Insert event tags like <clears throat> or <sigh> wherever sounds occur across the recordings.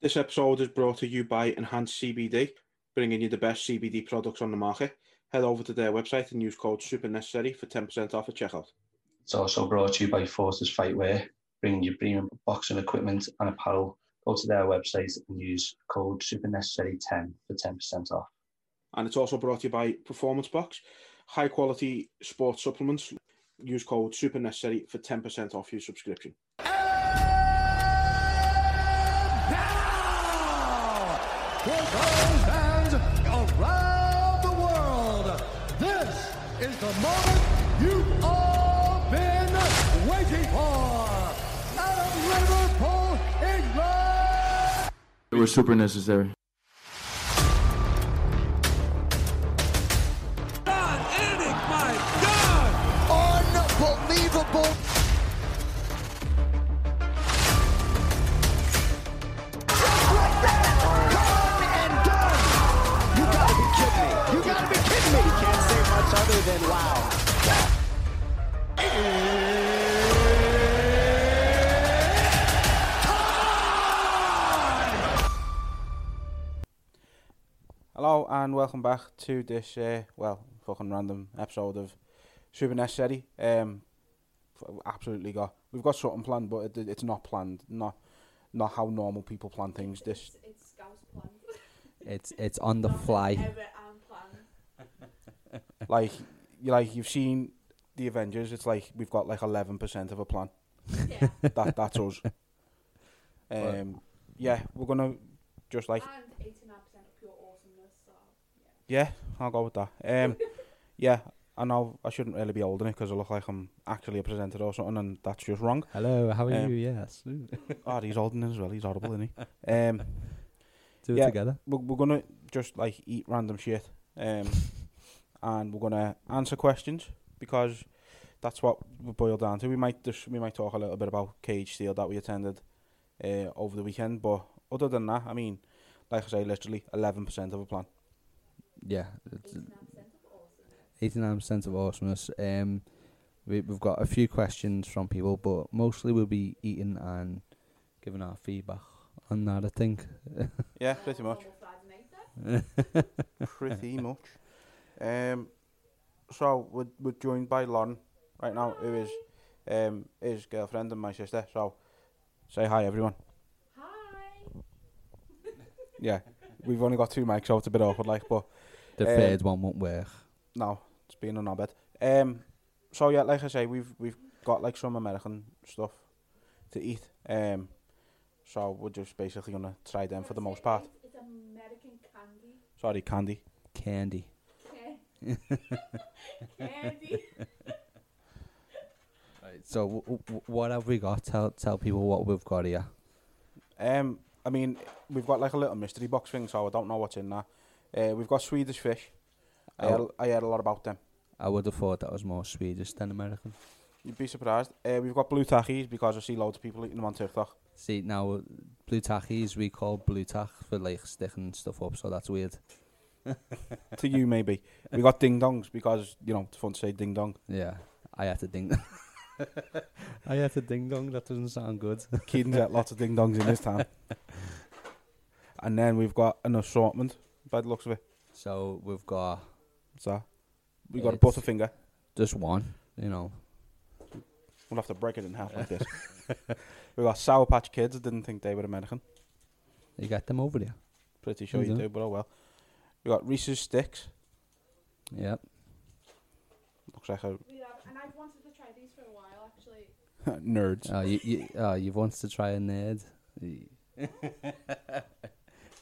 This episode is brought to you by Enhanced CBD, bringing you the best CBD products on the market. Head over to their website and use code SUPERNECESSARY for 10% off at checkout. It's also brought to you by Forces Fightwear, bringing you premium boxing equipment and apparel. Go to their website and use code SUPERNECESSARY10 for 10% off. And it's also brought to you by Performance Box, high quality sports supplements. Use code SUPERNECESSARY for 10% off your subscription. now, for those fans around the world, this is the moment you've all been waiting for. Out of Liverpool, England! It was super necessary. Unbelievable! Just like that! Gone and done! You gotta be kidding me! You gotta be kidding me! You can't say much other than wow. Hello and welcome back to this, uh, well, fucking random episode of Super Necessary. Um, f- absolutely got, we've got something planned, but it, it's not planned, not not how normal people plan things. This, it's Scouse plan. <laughs> It's it's on the fly. Ever unplanned. like, you like you've seen the Avengers, it's like we've got like eleven percent of a plan. Yeah. That that's us. Um, yeah, we're gonna just like and 89% of pure awesomeness. So, Yeah, yeah. I'll go with that. Um, yeah, I know I shouldn't really be holding it because I look like I'm actually a presenter or something, and that's just wrong. Hello, how are Um, you? Yes. Ooh. Oh, he's holding it as well. He's horrible, isn't he? Um, <laughs> Do it yeah. together. we're, we're gonna just like eat random shit, um, and we're gonna answer questions because that's what we boil down to. We might just we might talk a little bit about cage steel that we attended uh, over the weekend, but other than that, I mean, like I say, literally eleven percent of a plan. Yeah. Eighty nine percent of awesomeness. Um we we've got a few questions from people, but mostly we'll be eating and giving our feedback on that I think. <laughs> Yeah, pretty much. Normal Friday night <laughs> then. pretty much. Um, so we're, we're joined by Lon right now, who is um his girlfriend and my sister. So say hi everyone. Hi. Yeah, we've only got two mics, so it's a bit awkward, like, but The Um, third one won't work. no, it's been a knobhead. Um, so yeah, like I say, we've we've got like some American stuff to eat. Um, so we're just basically gonna try them for the most part. It's, it's American candy. Sorry, candy. Candy. Okay. candy. <laughs> So w- w- what have we got? Tell tell people what we've got here. Um, I mean, we've got like a little mystery box thing, so I don't know what's in that. Uh, we've got Swedish fish. I, heard, I heard a lot about them. I would have thought that was more Swedish than American. You'd be surprised. Uh, we've got blue tackies because I see loads of people eating them on TikTok. See now, blue tackies we call blue tack for like sticking stuff up, so that's weird. to you, maybe. We got ding dongs because you know it's fun to say ding dong. Yeah, I had to ding. <laughs> I had to ding dong. That doesn't sound good. <laughs> Keaton's got lots of ding dongs in his town. And then we've got an assortment by the looks of it. so we've got So we got It's- a butterfinger. just one. You know, We'll have to break it in half like this. <laughs> we got sour patch kids. I didn't think they were American. you get them over there. Pretty sure you Mhm. do, but oh well. We got Reese's sticks. Yep. Looks like <laughs> a We have, and I've wanted to try these for a while actually. nerds. Oh, you you oh, you want to try a nerd? <laughs> You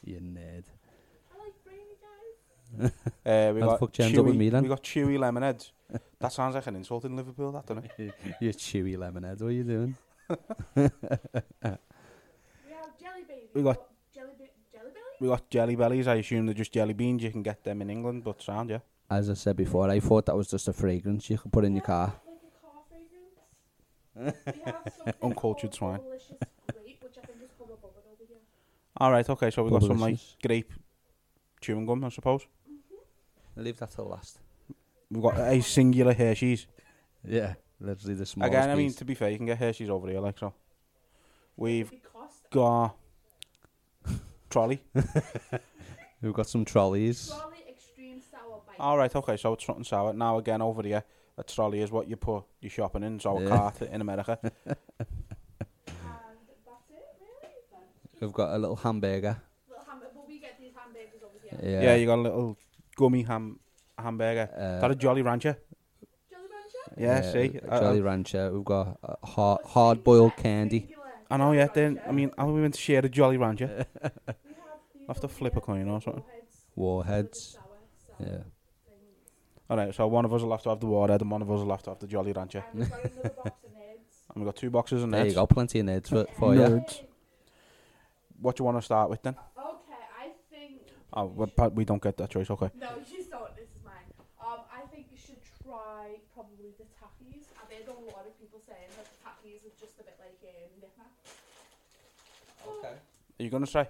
you nerd. <laughs> I like brainy guys. Uh, we How the got fuck do you end up with chewy- me then? We got chewy <laughs> lemonheads. that sounds like an insult in Liverpool, that doesn't it? you chewy lemonhead. What are you doing? We have jelly baby. We got- jelly, ba- jelly belly. we got jelly bellies. I assume they're just jelly beans. You can get them in England, but sound yeah. As I said before, I thought that was just a fragrance you could put in your car. Like a car <laughs> fragrance. we have something Uncultured called swine. Delicious grape, which I think is called a bubble over here. All right, okay. So we got some like Bubblicious. grape chewing gum, I suppose. Leave that till last. We've got a singular Hershey's. Yeah, literally the smallest. Again, I mean piece. to be fair, you can get Hershey's over here, like so. We've It cost got trolley. we've got some trolleys. trolley extreme sour bite. All right, okay. So it's something sour. Now again, over here, a trolley is what you put your shopping in. So a Yeah. cart in America. And that's it, really. That's We've got a little hamburger. little hamburger. But we get these hamburgers over here. Yeah, Yeah, you got a little gummy ham hamburger. Is that a Jolly Rancher? Jelly Rancher? Yeah, uh, see, a I- Jolly I, Rancher. We've got uh, hard hard boiled candy. Singular I know, yeah. Then Rancher. I mean, are we meant to share a Jolly Rancher? We have these have to over flip a here, coin or the something. warheads, Warheads. sour, sour Yeah. things. All right, so one of us will have to have the warhead, and one of us will have to have the Jolly Rancher. And we've got another box of Nerds. And we have got two boxes and There you that. go, plenty of nerds for, for you. Nerds. What do you want to start with then? Okay, I think. <laughs> Oh, <laughs> but, but we don't get that choice. Okay. No, you don't. This is mine. Um, I think you should try probably the tackies. I've heard a lot of people saying that the tackies are just a bit like um, knickknacks. Okay. Are you gonna try?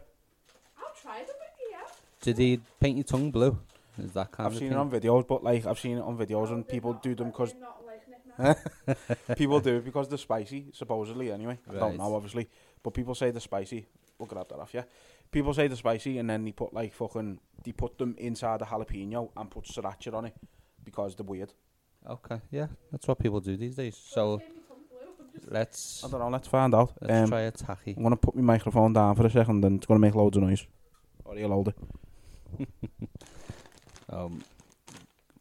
I'll try them with you. yeah. Did he paint your tongue blue? Is that kind I've of seen thing? it on videos, but like I've seen it on videos, Oh, and they're people not- do them because They're not <laughs> like knickknacks. people do it because they're spicy, supposedly. Anyway, I don't Right. know, obviously, but people say they're spicy. We'll grab that off, yeah. People say they're spicy, and then they put like fucking they put them inside the jalapeno and put sriracha on it because they're weird. Okay, yeah, that's what people do these days. So Give me some blue. I'm just let's I don't know. Let's find out. let's Um, try a tacky. I'm gonna put my microphone down for a second, and it's gonna make loads of noise. Or you'll hold it. Um,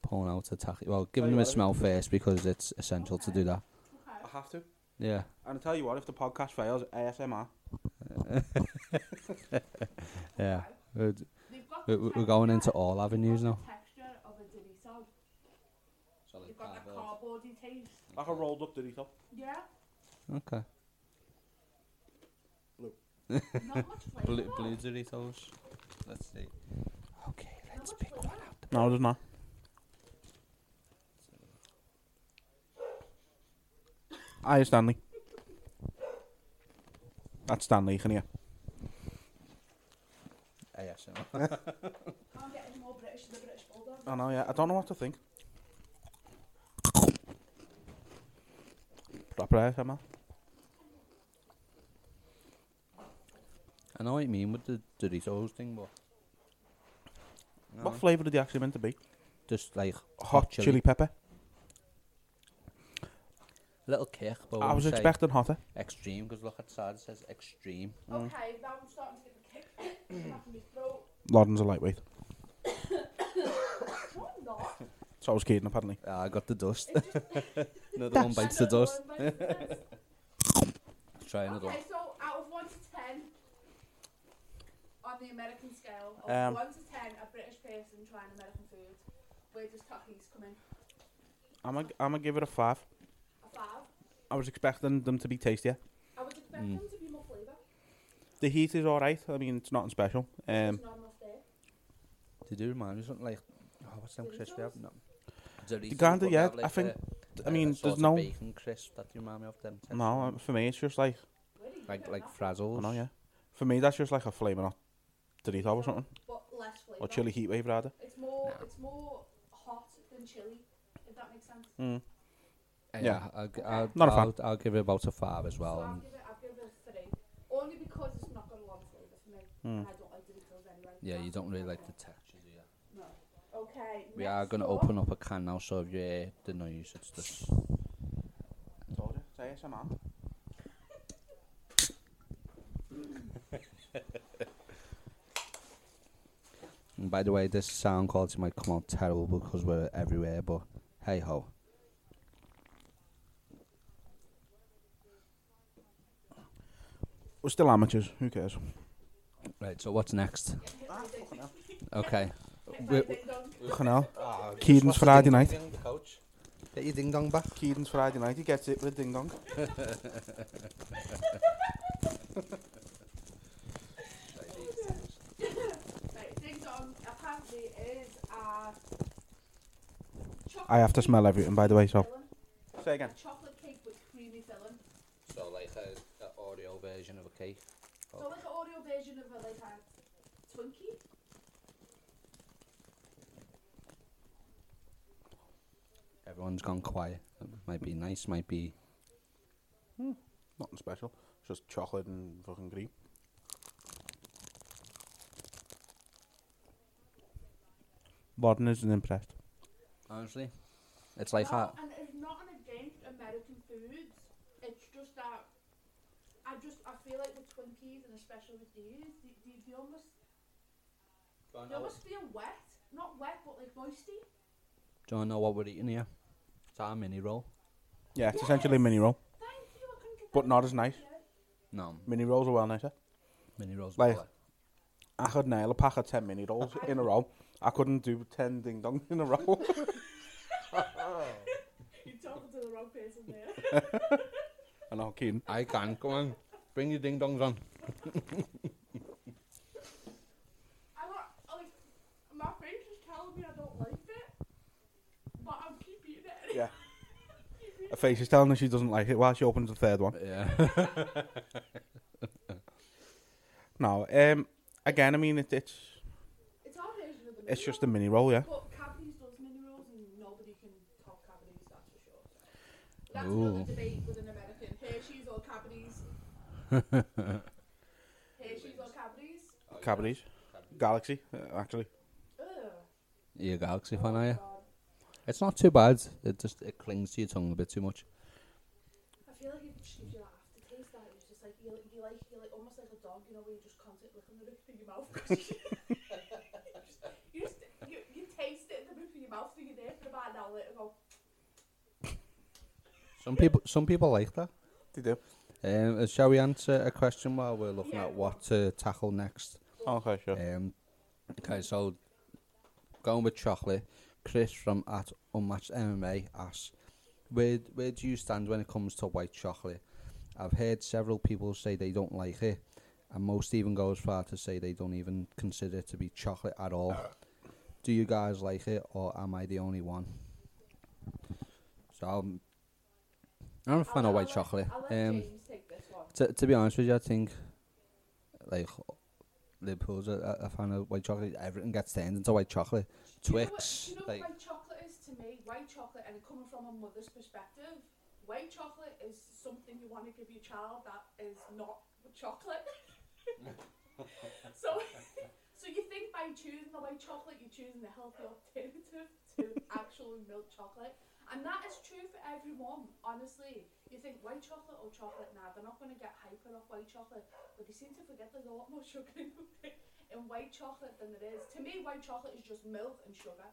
pulling out a tacky. Well, giving them a smell first because it's essential to do that. I have to. Yeah. And I tell you what, if the podcast fails, ASMR. Yeah. We're, They've got we're, the we're going into texture- all they've avenues got now. the texture of a Dorito. They've got that cardboardy taste. Like a rolled up Dorito. Yeah. Okay. Not much flavour. Blue, though. blue Doritos. Let's see. Okay, let's pick one out. No, there's not. Hiya, Stanley. That's Stanley, can you? ASMR. Can't get any more British than the British Bulldog. I know, yeah. I don't know what to think. Proper ASMR. I know what you mean with the Doritos thing, but What flavour did they actually meant to be? just like Hot, chili. pepper. Little kick, but I wouldn't was say expecting hotter. extreme because look at the side, it says extreme. Okay, now I'm starting to get the kick. Back in my throat. Lauden's a lightweight. No, I'm not. So I was kidding, apparently. Ah, I got the dust. <laughs> another one That's- bites the <laughs> Another dust. one bites the dust. Try another one. Okay, so out of 1 to 10, on the American scale, of Um, 1 to 10, a British person trying American food, where does Takis come in? I'm going to give it a five. A 5? I was expecting them to be tastier. I would expect Hmm. them to be more flavour. The heat is alright. I mean, it's nothing special. Um, There's not enough there. They do remind me of something like, oh, what's them crisps they have? No. Doritos, kinda, but they yeah, have, I think- the- I mean, the sort there's of no- bacon crisp that you remind me of them. types no, of- um, for me, it's just like like like frazzles. I know, yeah. For me, that's just like a flaming hot Dorito or something, But less flavour. or chili heat wave rather. It's more, it's more hot than chili, if that makes sense. Hmm. Yeah. I'll, gi- I'll, Not a fan. I'll, I'll give it about a five as well. So I'll and- give it, I'll give it a three. Only because it's not got a lot of flavour for me, and I don't like Doritos anyway. Hmm. yeah, you don't really like the texture, do you? No. Okay. We are going to open up a can now, so if you hear the noise, it's just. Told you, it's ASMR. And by the way, this sound quality might come out terrible because we're everywhere, but hey ho. We're still amateurs. Who cares? Right, so what's next? Okay. We- Canal. Keaton's Friday night. Get your ding dong back. Keaton's Friday night. He gets it with a ding dong. There is a chocolate I have to cake smell with everything, by the way, so- creamy filling. Say again. Chocolate cake with creamy filling. So like uh, a, a Oreo version of a cake. Oh. So like an Oreo version of a, like a Twinkie. Everyone's gone quiet. It might be nice, might be. Nothing special. It's just chocolate and fucking cream. Warden isn't impressed. Honestly, it's like No, that. Oh, And it's not an against American foods. It's just that I just I feel like the Twinkies and especially with these, they, they, they almost they almost feel wet. Not wet, but like moisty. Do you want to know what we're eating here? It's our mini roll. Yeah, it's essentially a mini roll. Thank you. I couldn't get But that not as nice. yet. No, Mini rolls are well nicer. mini rolls. Like- better. I could nail a pack of 10 mini <laughs> rolls in a row. I couldn't do 10 ding dongs in a <laughs> row. You're talking to the wrong person there. and I'm kidding. I can. Come on, bring your ding dongs on. <laughs> I want like my face is telling me I don't like it, but I'm keeping it. Yeah. Her face is telling her she doesn't like it while she opens the third one. <laughs> Yeah. No, um, again, I mean, it, it's <laughs> It's our version of the. it's mini just a roll, mini roll, yeah. But Cadbury's does mini rolls and nobody can top Cadbury's. That's for sure. So. That's another Ooh. debate with an American. Hershey's or <laughs> Cadbury's. Hershey's or Cadbury's. Cadbury's. Galaxy, uh, actually. Ugh. You're a galaxy fan, are you? It's not too bad. It just it clings to your tongue a bit too much. I feel like it just gives you that aftertaste that it's just like you you like you like almost like a dog, you know, where you just can't take look in the roof of your mouth. <laughs> 'cause you just, you just you, you taste it in the roof of your mouth, so you're there for about an hour later. and Go, Some people some people like that. They do. Um, uh, shall we answer a question while we're looking Yeah. at what to tackle next? Okay, sure. Um, okay, so going with chocolate, Chris from at Unmatched MMA asks, where, where do you stand when it comes to white chocolate? I've heard several people say they don't like it, and most even go as far to say they don't even consider it to be chocolate at all. Do you guys like it, or am I the only one? So I'm, I'm a fan I'll- of white I'll let- chocolate. I'll let Um, James take this one. to, to be honest with you, I think like Liverpool's a, a fan of white chocolate. Everything gets turned into white chocolate. Do you know what, do Twix, you know like- what white chocolate is to me? White chocolate, and coming from a mother's perspective, white chocolate is something you want to give your child that is not chocolate. <laughs> so, <laughs> so you think by choosing the white chocolate, you're choosing a healthy alternative <laughs> to actual milk chocolate, and that is true for everyone. Honestly, you think white chocolate or chocolate? Nah, they're not going to get hyper off white chocolate, but they seem to forget there's a lot more <laughs> sugar in, in white chocolate than there is. To me, white chocolate is just milk and sugar.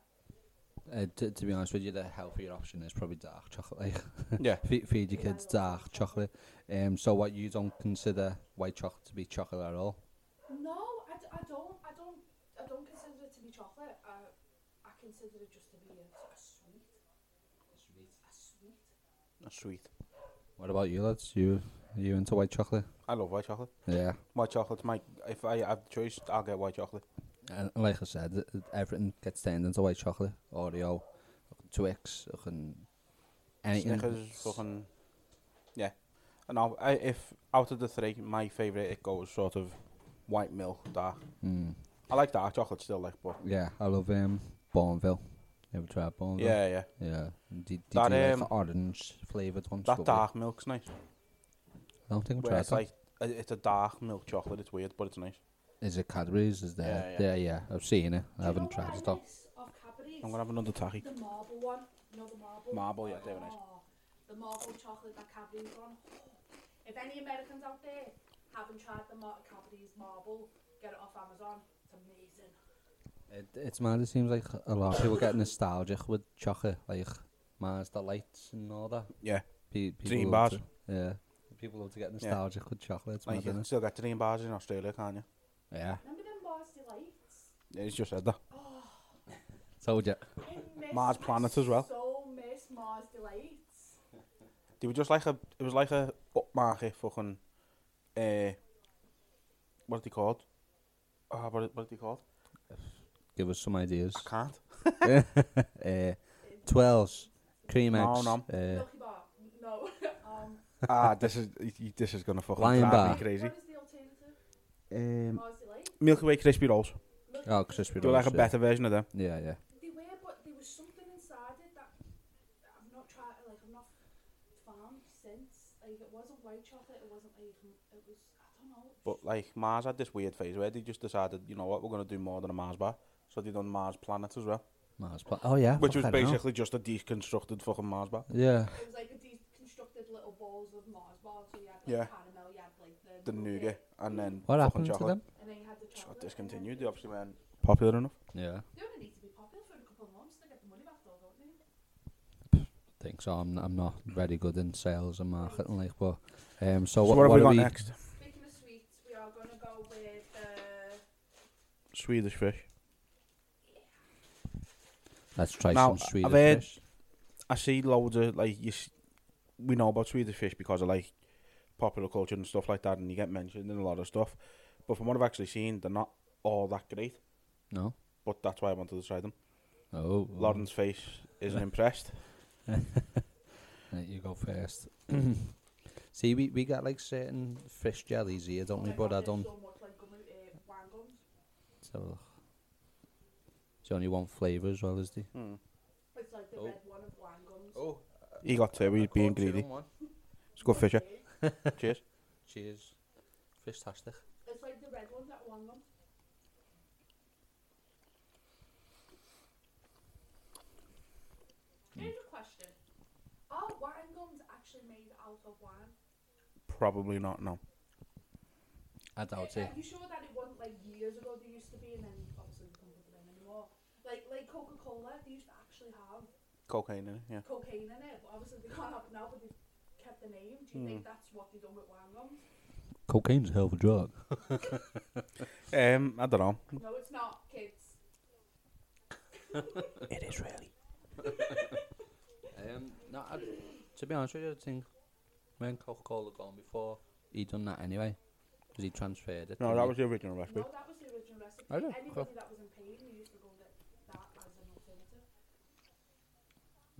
Uh, to, to be honest with you, the healthier option is probably dark chocolate. Like, <laughs> Yeah. feed, feed your kids dark chocolate. Um, so what you don't consider white chocolate to be chocolate at all? No, I, d- I don't. I don't. I don't consider it to be chocolate. I, I consider it just to be a, a sweet. A sweet. A sweet. That's sweet. What about you lads? You you into white chocolate? I love white chocolate. Yeah. White chocolate's my. If I have the choice, I'll get white chocolate. And like I said, it- it- everything gets turned into white chocolate. Oreo, Twix, fucking anything. Snickers, fucking. Yeah. And I'll, I, if out of the three, my favourite, it goes sort of white milk, dark. Mm. I like dark chocolate still, like, but. Yeah, I love um Bourneville. Never tried Bourneville. Yeah, yeah. Yeah. Did, did That, you like um, the orange flavoured one? That dark milk's nice. I don't think I've Where tried it's that. like. i- It's a dark milk chocolate. It's weird, but it's nice. Is it Cadbury's? Is there? Yeah, Yeah, yeah. I've seen it. Do I you know haven't what tried I it though. miss Of Cadbury's, I'm gonna have another tacky. the marble one. You know the marble. Marble, yeah, they were nice. Oh, the marble chocolate that Cadbury's on. If any Americans out there haven't tried the mar- Cadbury's marble, get it off Amazon. It's amazing. It, it's mad. It seems like a lot of people get nostalgic with chocolate, like Mars the lights and all that. Yeah. Pe- people Dream love bars. to- yeah. People love to get nostalgic with chocolate. It's Like, mad, you isn't can it? still get dream bars in Australia, can't you? Yeah. Remember them Mars delights? Yeah, he's just said that. Told you. I <laughs> miss- Mars I Planet as well. So miss Mars delights. They were just like a, it was like a upmarket fucking, uh, what are they called? Ah, what, are- what are they called? Give us some ideas. I can't. <laughs> uh, Twelves, cream No, eggs, no. Uh, Milky Bar. No. <laughs> um, ah, this is y- y- this is gonna fucking Lion drive bar. me crazy. What is the alternative? Um, Mars Light? Milky Way crispy rolls. Milky oh, Way. crispy Do like a rolls, yeah. better version of them. Yeah, yeah. They were, but there was something inside it that I've not tried. Like I've not found since. Like it wasn't white chocolate. It wasn't like m- it was. I don't know. But like Mars had this weird phase where they just decided, you know what, we're gonna do more than a Mars bar. So they done Mars Planet as well, Mars. Pla- oh yeah. which was fuck, I dunno. basically just a deconstructed fucking Mars bar. Yeah. It was like a deconstructed little balls of Mars bar. So you had like Yeah. caramel. You had like the, The nougat and then What fucking happened chocolate. to them? And then you had the Just got chocolate. and then- discontinued. They obviously weren't popular enough. Yeah. They only need to be popular for a couple of months to get the money back, though, don't they? Think so. I'm. I'm not very good in sales and marketing, like. But um. So, So what, what, have we are got we? next? Speaking of sweets, we are going to go with uh, Swedish fish. Let's try Now, some Swedish I've heard- fish. I see loads of like you. s we know about Swedish fish because of like popular culture and stuff like that, and you get mentioned in a lot of stuff. But from what I've actually seen, they're not all that great. No. But that's why I wanted to try them. Oh. oh. Lauren's face isn't impressed. Right, you go first. <clears throat> See, we, we got like certain fish jellies here, don't we? But I don't. so much like gummy uh, wangums. So, it's only one flavour as well, is the. Hmm. It's like the Oh. red one of wangums. Oh, He got two. He's being greedy. It's good <laughs> fisher. Cheers. Cheers. Fish tastic. It's like the red one that wangum. Here's a question. Are wangums actually made out of wine? Probably not. No. I doubt it. Are you sure that it wasn't like years ago they used to be and then obviously we can't put them in anymore? Like like Coca Cola, they used to actually have Cocaine in it. Yeah. cocaine in it, but obviously they can't have it now, but they've kept the name. Do you think that's what they done with wangums? Cocaine's a hell of a drug. Um, I don't know. No, it's not, kids. It is really. <laughs> Um, no, I, to be honest with you, I think when Coca Cola gone before, he done that anyway. Because he transferred it. No, didn't that he? was the original recipe. No, that was the original recipe. I don't- Anybody that was in pain, they used to go get that as an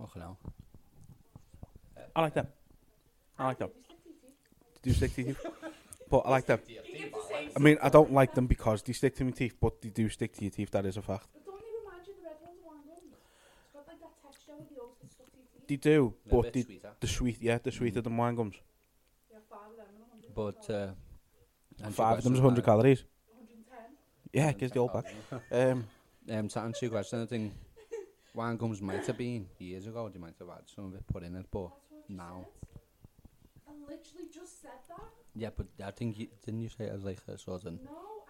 alternative. Fucking hell. I like them. I like them. Did you stick to your teeth? Did you stick to you? But I like them. You get to say, I mean, I don't like them because they stick to my teeth, but they do stick to your teeth. That is a fact. but don't even mind you, the red ones are wangums. It's got like that texture with the old stuff to your teeth. They do, They're a but bit they, sweeter. the sweet, yeah, the sweeter than wine gums. You have five of them and 100. But. Uh, answer Five your of question, them's 100 uh, calories. 110. Yeah, gives the old back. <laughs> Um, Um, to answer your question, I think wine gums might have been years ago. They might have had some of it put in it, That's but what you now, said. I literally just said that. yeah. But I think you, didn't you say it was like a sort of No,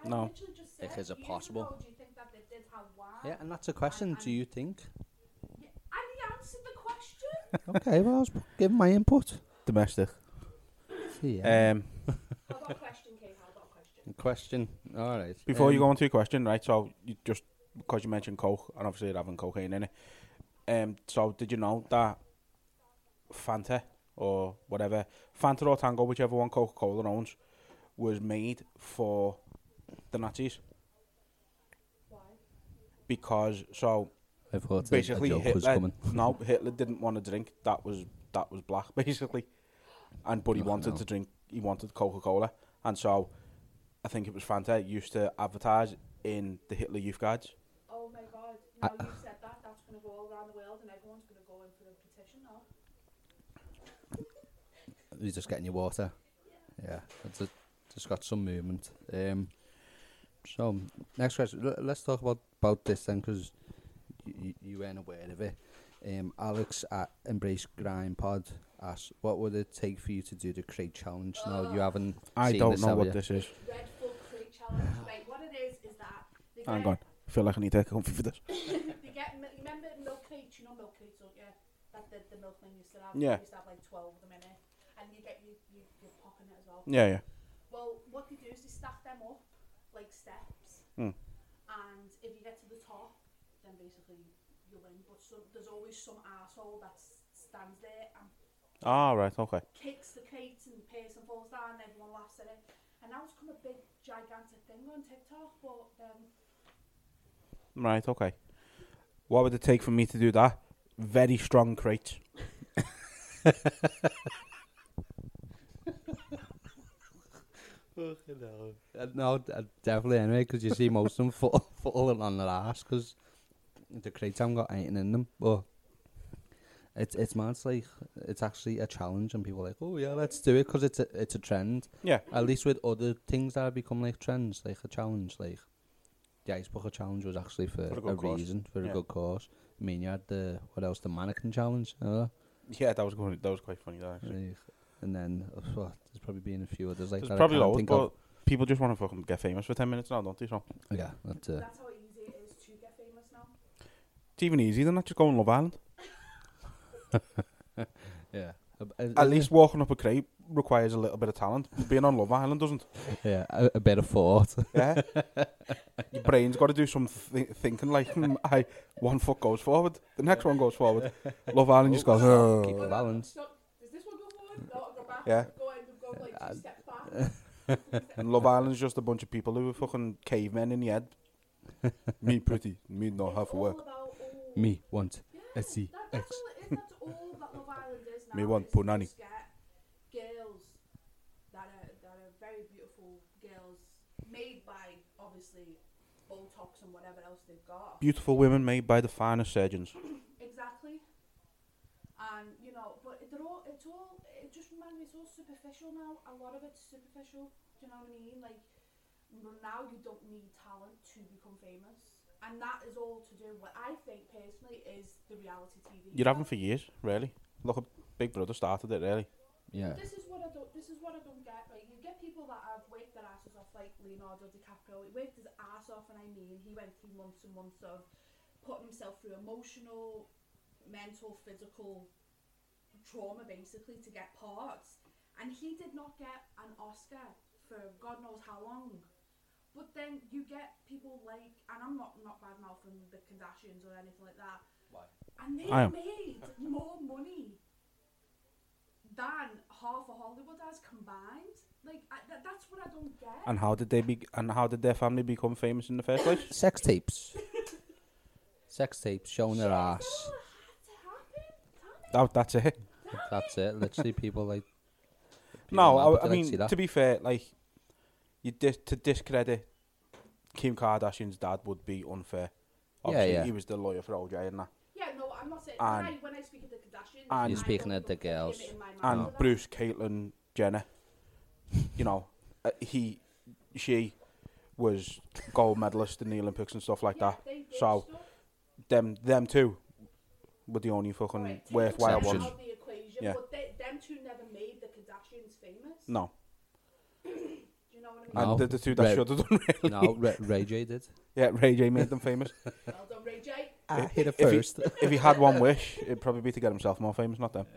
I No. literally just said. Like, is it years possible? ago, do you think that they did have wine? yeah? And that's a question. Do you think? Yeah, And he answered the question. Okay, well, I was giving my input. domestic. Yeah. Um, How about question, Kate? How about question? question. All right. Uh, before you um, go on to your question, right? So you just because you mentioned coke and obviously it having cocaine in it. Um, so did you know that Fanta or whatever Fanta or Tango, whichever one Coca Cola owns, was made for the Nazis Why? because so I thought a- basically a joke was Hitler. coming. <laughs> <laughs> no, Hitler didn't want to drink. That was that was black <laughs> basically, and but he Oh, wanted no. to drink. He wanted Coca Cola, and so I think it was Fanta used to advertise in the Hitler Youth Guides. Oh my god, now you said that, that's going to go all around the world and everyone's going to go in for a petition now. You're just getting your water. Yeah, it's a, just got some movement. Um, so next question. L- let's talk about about this then, because you, you weren't aware of it. Um, Alex at Embrace Grime Pod asks, "What would it take for you to do the crate challenge?" Now you haven't. I seen don't this, know have what you? this is. Red Bull Crate Challenge. Right, what it is, is that they Hang get, on, I feel like I need to comfy for this. They get, mi- you remember milk crates, you know milk crates, don't you? That the, the milkman used to have. Yeah. They used to have like 12 of them in it. And you get, you, you, you're popping it as well. Yeah, yeah. Well, what they do is they stack them up like steps, Hmm. and if you get to the top, then basically you win. But some, there's always some asshole that s- stands there and All Ah, right, okay. kicks the crates, and the person falls down, and everyone laughs at it. And now it's come a big gigantic thing on TikTok, but um, Right, okay. What would it take for me to do that? Very strong crates. Uh, no, d- uh, definitely anyway, because you see most of them fall, <laughs> falling on their ass because the crates haven't got anything in them. But it's it's mad. It's like it's actually a challenge, and people are like, oh yeah, let's do it because it's a it's a trend. Yeah. At least with other things that have become like trends, like a challenge, like the ice bucket challenge was actually for, For a a, good cause. reason, for Yeah. a good cause. I mean, you had the what else, the mannequin challenge, you know that? Yeah, that was going. That was quite funny. That actually. Like, and then uh, well, there's probably been a few others like There's that. I probably can't loads, think but of. people just want to fucking get famous for ten minutes now, don't they? So yeah, that's uh, That's how easy it is to get famous now. it's even easier than that. Just go on Love Island. yeah. At least walking up a crate requires a little bit of talent. Being on Love Island doesn't. <laughs> Yeah, a, a bit of thought. <laughs> <laughs> Yeah. Your brain's got to do some th- thinking. Like, hmm, I one foot goes forward, the next one goes forward. Love Island just goes. Keep "Oh." the balance. So, does this one go forward? No, I'll go back. Yeah. Go in, go like two steps back. And Love Island's just a bunch of people who are fucking cavemen in the head. me pretty, me not half It's all work. about, oh, Me want yeah, a C that- that's X. all it is, that's all that Love Island is <laughs> now, Me want is to punani. just get girls that are, that are very beautiful girls, made by, obviously, Botox and whatever else they've got. Beautiful women made by the finest surgeons. Exactly. And you know, but they're all it's all it just reminds me it's all superficial now. A lot of it's superficial. Do you know what I mean? Like n- now you don't need talent to become famous. And that is all to do what I think personally is the reality TV. You haven't show. for years, really. Look, a Big Brother started it, really. Yeah, This is what I don't. This is what I don't get. Right, you get people that have worked their asses off, like Leonardo DiCaprio. He worked his ass off, and I mean, he went through months and months of putting himself through emotional, mental, physical trauma, basically, to get parts. And he did not get an Oscar for God knows how long. But then you get people like, and I'm not not bad mouthing the Kardashians or anything like that. And they I am. made more money than half of Hollywood has combined. Like I, that, that's what I don't get. And how did they be? And how did their family become famous in the first place? sex tapes. sex tapes showing their ass. Oh, it had to happen. Damn it. That, that's it. That's it. Literally, people like. people No, mad, I, but I they like mean see that. to be fair, like you dis- to discredit Kim Kardashian's dad would be unfair. Obviously, yeah. he was the lawyer for OJ and that. Yeah, no, I'm not saying. And- when, I, when I speak of the Kardashians, and- You're I speaking don't of the put him girls. in my mind and for that. Bruce, Caitlyn Jenner. You know, uh, he, she, was gold medalist in the Olympics and stuff like Yeah, that. they did So stuff. them, them two, were the only fucking Right, take um, worthwhile them out ones. Exceptions. of the equation, Yeah. but they, them two never made the Kardashians famous. No, Do you know what I mean? No. and the, the two that Ray- should have done <laughs> really. no, Ray, Ray J did. Yeah, Ray J made them famous. Well done, Ray J. I hit it Ah. if he- <laughs> first. <laughs> if he had one wish, it'd probably be to get himself more famous, not them.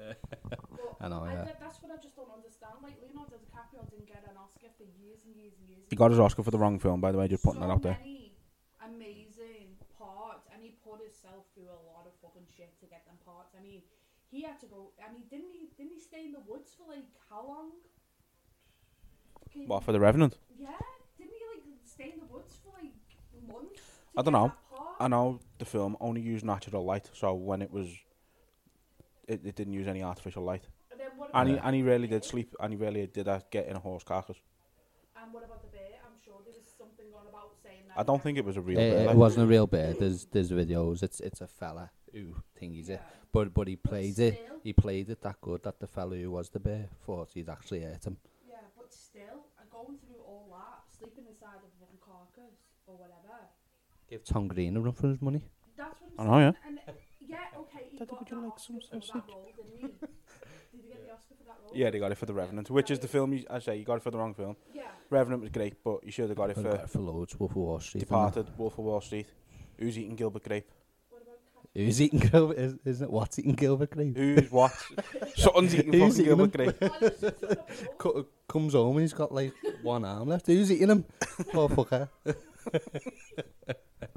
But I know, yeah. that- that's what I just don't understand. Like Leonardo DiCaprio didn't get an Oscar for years and years and years. He got his Oscar for the wrong film, by the way. Just putting that out there. Many amazing parts, and he put himself through a lot of fucking shit to get them parts. I mean, he had to go. I mean, didn't he? Didn't he stay in the woods for like how long? Fucking- What for the Revenant? Yeah, didn't he like stay in the woods for like months? to I don't get know. that part? I know the film only used natural light, so when it was, it, it didn't use any artificial light. And then what And he, about and he the really did bear? sleep, and he really did uh, get in a horse carcass. And what about the bear? I'm sure there was something on about saying that. I don't think it was a real. Eh, bear, it, like. wasn't a real bear. There's there's videos. It's it's a fella who thingies it, but but he played it. still. He played it that good that the fella who was the bear thought he'd actually hurt him. Yeah, but still, uh, going through all that, sleeping inside of a fucking carcass or whatever. Give Tom Green a run for his money. That's what I'm I saying. know, And, uh, yeah, okay, he Daddy, got would you that like Oscar some for that sausage? role, <laughs> didn't he? Did he get the Oscar for that role? Yeah, they got it for the Revenant, which is the film. You, I say you got it for the wrong film. Yeah. Revenant was great, but you should have got it For, for for loads, Wolf of Wall Street. and that. Departed, Wolf of Wall Street, Who's Eating Gilbert Grape, What about Cat? Who's eating Gilbert? is- Isn't it what's eating Gilbert Grape? Who's <laughs> What, Something's Eating Who's fucking eating Gilbert them? Grape. Oh, this is sort of a role. Co- uh, comes home and he's got like one arm left. Who's eating him? <laughs> Poor fucker.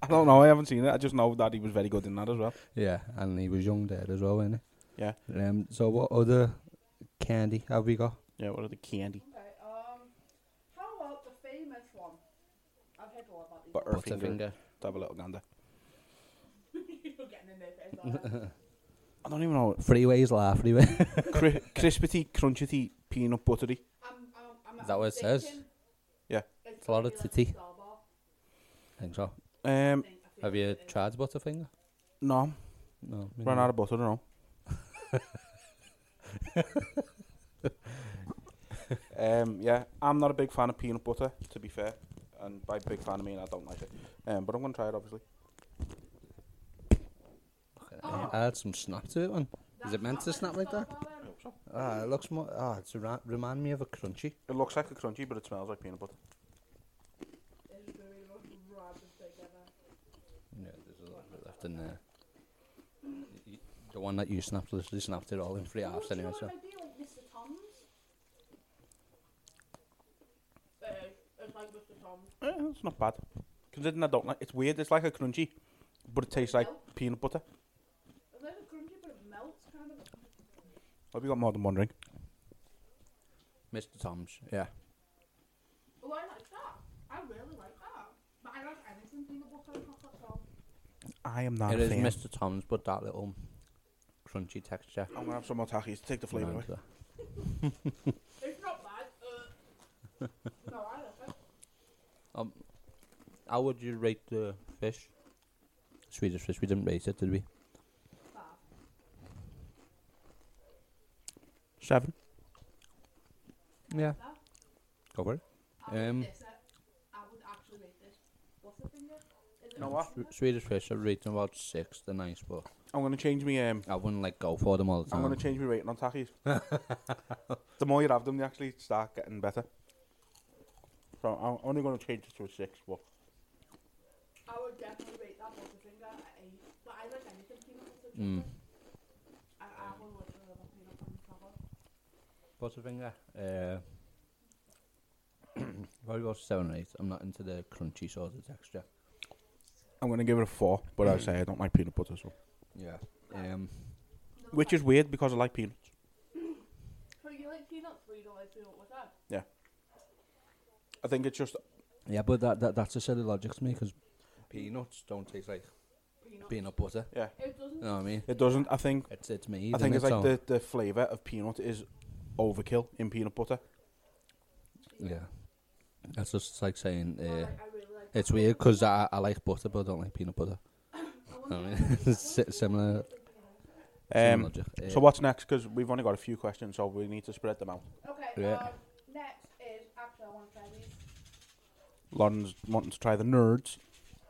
I don't know. I haven't seen it. I just know that he was very good in that as well. Yeah, and he was young there as well, wasn't Yeah, he? Um, so what other candy have we got? yeah. What are the candy? Okay, um, how about the famous one? I've heard all about these. Butterfinger. <laughs> Butterfinger. To have a little gander. <laughs> I don't even know. Freeways laugh, freeway. <laughs> <laughs> Cri- crispity, crunchity, peanut buttery. I'm, I'm, I'm Is that what it says? thinking Yeah. It's a lot gonna of be like titty. Starbucks. think so. Um, Have you tried Butterfinger? no, No. me ran neither. out of butter. No. um, yeah, I'm not a big fan of peanut butter, to be fair, and by big fan I mean I don't like it. Um, but I'm gonna try it obviously. Yeah, I had some snap to it one. Is it meant to snap like that? Starbucks, um, Ah, it looks more. Ah, it's ra- remind me of a crunchy. It looks like a crunchy, but it smells like peanut butter. is really random thing ever. Yeah, there's a little bit left in there. Y- y- The one that you snapped literally snapped it all in three halves Well, do you anyway. know So what it might be, like Mr. Tom's? Uh, it's like Mr. Tom's. Eh, it's not bad. Considering I don't like, it's weird. It's like a crunchy, but it tastes like peanut butter. It's like a crunchy, but it melts kind of. Have you got more than one drink? Mr. Tom's, yeah. Oh, I like that. I really like that. But I like anything peanut butter and chocolate, so I am not. it is a fan. Mr. Tom's, but that little crunchy texture. I'm gonna have some more tackies to take the flavour away. Reminds her. it's not bad. Uh, <laughs> no, I like it. Um, how would you rate the fish? Swedish fish. We didn't rate it, did we? Five. Seven. Yeah. That. Go for it. I would Um, this, uh, I would actually rate this. What's the finger? Is it know what? Sw- Swedish fish. I'd rate them about six. They're nice, but I'm gonna change me um. I wouldn't like go for them all the I'm time. gonna change my rating on <laughs> tackies. the more you have them, they actually start getting better. So I'm only gonna change it to a six. But I would definitely rate that butter finger at eight. But I like anything peanut butter and Mm. chocolate. I, I would literally love peanut butter and chocolate. Butterfinger. Uh, <clears throat> probably about seven or eight. I'm not into the crunchy sort of texture. I'm gonna give it a four. But I say I don't like peanut butter, so Yeah. Um, which is weird because I like peanuts. So you like peanuts, but you don't like peanut butter? I think it's just yeah, but that, that that's a silly logic to me because peanuts don't taste like Peanut. peanut butter. yeah. It doesn't. You know what I mean? It doesn't. I think It's it's me. I think it's like the the flavour of peanut is overkill in peanut butter. yeah. That's just like saying I, uh, like, I really like it's weird because I, I like butter but I don't like peanut butter. You know what I mean, <laughs> it's si- similar, similar Um. logic. Uh, So what's next? Because we've only got a few questions, so we need to spread them out. Okay, Yeah. um, next is, actually I want to try these. Lauren's wanting to try the nerds.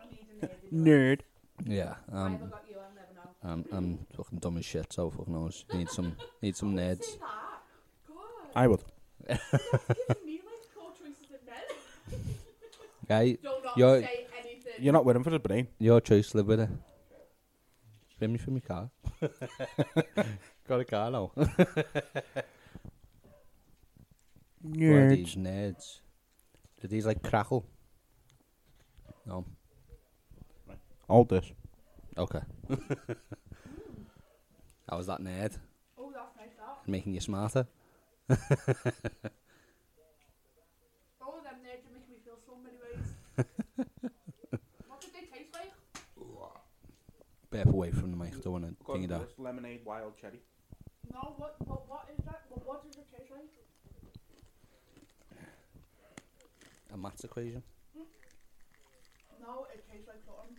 I need a nerd. Nerd. Yeah, I um, haven't got you, I'll never <laughs> know. I'm I'm fucking dumb as shit. So fuck knows. Need some need some nerds. Say that. Ah, God. I would. You're giving me like four choices of men. <laughs> Right, Don't not You're- say anything. You're not winning for the brain. your choice. Live with it. Spin me for my car. got a car now. What are these nerds? Do these like crackle? No. All this. Okay. How was that nerd? Oh, that's nice, that. Making you smarter. Oh, them nerds are making me feel so many <laughs> ways. what did they taste like? Bit away from the mic. I don't want to ding it out. lemonade wild cherry. No, what, what, what is that? What, what does it taste like? A maths equation. No, it tastes like something.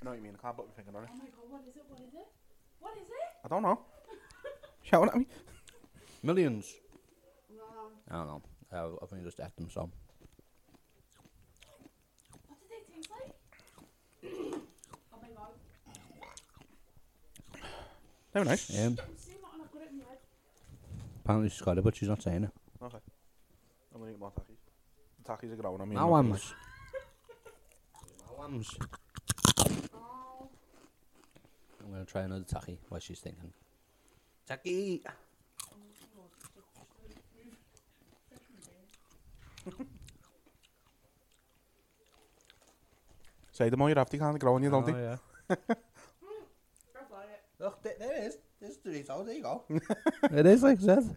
I know what you mean. I can't put my finger on it. Oh my god, what is it? What is it? What is it? I don't <laughs> know. Shouting at me. Millions. No. I don't know. I, I've only just ate them, so. What did they taste like? <coughs> oh my god. They were nice. Um, I'm seeing that and I've got it in my head. apparently she's got it, but she's not saying it. Okay. I'm gonna eat more tackies. The tackies are growing on me. My wams. My wams. Oh. I'm going to try another tacky while she's thinking. Tacky! Say the more you have, they can't grow on you, don't they? Oh, yeah. I've got it. Look, there, there it is. There's Dorito. There you go. <laughs> it is like that.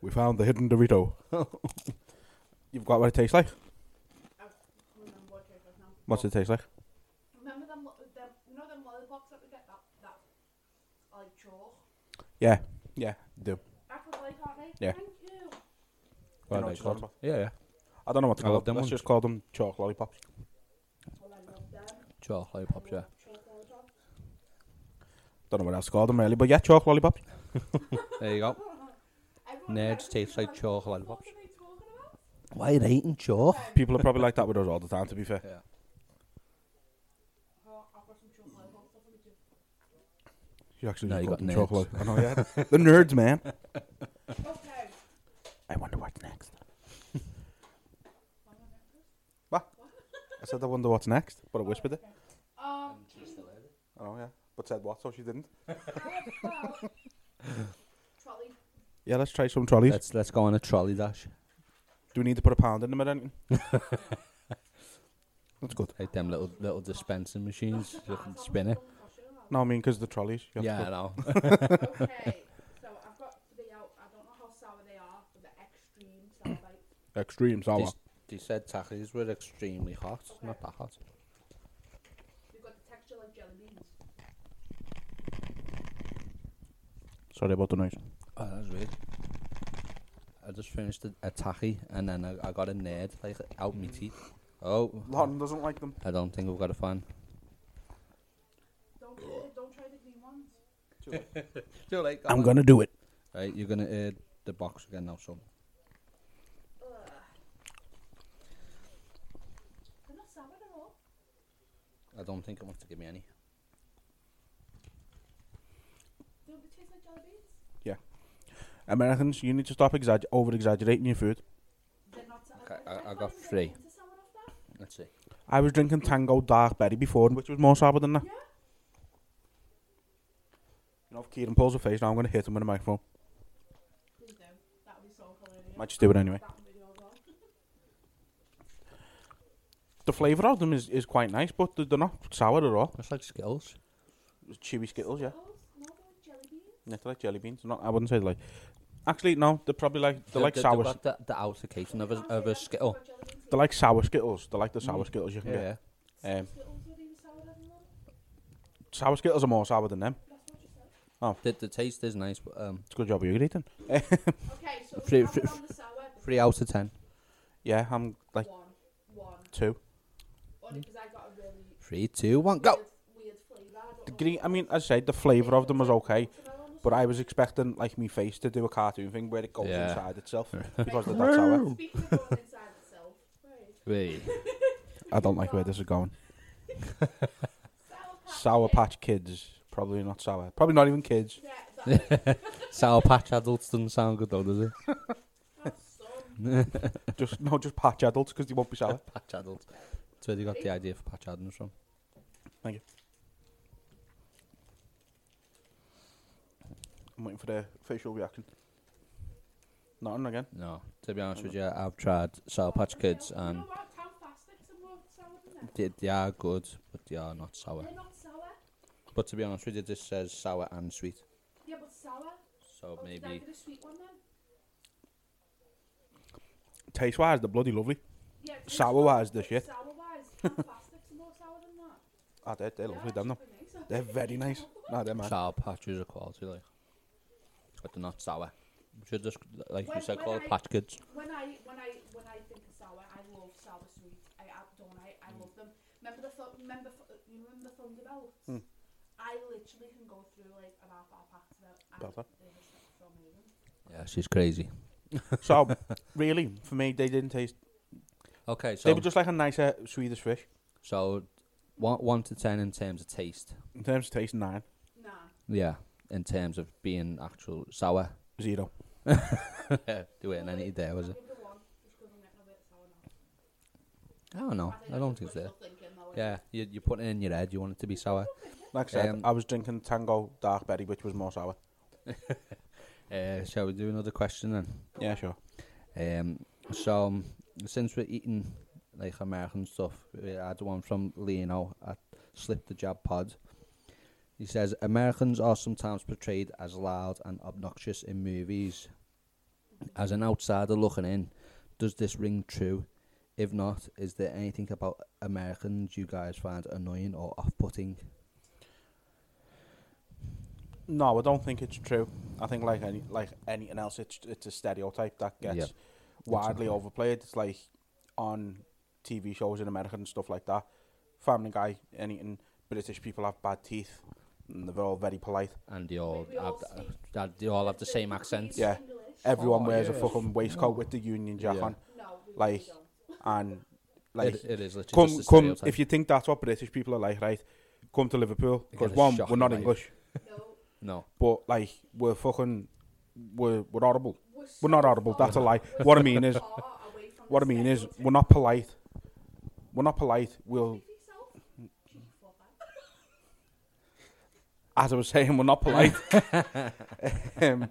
We found the hidden Dorito. <laughs> You've got what it tastes like. I remember what it tastes like now. What's it taste like? Remember shops that we get that that are like chalk. Yeah, yeah, do. Acrylite, aren't they? Yeah. Thank you. You know What what you're are they talking called? about. Yeah, yeah. I don't know what to I call love them. them Let's ones. just call them chalk lollipops. Well, I love them. Chocolate pops, yeah. Chalk lollipops. Don't know what else to call them really, but yeah, chalk lollipops. There you go. Everyone Nerds says, taste like chalk what lollipops. are they talking about? Why are they eating chalk? People are probably like that with us all the time, to be fair. Yeah. Oh, I've got some chalk lollipops. That's what we do. You actually No, just you called got them chalk nerds. lollipops. I know, yeah. the nerds, man. Okay. I wonder what's <laughs> next. what? I said I wonder what's next, but I whispered it. Um, Oh yeah, but said what? So she didn't. well, trolley. Yeah, let's try some trolleys. Let's let's go on a trolley dash. Do we need to put a pound in them or anything? That's good. Like them little little dispensing <laughs> machines. You can spin it. No, I mean because the trolleys. you have to Yeah, I put- know. Okay, <laughs> so I've got the out. I don't know how sour they are, but they're extreme sour. Like, Extreme sour. These- <laughs> They said tackies were extremely hot. Not that hot. they've got the texture like jelly beans. Sorry about the noise. Oh, that was weird. I just finished a, a tacky and then I, I got a nerd like out my teeth. Oh, Lawton doesn't like them. I don't think I've got a fan. Don't try, don't try the green ones. Too late. I'm gonna do it. Right, you're gonna hear the box again now, son. They're not sour at all. I don't think it wants to give me any. Don't they taste like jelly beans? Americans, you need to stop exagger- over exaggerating your food. They're not sour. Okay, I- I can't got even get three. into sour off that. Let's see. I was drinking Tango Dark Berry before, which was more sour than that. Yeah. You know, if Kieran pulls a face now, I'm gonna hit him with a microphone. Please do. That would be so hilarious. Might just do it anyway. That would be all wrong. The flavour of them is, is quite nice, but they're- they're not sour at all. That's like Skittles. Chewy Skittles, yeah. Oh, no, they're jelly beans. Yeah, they're like jelly beans. Not, I wouldn't say like. Actually, no, they're probably like they're like they sour. got the, the outer casing of a, of a Skittle. Got jelly bean They're like sour Skittles. They're like the sour Skittles you can Yeah. get. yeah. Um, Skittles are even sour anymore. sour Skittles are more sour than them. That's what you said. The, the taste is nice, but um, It's a good job you're eating. Okay, so Three- now we're three- on the sour. three out of ten. Yeah, I'm like One, one. two. Only because I got a really Three, two, one, go. weird, weird flavour. I don't The know green. what I it mean, is. as I said, the flavour of them was okay, Watermelon or but I was expecting like me face to do a cartoon thing where it goes Yeah. inside itself <laughs> something. because they're that Right, so sour. Speaking of going inside itself, right. Wait. I don't like where this is going. Sour Patch Sour Kids. Patch Kids. Probably not sour. Probably not even kids. Yeah, that- Sour Patch Adults doesn't sound good though, does it? that's some. Just no, just patch adults because they won't be sour. Patch Adults. That's where they got the idea for Patch Adams from. Thank you. I'm waiting for the facial reaction. Nothing again. No, to be honest with you, I've tried Sour Patch Kids You and know what? Town Fastics are more sour than them. they, they are good, but they are not sour. They're not sour. But to be honest with you, this says sour and sweet. Yeah, but sour. So Oh, Did I maybe get a sweet one then? Taste wise, they're bloody lovely. Yeah, it's Sour good, wise, the but shit. Sour wise, Town Fastics are more sour than that. Ah, they're, they're lovely, They're them though. actually nice, aren't They're they? very nice. No, they're <laughs> mad. sour patches are quality, like. But they're not sour. We should just, like you When- said, when call it I- Patch Kids. When I when I when I think of sour, I love sour sweet. I, I don't. I, Mm. I love them. Remember the th- remember th- you remember the Thunderbelts? Hmm. I literally can go through like an half hour pack of them. and Better. they're just so amazing. Yeah, she's crazy. So, really, for me, they didn't taste. Okay, so They were just like a nicer Swedish fish. so one, one to ten in terms of taste. In terms of taste, nine Nah, Yeah, in terms of being actual sour. <laughs> zero. there weren't any there, was it? give it a one just 'cause I'm getting a bit sour now. I don't know. I that's don't just think so. wishful Thinking, though, Yeah, you, you're putting it in your head. You want it to be sour. Like I said, Um, I was drinking Tango Dark Berry, which was more sour. Uh, shall we do another question then? Yeah, sure. Um, so um, since we're eating like American stuff, we had one from Leno at Slip the Jab Pod. He says Americans are sometimes portrayed as loud and obnoxious in movies. As an outsider looking in, does this ring true? If not, is there anything about Americans you guys find annoying or off-putting? No, I don't think it's true. I think like any like anything else, it's it's a stereotype that gets Yeah, widely exactly. overplayed. It's like on TV shows in America and stuff like that. Family Guy, anything. British people have bad teeth, and they're all very polite. and they all We all have speak that they all have the same accent. Yeah, everyone Oh, wears a yeah. fucking waistcoat with the Union Jack Yeah. on, No, we really like, don't. and like it, it is literally come just a come stereotype. if you think that's what British people are like, right? Come to Liverpool get because a one, shock we're not in life. English, No, no, but like we're fucking we're we're horrible. we're, We're so not horrible. far- That's a lie. we're What I so mean <laughs> is, far away from what I the mean is, stereotype. we're not polite. We're not polite. We'll, Give yourself. cheeky fucker. as I was saying, we're not <laughs> polite. um,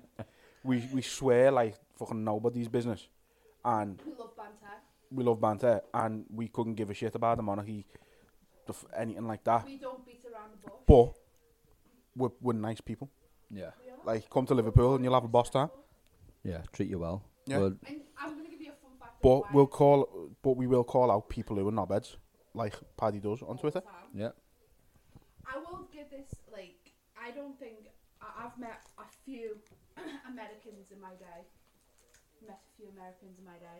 we we swear like fucking nobody's business, and We love banter. we love banter, and we couldn't give a shit about the monarchy, the f- anything like that. We don't beat around the bush. But we're, we're nice people. yeah, Like, come to Liverpool and you'll have a boss time. yeah, treat you well. Yeah. Well, And I'm gonna give you a fun fact. of why But we'll call, but we will call out people who are knobheads, like Paddy does on Twitter. Sam. yeah, I will give this like I don't think I, I've met a few <clears throat> Americans in my day. Met a few Americans in my day.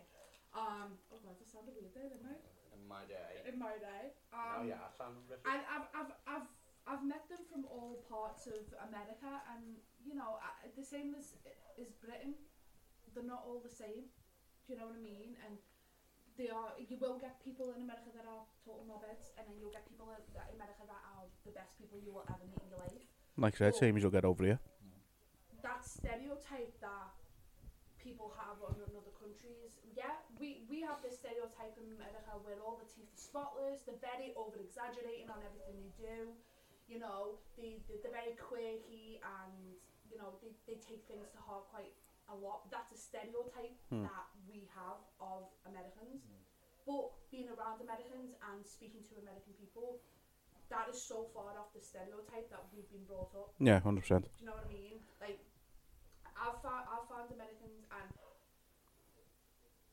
Um, oh god, that sounded weird there, didn't I? In my day. Oh, In my day. Um, yeah, I sound rich. And I've, I've, I've, I've met them from all parts of America, and you know, I, the same as as Britain, they're not all the same. Do you know what I mean? And they are. You will get people in America that are total knobheads, and then you'll get people in that- in America that are the best people you will ever meet in your life. Like I said, same as you'll get over here. That stereotype that people have on in other countries. Yeah, we, we have this stereotype in America where all the teeth are spotless, they're very over exaggerating on everything they do. You know, they, they, they're very quirky and, you know, they, they take things to heart quite a lot. That's a stereotype that we have of Americans. But being around Americans and speaking to American people, that is so far off the stereotype that we've been brought up Yeah, hundred percent. do you know what I mean? Like, I've found, I've found Americans and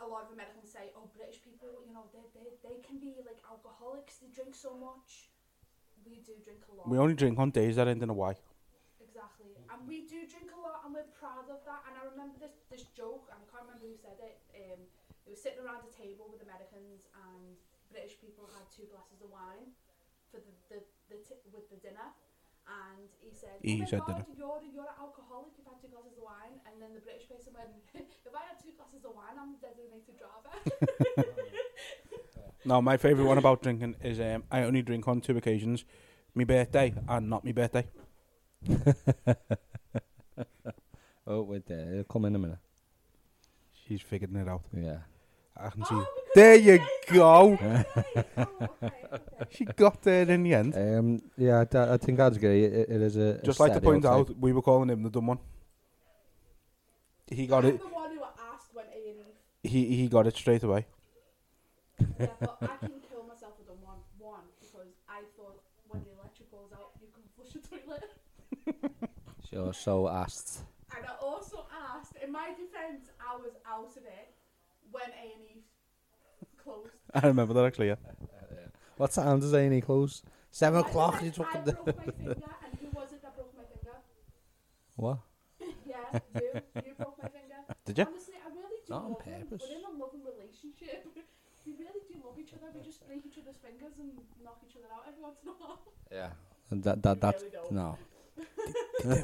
a lot of Americans say, oh, British people, you know, they, they, they can be like alcoholics, they drink so much. We do drink a lot. We only drink on days that end in a Y. Exactly. And we do drink a lot and we're proud of that. And I remember this, this joke, and I can't remember who said it. Um, it was sitting around a table with Americans and British people had two glasses of wine for the, the, the t- with the dinner. And he said, He oh my said God, dinner. You're, you're an alcoholic, you've had two glasses of wine. And then the British person went, <laughs> if I had two glasses of wine, I'm designated driver. <laughs> No, my favourite one about drinking is um, I only drink on two occasions, my birthday and not my birthday. oh wait, there, it'll come in a minute. She's figuring it out. Yeah, I can see. oh, because There it's you days go. on the day. Oh, okay, okay. She got there in the end. um, yeah, I d- I, think I'd agree. It, it is a a Just like to point stereotype. out, we were calling him the dumb one. He got I'm it. the one who asked when E A&E He he got it straight away. <laughs> yeah, but I can kill myself with a one, one because I thought when the electric goes out, you can flush the toilet. She also asked. And I also asked, in my defence, I was out of it when A and E <laughs> closed. I remember that actually. Yeah. What time does A&E close? Seven o'clock. I, Oh, You took I the broke <laughs> my finger, and who was it that broke my finger? what? Yeah, you. You broke my <laughs> finger. Did ya? Honestly, I really do Not on love them. purpose. We're in a loving relationship. <laughs> we really do love each other. We just break each other's fingers and knock each other out every once in a <laughs> while. Yeah. That that that Really don't. no. Can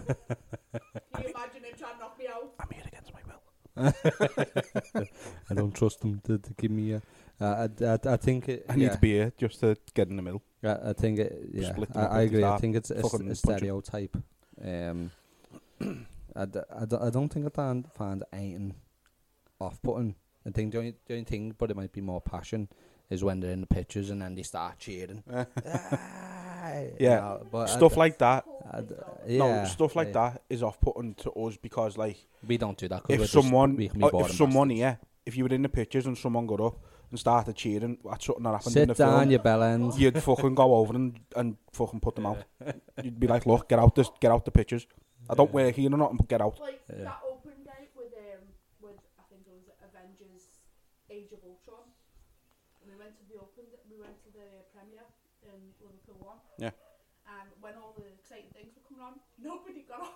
you imagine him trying to knock me out? I'm here against my will. I don't trust them to, to give me a. Uh, I, I, I think it, I need yeah, to be here just to get in the middle. I, I think it, yeah. Split them I, up I into agree. I that, think it's a, fucking st- a punch 'em. stereotype. Um, I, d- I, d- I don't think I can find anything off putting. I think the only, the only thing, but it might be more passion, is when they're in the pictures and then they <laughs> start cheering. Ah, you Yeah. know, but I stuff d- like that. I d- No, yeah, stuff like yeah. that is off putting to us because like We don't do that if because someone, we can be uh, bored if and someone, yeah, if you were in the pictures and someone got up and started cheering at something that happened in the sit film, down, you bellend. you'd fucking go over and, and fucking put them out. You'd be like, look, get out this, get out the pictures. I don't wear here or nothing, but get out. Like that open day with um with I think it was Avengers Age of Ultron. And we went to the open we went to the premiere in Liverpool one. Yeah. And when all the exciting things were coming on, nobody got up.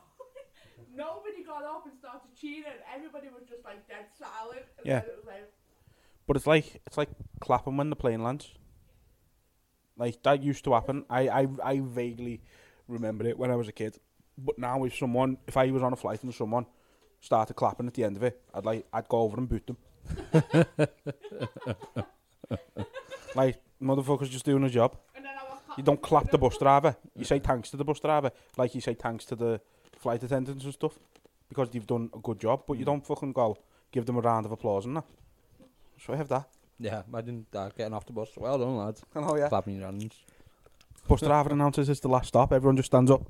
<laughs> nobody got up and started cheering. Everybody was just like dead silent. And Yeah. then it was like, But it's like it's like clapping when the plane lands. Like that used to happen. I, I, I vaguely remember it when I was a kid. But now if someone if I was on a flight and someone started clapping at the end of it, I'd like I'd go over and boot them. like motherfuckers just doing a job. and then I was You don't clap the bus driver. You say thanks to the bus driver, like you say thanks to the flight attendants and stuff, because they've done a good job. But you don't fucking go give them a round of applause and that. So I have that. Yeah, imagine that getting off the bus. Well done, lads. Oh <laughs> yeah. Clapping your hands. <laughs> Bus driver announces it's the last stop. Everyone just stands up.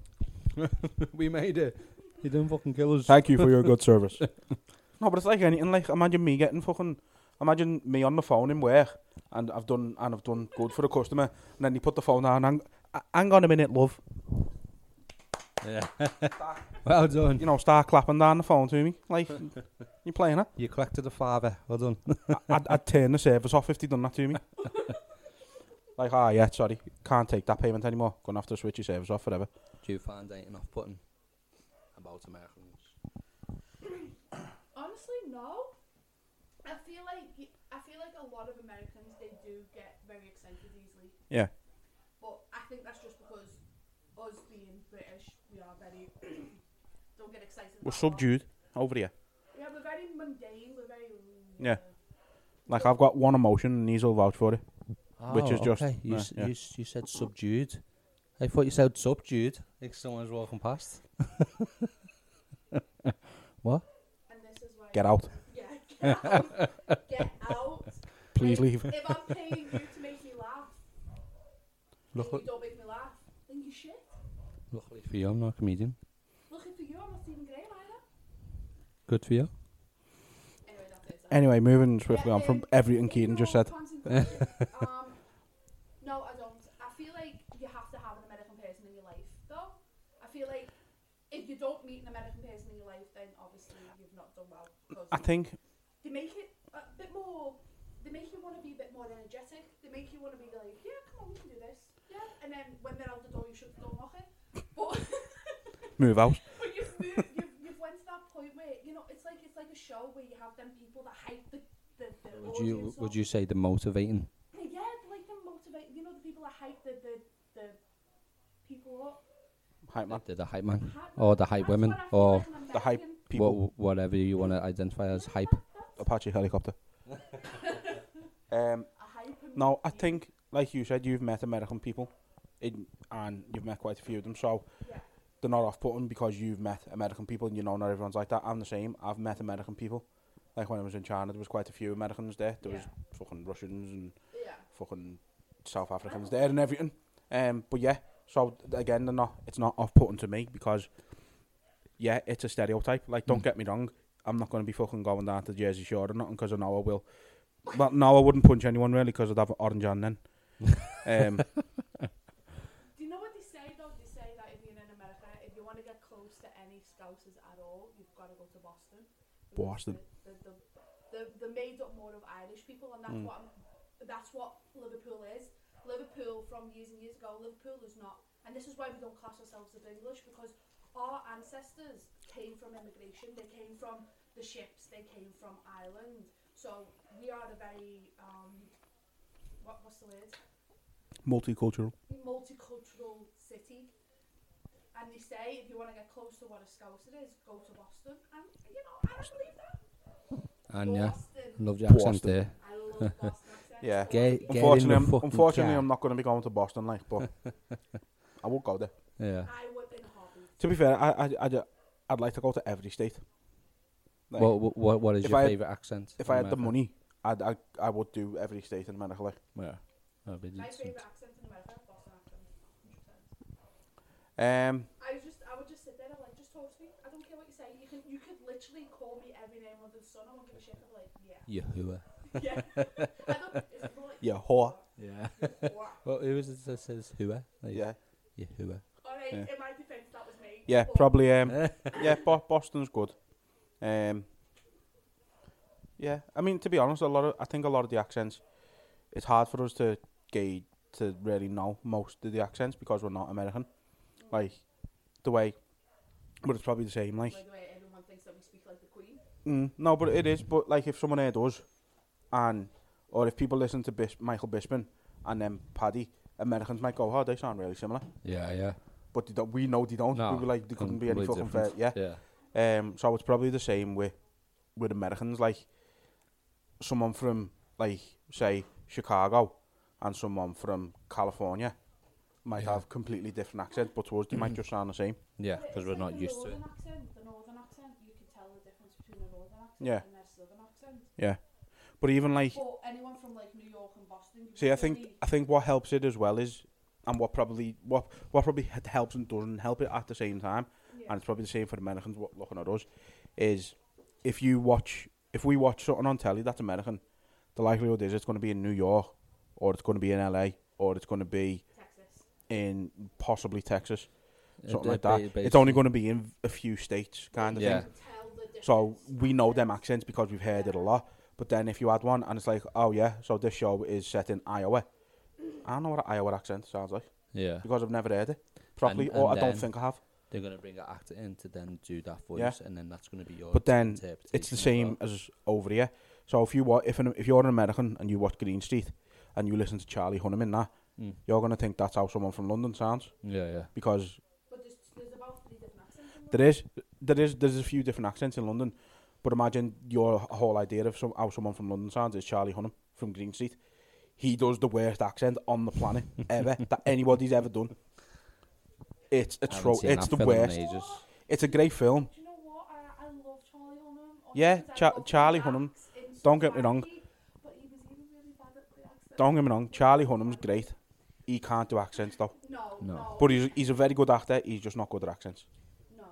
we made it. You didn't fucking kill us. Thank you for your good service. <laughs> No, but it's like anything. Like imagine me getting fucking. Imagine me on the phone in work, and I've done and I've done good for the customer, and then he put the phone down. And hang, hang on a minute, love. <laughs> Yeah. well done. You know, start clapping down the phone to me. Like you playing it. You collected a father. Well <laughs> done. I'd, I'd turn the service off if they'd done that to me. <laughs> like, ah, yeah, sorry, can't take that payment anymore. Gonna have to switch your service off forever. Do you find anything off putting about Americans? Honestly, no. I feel like I feel like a lot of Americans they do get very excited easily, Yeah, but I think that's just because us being British, we are very <coughs> don't get excited. we're that lot. subdued over here. Yeah, we're very mundane. We're very Yeah. Like, I've got one emotion, and he's all vouch for it. Which is just- Oh, You, yeah, s- yeah. you, s- you said subdued. I thought you said subdued. Like someone's <laughs> walking past. what? And this is why. Get out, Yeah. <laughs> Get out. get out. please Like, leave. If I'm paying you to make me laugh, Look, and you don't make me laugh, then you shit. luckily for you, I'm not a comedian. Looking for you, I'm not Stephen Graham either. Good for you. Anyway, that's it. sorry. Anyway, moving swiftly on from everything Keaton just said. um, no, I don't. I feel like you have to have an American person in your life, though. I feel like if you don't meet an American person in your life, then obviously you've not done well. 'cause I think they make it a bit more. They make you want to be a bit more energetic. They make you want to be like, yeah, come on, we can do this. Yeah, and then when they're out the door, you shut the door, lock it. But <laughs> move out. But you've moved, you've, you've went to that point where you know it's like it's like a show where you have them people that hype the the, the Would you audience would up. you say the motivating? Yeah, yeah, like them motivate. You know the people that hype the the, the people up. Hype man, The, the hype man, Hype- or the hype that's women, Oh. what I feel like or an the hype American- people. wha- whatever you want to identify as hype. Apache helicopter. um, A hype. and- No, I think, like you said, you've met American people, in, and you've met quite a few of them. So Yeah. they're not off-putting because you've met American people, and you know not everyone's like that. I'm the same. I've met American people. Like when I was in China, there was quite a few Americans there. There was fucking Russians and Yeah. fucking South Africans there and everything. Um, but yeah, so th- again, they're not. It's not off-putting to me because, yeah, it's a stereotype. Like, Mm. don't get me wrong. I'm not going to be fucking going down to Jersey Shore or nothing because I know I will. Well, no, I wouldn't punch anyone really because I'd have an orange hand <laughs> then. um, Do you know what they say though? They say that if you're in America, if you want to get close to any scousers at all, you've got to go to Boston. Because Boston. The, the, the, the, the made up more of Irish people, and that's what I'm, that's what Liverpool is. Liverpool from years and years ago, Liverpool is not, and this is why we don't class ourselves as English because our ancestors came from immigration. They came from the ships. They came from Ireland. So we are the very um, what, what's the word? multicultural. multicultural city. And they say if you want to get close to what a Scouser is, go to Boston. And you know, I don't believe that. And yeah, Boston. love the accent Boston. there. I love Boston accent. Yeah. Get, get in Unfortunately, the I'm, fucking unfortunately, car. I'm not going to be going to Boston, like, <laughs> but I will go there. Yeah. I would in a heartbeat. To be fair, I, I, I, ju- I'd like to go to every state. Like, What what- what what is if your I had- favorite accent? if in I had the America? money, I'd, I, I would do every state in America. Like, Yeah. Oh, That'd be My decent. favourite accent in America, Boston accent. 100%. um, I was just, I would just sit there and like, just talk to me. I don't care what you say. You can, you could literally call me every name under the sun. I won't give a shit. I'm like, yeah, Yahuwah. yeah. I don't, it's more like, <laughs> yeah, whore. Yeah. "Wah." well, who is it that says whoa? Like, Yeah, Yahuwah. All right, Yeah. in my defence, that was me. yeah, but probably. <laughs> Um, yeah, Bo- Boston's good. Um, yeah, I mean, to be honest, a lot of I think a lot of the accents, it's hard for us to gauge to really know most of the accents because we're not American. Like the way, but it's probably the same. Like By the way, everyone thinks that we speak like the Queen. Mm, no, but it is. But like, if someone here does, and or if people listen to Bis- Michael Bisping and then Paddy, Americans might go, "Oh, they sound really similar," Yeah, yeah. but they don't, we know they don't. No, we were like, they couldn't be any completely fucking fair. different. Yeah. Yeah. Um. So it's probably the same with with Americans. Like someone from like say Chicago and someone from California might have completely different accents, but towards they might just sound the same. Yeah, But because it's we're like not the used to it. northern Accent, the northern accent, you can tell the difference between a northern accent Yeah. and a southern accent. Yeah. But even like But anyone from like New York and Boston. you See, I can think really- I think what helps it as well is, and what probably what what probably h- helps and doesn't help it at the same time, and it's probably the same for the Americans. What looking at us is, if you watch if we watch something on telly that's American, the likelihood is it's going to be in New York, or it's going to be in LA, or it's going to be Texas. in possibly Texas, It- something like it that. ba- It's only basically- going to be in a few states, kind of Yeah. thing. Tell the difference. So we know them accents because we've heard it a lot. But then if you had one and it's like, oh yeah, so this show is set in Iowa. I don't know what an Iowa accent sounds like Yeah. because I've never heard it properly, And- or and I don't then- think I have. They're going to bring an actor in to then do that voice, Yeah. and then that's going to be your But then it's interpretation the as same well. as over here. So if you wa- if an, if you're an American and you watch Green Street and you listen to Charlie Hunnam in that, Mm. you're gonna think that's how someone from London sounds Yeah, yeah. because But there's, there's about three different accents. in There is, there is, there's a few different accents in London, but imagine your whole idea of some, how someone from London sounds is Charlie Hunnam from Green Street. He does the worst accent on the <laughs> planet ever that anybody's ever done. It's I haven't atro- seen It's that the film in worst. ages. It's a great film. Do you know what? I, I love Charlie Hunnam. Yeah, Honestly, I Cha- love Charlie his Hunnam. accents in Don't get me wrong. Sparky, But he was even really bad at the accent. Don't get me wrong, Charlie Hunnam's great. He can't do accents though, No, No. no. but he's he's a very good actor. He's just not good at accents. no.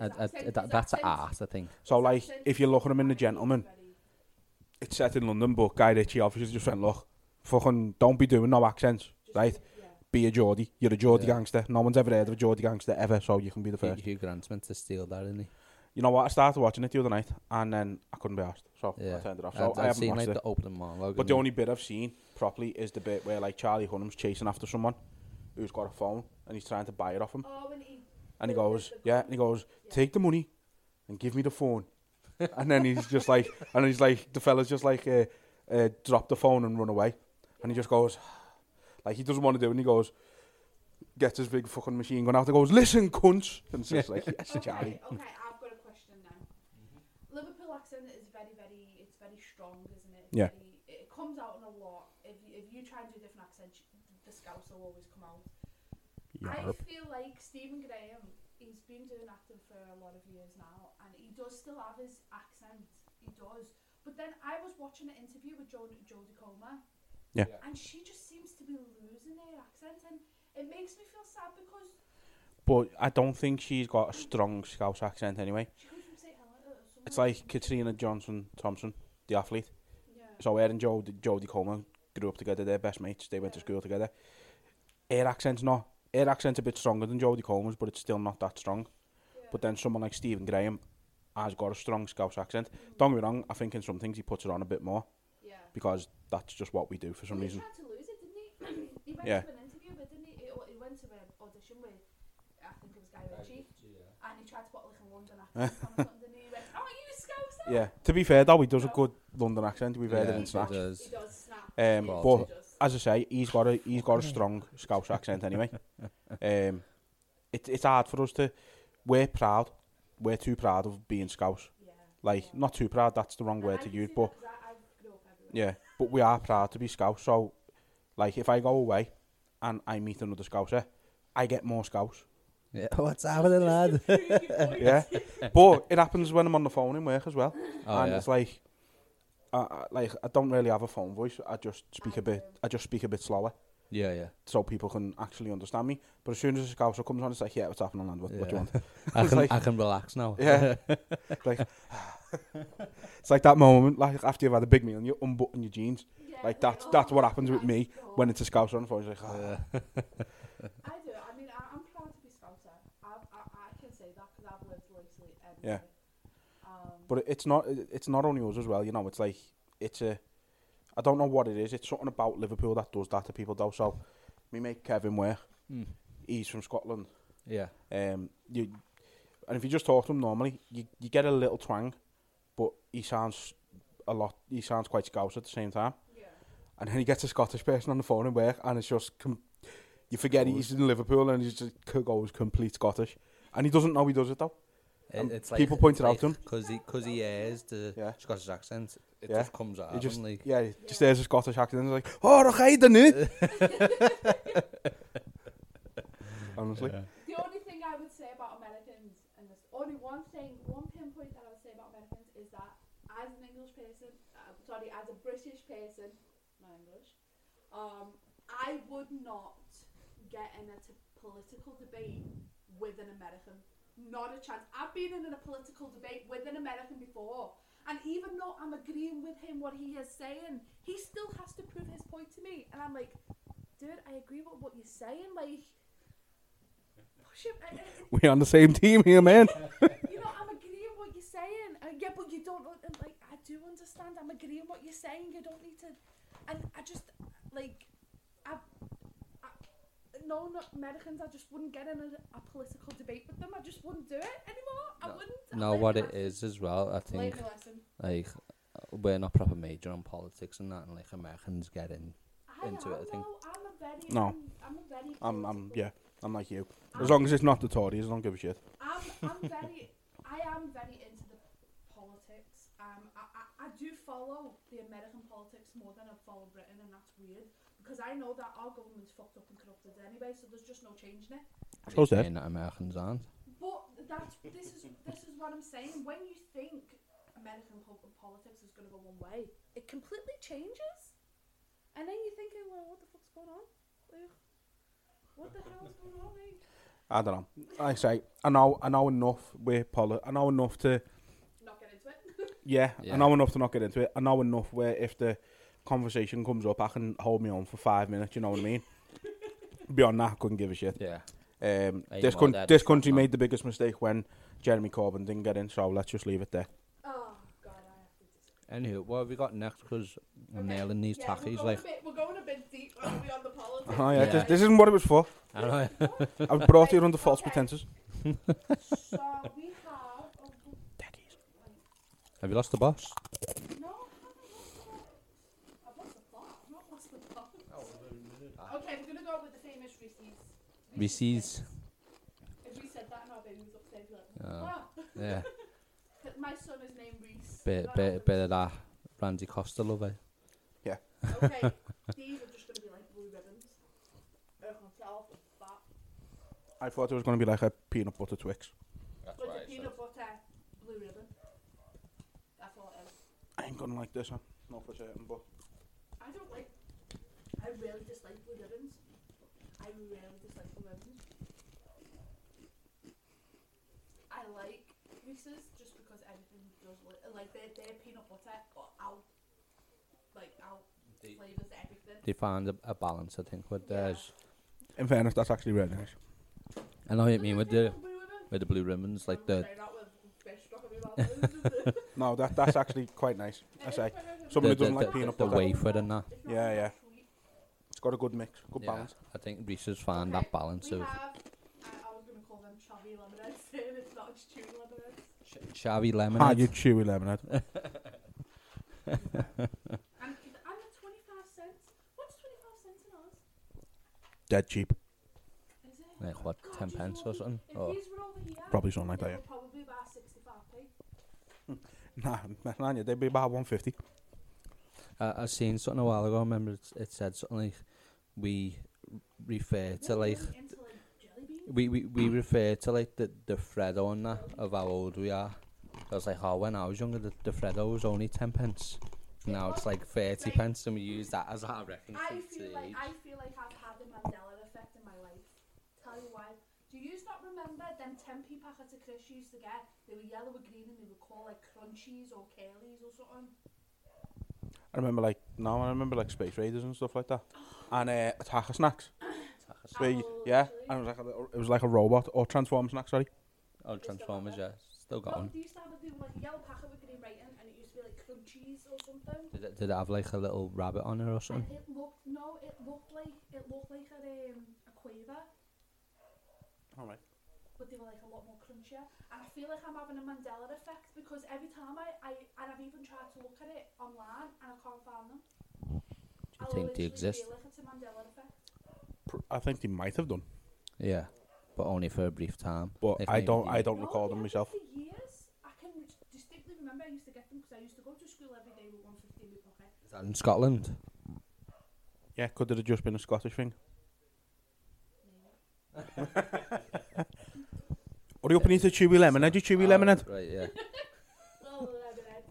I- I- his I, I, accent- that, his that's accent- art, I think. So his like, accent if you look at him in The is Gentleman, very- it's set in London, but Guy Ritchie obviously just went, look, fucking don't be doing no accents, right? Be a Geordie. You're a Geordie Yeah. gangster. No one's ever heard of a Geordie gangster ever, so you can be the Hugh, first. Hugh Grant's meant to steal that, isn't he? You know what? I started watching it the other night, and then I couldn't be asked, so Yeah. I turned it off. I'd- So I'd I, haven't seen watched like it. the opening monologue. But and the only bit I've seen properly is the bit where like Charlie Hunnam's chasing after someone who's got a phone and he's trying to buy it off him, Oh, and he. and he the- the- goes, the yeah, and he goes, take the money and give me the <laughs> phone, and then he's just like, and he's like, the fella's just like, uh, uh, drop the phone and run away. And he just goes, <sighs> like he doesn't want to do it, and he goes, gets his big fucking machine gun out and goes, listen, cunts. And it's <laughs> just like, yes, Okay, Charlie. okay, I've got a question now. Liverpool accent is very, very, it's very strong, isn't it? It's Yeah. Very, it comes out in a lot. If you, if you try and do different accents, the scouts will always come out. I feel like Stephen Graham, he's been doing acting for a lot of years now, and he does still have his accent. He does. But then I was watching an interview with jo- Jodie Comer, Yeah. and she just seems to be losing her accent, and it makes me feel sad because But I don't think she's got a strong Scouse accent anyway. she comes from St. Helena or somewhere. It's like Katrina Johnson Thompson, the athlete. yeah. So her and Jodie, Jodie Comer grew up together. They're best mates. They went to school together. Her accent's not. Her accent's a bit stronger than Jodie Comer's, but it's still not that strong. But then someone like Stephen Graham has got a strong Scouse accent. Mm. Don't get me wrong. I think in some things he puts it on a bit more yeah. because that's just what we do for some Well, reason. He tried to lose it, didn't he? he <clears throat> went Yeah. to an interview, but didn't he? He, he went to an audition with, I think it was Guy Ritchie, and he tried to put like a London accent <laughs> on or something, and he went, "Oh, you Scouser!" Yeah. To be fair though, he does a good London accent. We've heard it Yeah, in Snatch. he uh, does. He does snap. Um, He but does. as I say, he's got a he's got a strong Scouse accent anyway. Um, it, it's hard for us to. We're proud. We're too proud of being Scouse. yeah. Like not too proud. That's the wrong And I word to can use, see but that 'cause I, I grew up everywhere. yeah, but we are proud to be Scouse. So, like if I go away, and I meet another Scouser, I get more Scouse. Yeah. What's happening, <laughs> lad? <laughs> Yeah, but it happens when I'm on the phone in work as well, Oh, and yeah. it's like. I, I, like I don't really have a phone voice. I just speak a bit. I just speak a bit slower. yeah, yeah. so people can actually understand me. But as soon as a scouser comes on, it's like, yeah, what's happening, lad? What, what do you Yeah. want? I It's can, like- I can relax now. Yeah. like, <sighs> it's like that moment, like after you've had a big meal and you unbutton your jeans. Yeah, Like that's that's what happens with me when it's a scouser on the phone. It's like, "Ah." <sighs> I do. I mean, I, I'm proud to be Scouser. I, I, I can say that because I've lived literally everywhere. Yeah. Um, but it's not it's not only us as well. You know, it's like it's a I don't know what it is. It's something about Liverpool that does that to people, though. So, me mate Kevin Ware, Mm. he's from Scotland. <laughs> Yeah. Um, you, and if you just talk to him normally, you, you get a little twang, but he sounds a lot. He sounds quite Scouse at the same time. Yeah. And then he gets a Scottish person on the phone and work, and it's just com- you forget he's in Liverpool and he's just c- goes complete Scottish, and he doesn't know he does it though. Um, people pointed out to him. because he because he hears the Yeah. Scottish accent. It Yeah. just comes out. He of just him, like, yeah, he just there's a Scottish accent. And he's like, oh, dat ga je dan nu? Honestly, The only thing I would say about Americans, and there's only one thing, one pinpoint that I would say about Americans is that as an English person, uh, sorry, as a British person, not English, um, I would not get in a t- political debate with an American. Not a chance. I've been in a political debate with an American before, and even though I'm agreeing with him what he is saying, he still has to prove his point to me, and I'm like, dude, I agree with what you're saying, like. Push it, uh, uh, we're on the same team here, man. you know, I'm agreeing what you're saying. Uh, yeah, but you don't un- and, like. I do understand. I'm agreeing what you're saying. You don't need to. And I just like, I, I no, not Americans. I just wouldn't get in a, a political debate with them. I just wouldn't do it anymore. I wouldn't. I no, learned what a it is as well. I lesson. Learned think a lesson. like we're not proper major on politics and that, and like Americans get in. I into it, I am, think. though. I'm a very. No. I'm, I'm a very. I'm, I'm, political- yeah, I'm like you. As long as it's not the Tories, I don't give a shit. I'm, I'm very, I am very into the politics. Um, I, I, I do follow the American politics more than I follow Britain, and that's weird because I know that our government's fucked up and corrupted anyway, so there's just no changing it. I suppose that. Saying that Americans aren't. But that's this is this is what I'm saying. When you think American po- politics is going to go one way, it completely changes, and then you're thinking, well, what the fuck's going on? Like, what the hell's going on? Like, I don't know. Like I say, I know, I know enough with poli- I know enough to, not get into it. <laughs> yeah, I Yeah. know enough to not get into it. I know enough where if the conversation comes up, I can hold me on for five minutes. You know what I <laughs> mean? Beyond that, I couldn't give a shit. Yeah. Um, Hey, this well, coun- that this is country not- made the biggest mistake when Jeremy Corbyn didn't get in. So let's just leave it there. oh God, I have to. Disagree. Anywho, what have we got next? Because I'm nailing these yeah, tackies. We're going, Like, a bit, we're going a bit deep aren't we, on the politics. Oh yeah, <laughs> Yeah. Just, this isn't what it was for. I don't know. <laughs> I was brought here under false Okay. pretenses. So we have. Oh, have you lost the boss? no, I've lost the plot. I've not lost the plot. Okay, we're going to go with the famous Reese's. VCs. If we said that and our baby was upstairs, we're like, Oh. wow. <laughs> Yeah. But Ah, My son is named Reese. Bit, That bit, bit of that. Randy Costa love eh? it. happens. Okay, these are just going to be like blue ribbons. I can tell for that. I thought it was going to be like a peanut butter Twix. That's With why the I peanut said. butter blue ribbon. That's all it is. I ain't gonna like this, huh? Not for certain, but I don't like. I really dislike blue ribbons. I really dislike blue ribbons. I like Reese's just because everything does look like their their peanut butter or out like out flavors everything. They find a, a balance, I think, with Yeah. theirs. in fairness, that's actually really nice. I know what you mean with the blue ribbon. with the blue ribbons, like the No, that that's actually quite nice. I <laughs> say the, someone who the, doesn't like the- peanut the butter. wafer and that. Yeah, yeah. It's got a good mix, good balance. I think Reese's found Okay, that balance we of have, I, I was going to call them chubby lemonades, <laughs> and it's not, it's chewy lemonades. ch- chavy lemonade. Ah, you chewy lemonade. And, and the 25 cents. What's 25 cents in ours? Dead cheap. Is it? like what, God, ten do you pence know or something? If Oh. Or these were over here, Probably something like they that. Yeah. were probably about 65p. <laughs> Nah, man, yeah, they'd be about one fifty. I, I seen something a while ago. I remember it, it said something like we refer to What are you like doing into, like, jelly beans? we, we, we refer to like the the Freddo and that of how old we are. I was like, oh, when I was younger, the, the Freddo was only ten pence. Now it's like thirty pence, and we use that as our reference I to feel age. like I feel like I've had a Mandela effect in my life. Tell you why. Do you not remember them 10p packets of Chris used to get? They were yellow or green and they were called like crunchies or curlies or something. I remember like no, I remember like Space Raiders and stuff like that, and uh, attacker snacks. Where you- Oh, yeah, and it actually. was like a little, it was like a robot or transform snack. Sorry, Oh, Transformers, yeah, still got No, one. they used to have a, they were like a yellow packet with green writing and it used to be like from cheese or something. Did it, did it have like a little rabbit on it or And something? it looked no, it looked like it looked like a um, a quaver, All right. but they were like a lot more crunchier. And I feel like I'm having a Mandela effect because every time I, I and I've even tried to look at it online and I can't find them. Do I you think they literally exist? Feel like it's a Mandela effect. Pr- I think they might have done, Yeah, but only for a brief time. but If I maybe don't. they I did. don't No, recall them yeah, myself. For years, I can distinctly remember I used to get them because I used to go to school every day with one fifty in my pocket. Is that in Scotland? Yeah, could it have just been a Scottish thing? <laughs> What do you up and eat a chewy lemonade? You chewy lemonade. Right, yeah. <laughs> <laughs> Well, they're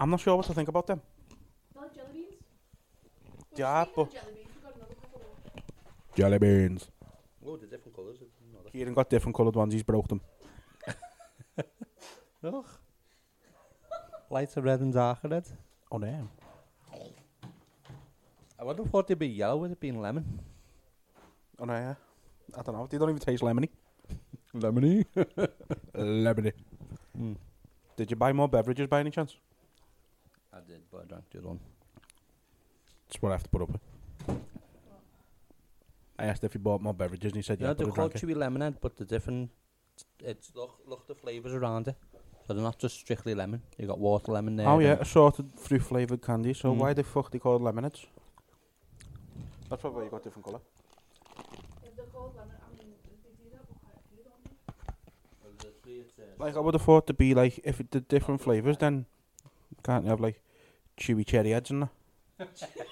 I'm not sure what to think about them. like jelly beans. Well, Yeah, speaking of but- jelly beans, we've got another couple of Jelly beans. Oh, the different colours. Kieran got different coloured ones. He's broke them. Lighter red and darker red. Oh damn. I would have thought they'd be yellow with it being lemon. Oh no. Yeah. I don't know. They don't even taste lemony. Lemony? <laughs> Lemony. Did you buy more beverages by any chance? I did, but I drank the other one. That's what I have to put up with. I asked if he bought more beverages and he said Yeah, yeah, they're but I called drank it. chewy lemonade, but the different. It's look, look the flavours around it. So they're not just strictly lemon. You got water lemon there. Oh then- yeah, assorted fruit flavoured candy. So Mm. why the fuck they called lemonades? That's probably why you got different colour. If they're called lemon, I mean, they do that with quite a few, don't they? Like I would have thought to be like if it did different flavours, then can't you have like chewy cherry heads and that?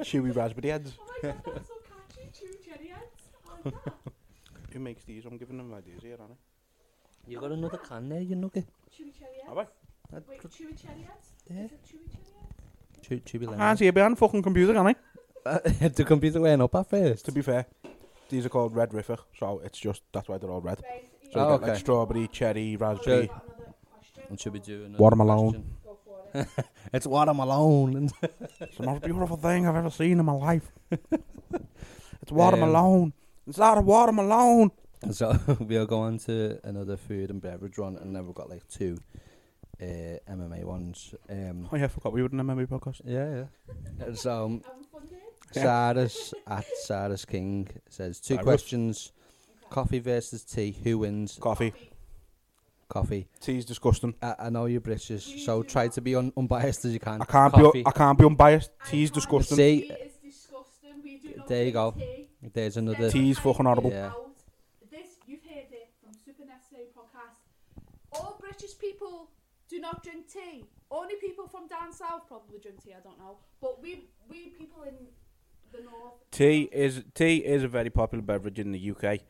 chewy raspberry heads. Oh my god, that's so catchy. Chew cherry heads. I like that. Who makes these? I'm giving them ideas here, aren't You got another can there, you nugget. Chewy cherry I? heads. Have I? Wait, chewy cherry heads? Yeah. Is it chewy cherry heads? Chew, chewy I lemon. can't see it behind the fucking computer, can I? <laughs> the computer went up at first. To be fair, these are called red riffer, so it's just that's why they're all red. Right. yeah. So Oh, we've got, okay. like strawberry, cherry, I've raspberry. got another question. And should we do another Watermelon. question? Go for <laughs> it. It's watermelon. It's the most beautiful thing I've ever seen in my life. <laughs> it's Um, watermelon. It's out of watermelon. <laughs> so <laughs> we'll go on to another food and beverage one, and then we've got like two uh, MMA ones. Um, Oh yeah, I forgot we were in a memory podcast. yeah, yeah. Uh, <laughs> so um, Having fun there? Cyrus at Cyrus King says two Cyrus. questions: coffee versus tea. Who wins? Coffee. coffee. Tea's disgusting. I, I know you're British, so try to be un- unbiased as you can. I can't coffee. be I can't be unbiased. Tea's I can't disgusting. See- Tea is disgusting. We do not There you drink go. Tea. There's another. Tea. Tea's fucking horrible. Yeah. Out. This, you've heard it from Super Necessary Podcast. All British people do not drink tea. Only people from down south probably drink tea, I don't know. But we, we people in the north. Tea is tea is a very popular beverage in the UK.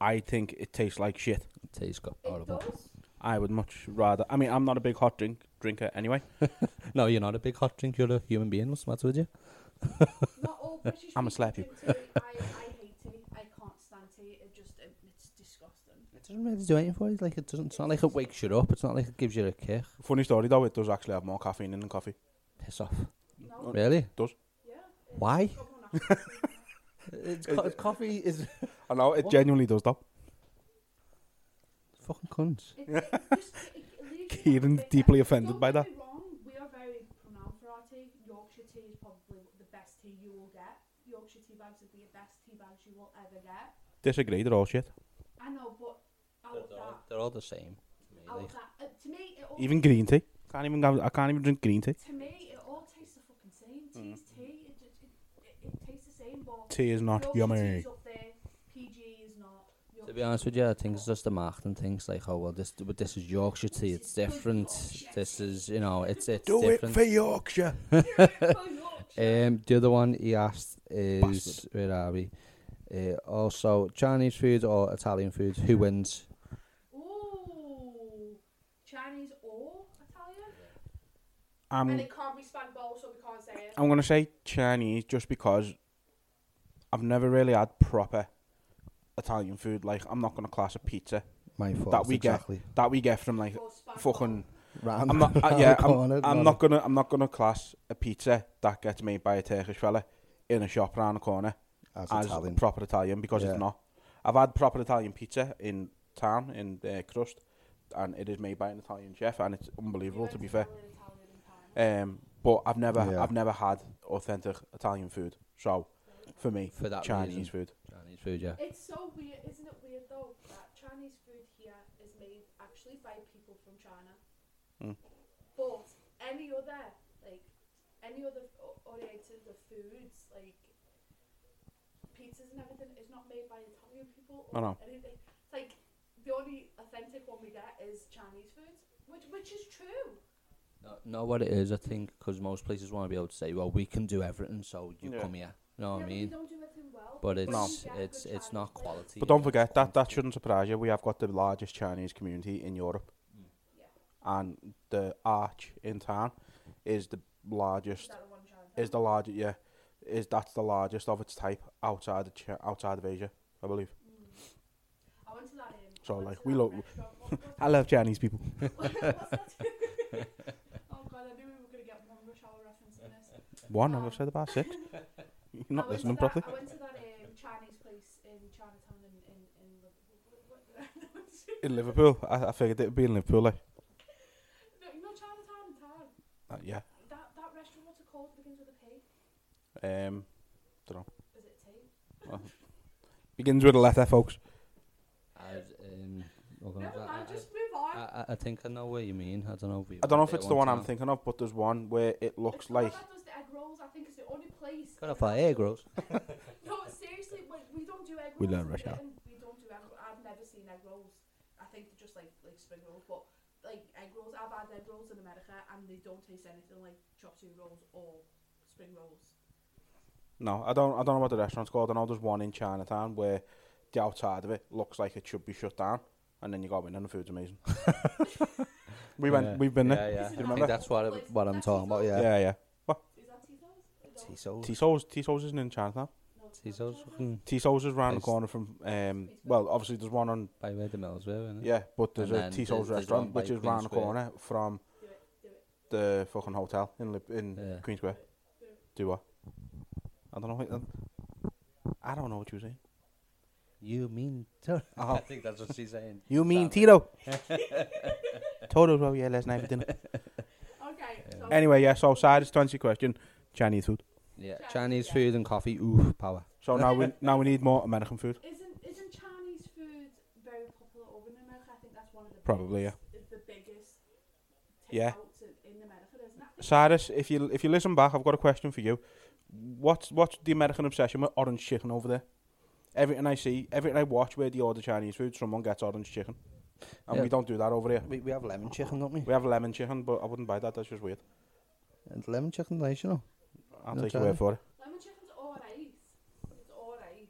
I think it tastes like shit. Tea's got It horrible. does. I would much rather. I mean, I'm not a big hot drink drinker anyway. No, you're not a big hot drink. You're a human being. What's the matter with you? Not <laughs> all oh, British I'ma people slap you. drink tea. I, I hate tea. I can't stand tea. It just, it, it's disgusting. It doesn't really do anything for you. Like it doesn't. It's not like it wakes you up. It's not like it gives you a kick. Funny story though, it does actually have more caffeine in than coffee. Piss off. No? Mm. Really? Yeah. Why? Come on, now. It's co- coffee is <laughs> I know it genuinely does though. fucking cunts. It- it just- it- it <laughs> leaves you Kieran's a bit deeply like- offended don't by get that. me wrong, we are very renowned for our tea. Yorkshire tea is probably the best tea you will get. Yorkshire tea bags are the best tea bags you will ever get. Disagree, they're all shit. I know, but out of that, They're all the same. out of that, uh, to me, it all, Even green tea. Can't even have, I can't even drink green tea. to me, it all tastes the fucking same. Tea's tea, it, it, it, it tastes the same, but Tea is not Yorkshire yummy. tea's up there, PG is not. To <laughs> be honest with you, I think it's just the marketing things. Like, oh well, this but this is Yorkshire tea. It's different. This is you know, it's it's different. Yorkshire. Um, the other one he asked is where are we? Uh, also, Chinese food or Italian food? Who wins? Ooh, Chinese or Italian? And I'm it can't be span bowl, so we can't say it. I'm gonna say Chinese just because I've never really had proper Italian food. Like I'm not gonna class a pizza My fault. that we exactly. get that we get from like Or span fucking. Round I'm not. uh, round <laughs> yeah, the I'm, corner, I'm round not gonna. I'm not gonna class a pizza that gets made by a Turkish fella in a shop round the corner As as Italian. proper Italian because Yeah. it's not. I've had proper Italian pizza in town in uh, crust, and it is made by an Italian chef, and it's unbelievable. To be fair, Italian, Italian, Italian. um, but I've never, Yeah. I've never had authentic Italian food. So, for me, For that Chinese reason. food. Chinese food, yeah. It's so weird, isn't it weird though, that Chinese food here is made actually by people from China. Hmm. Mm. But any other, like, any other o- oriented of foods, like, pizzas and everything, is not made by Italian people. I know. anything. It's like, the only authentic one we get is Chinese food, which, which is true. No, no, what it is, I think, because most places want to be able to say, well, we can do everything, so you Yeah. come here. You know what yeah, I but you mean? don't do everything well. But you it's get it's good it's Chinese not places. quality. But don't forget that that shouldn't surprise you. We have got the largest Chinese community in Europe, Yeah. and the arch in town is the Is largest. that the one Chinese? Is the largest? Yeah, is that's the largest of its type outside of Chi- outside of Asia, I believe. I went to that. Um, So, I went like, to we that lo- restaurant, what <laughs> was I love Chinese people. What's that? oh god, I knew we were going to get one rush hour reference in this. One, I've said about <laughs> six. You're I not went to listening that, properly. I went to that um, Chinese place in Chinatown in, in, in Liverpool. What- what- <laughs> no, In Liverpool, I, I figured it would be in Liverpool. Like, you know Chinatown in town. uh, yeah. That, that restaurant, what's it called? Begins with a P. Um, Is it T? Uh, begins with a letter, folks. I've, um, hold on, Never I- uh, mind, I- just move on. I, I, I think I know what you mean. I don't know. If you I don't know if they it's the want one I'm to- thinking of, but there's one where it It's looks the one like. that does the egg rolls. I think it's the only place. Gotta fly egg rolls. No, seriously, we, we don't do egg rolls. We learn in rush hour. Britain. We don't do egg rolls. I've never seen egg rolls. I think they're just like like spring rolls, but like egg rolls. I've had egg rolls in America, and they don't taste anything like chop suey rolls or spring rolls. No, I don't. I don't know what the restaurant's called. I know there's one in Chinatown where the outside of it looks like it should be shut down, and then you go in and the food's <laughs> amazing. we Yeah. went. We've been Yeah, there. yeah. Do you I remember? think that's what, I, Like, what I'm that's talking about, what- yeah. Yeah, yeah. Is that Tito's? Or no? Tiso. Tiso's Tiso's isn't in Chinatown. No, it's not Tiso's Tito's. fucking Tiso's is round the It's- corner from. Um, well, obviously there's one on. by where the mills were, isn't it? Yeah, but there's And a then Tiso's there's- there's restaurant one by which is Queen round the Square. corner from Do it, do it. the fucking hotel in Lib- in Yeah. Queen Square. Do it. Do what? I don't know. What, I don't know what you were saying. You mean to- <laughs> Oh. I think that's what she's saying. You mean Damn it. Tito? <laughs> Toto's well, yeah, last night for dinner. Okay. So Anyway, yeah, so side is to answer your question, Chinese food. Yeah, Chinese, Chinese yeah. food and coffee, ooh, power. So now <laughs> we now we need more American food. Isn't isn't Chinese food very popular over in America? I think that's one of the Probably, yeah. biggest- The biggest. Yeah. takeouts in- In America, isn't it? Cyrus, if you if you listen back, I've got a question for you. What's what's the American obsession with orange chicken over there? Everything I see, everything I watch where they order Chinese food, someone gets orange chicken. And Yeah. we don't do that over here. We, we have lemon chicken, don't we? We have lemon chicken, but I wouldn't buy that, that's just weird. And lemon chicken, nice, you know. I'll No take your word time. for it. Lemon chicken's alright. It's alright.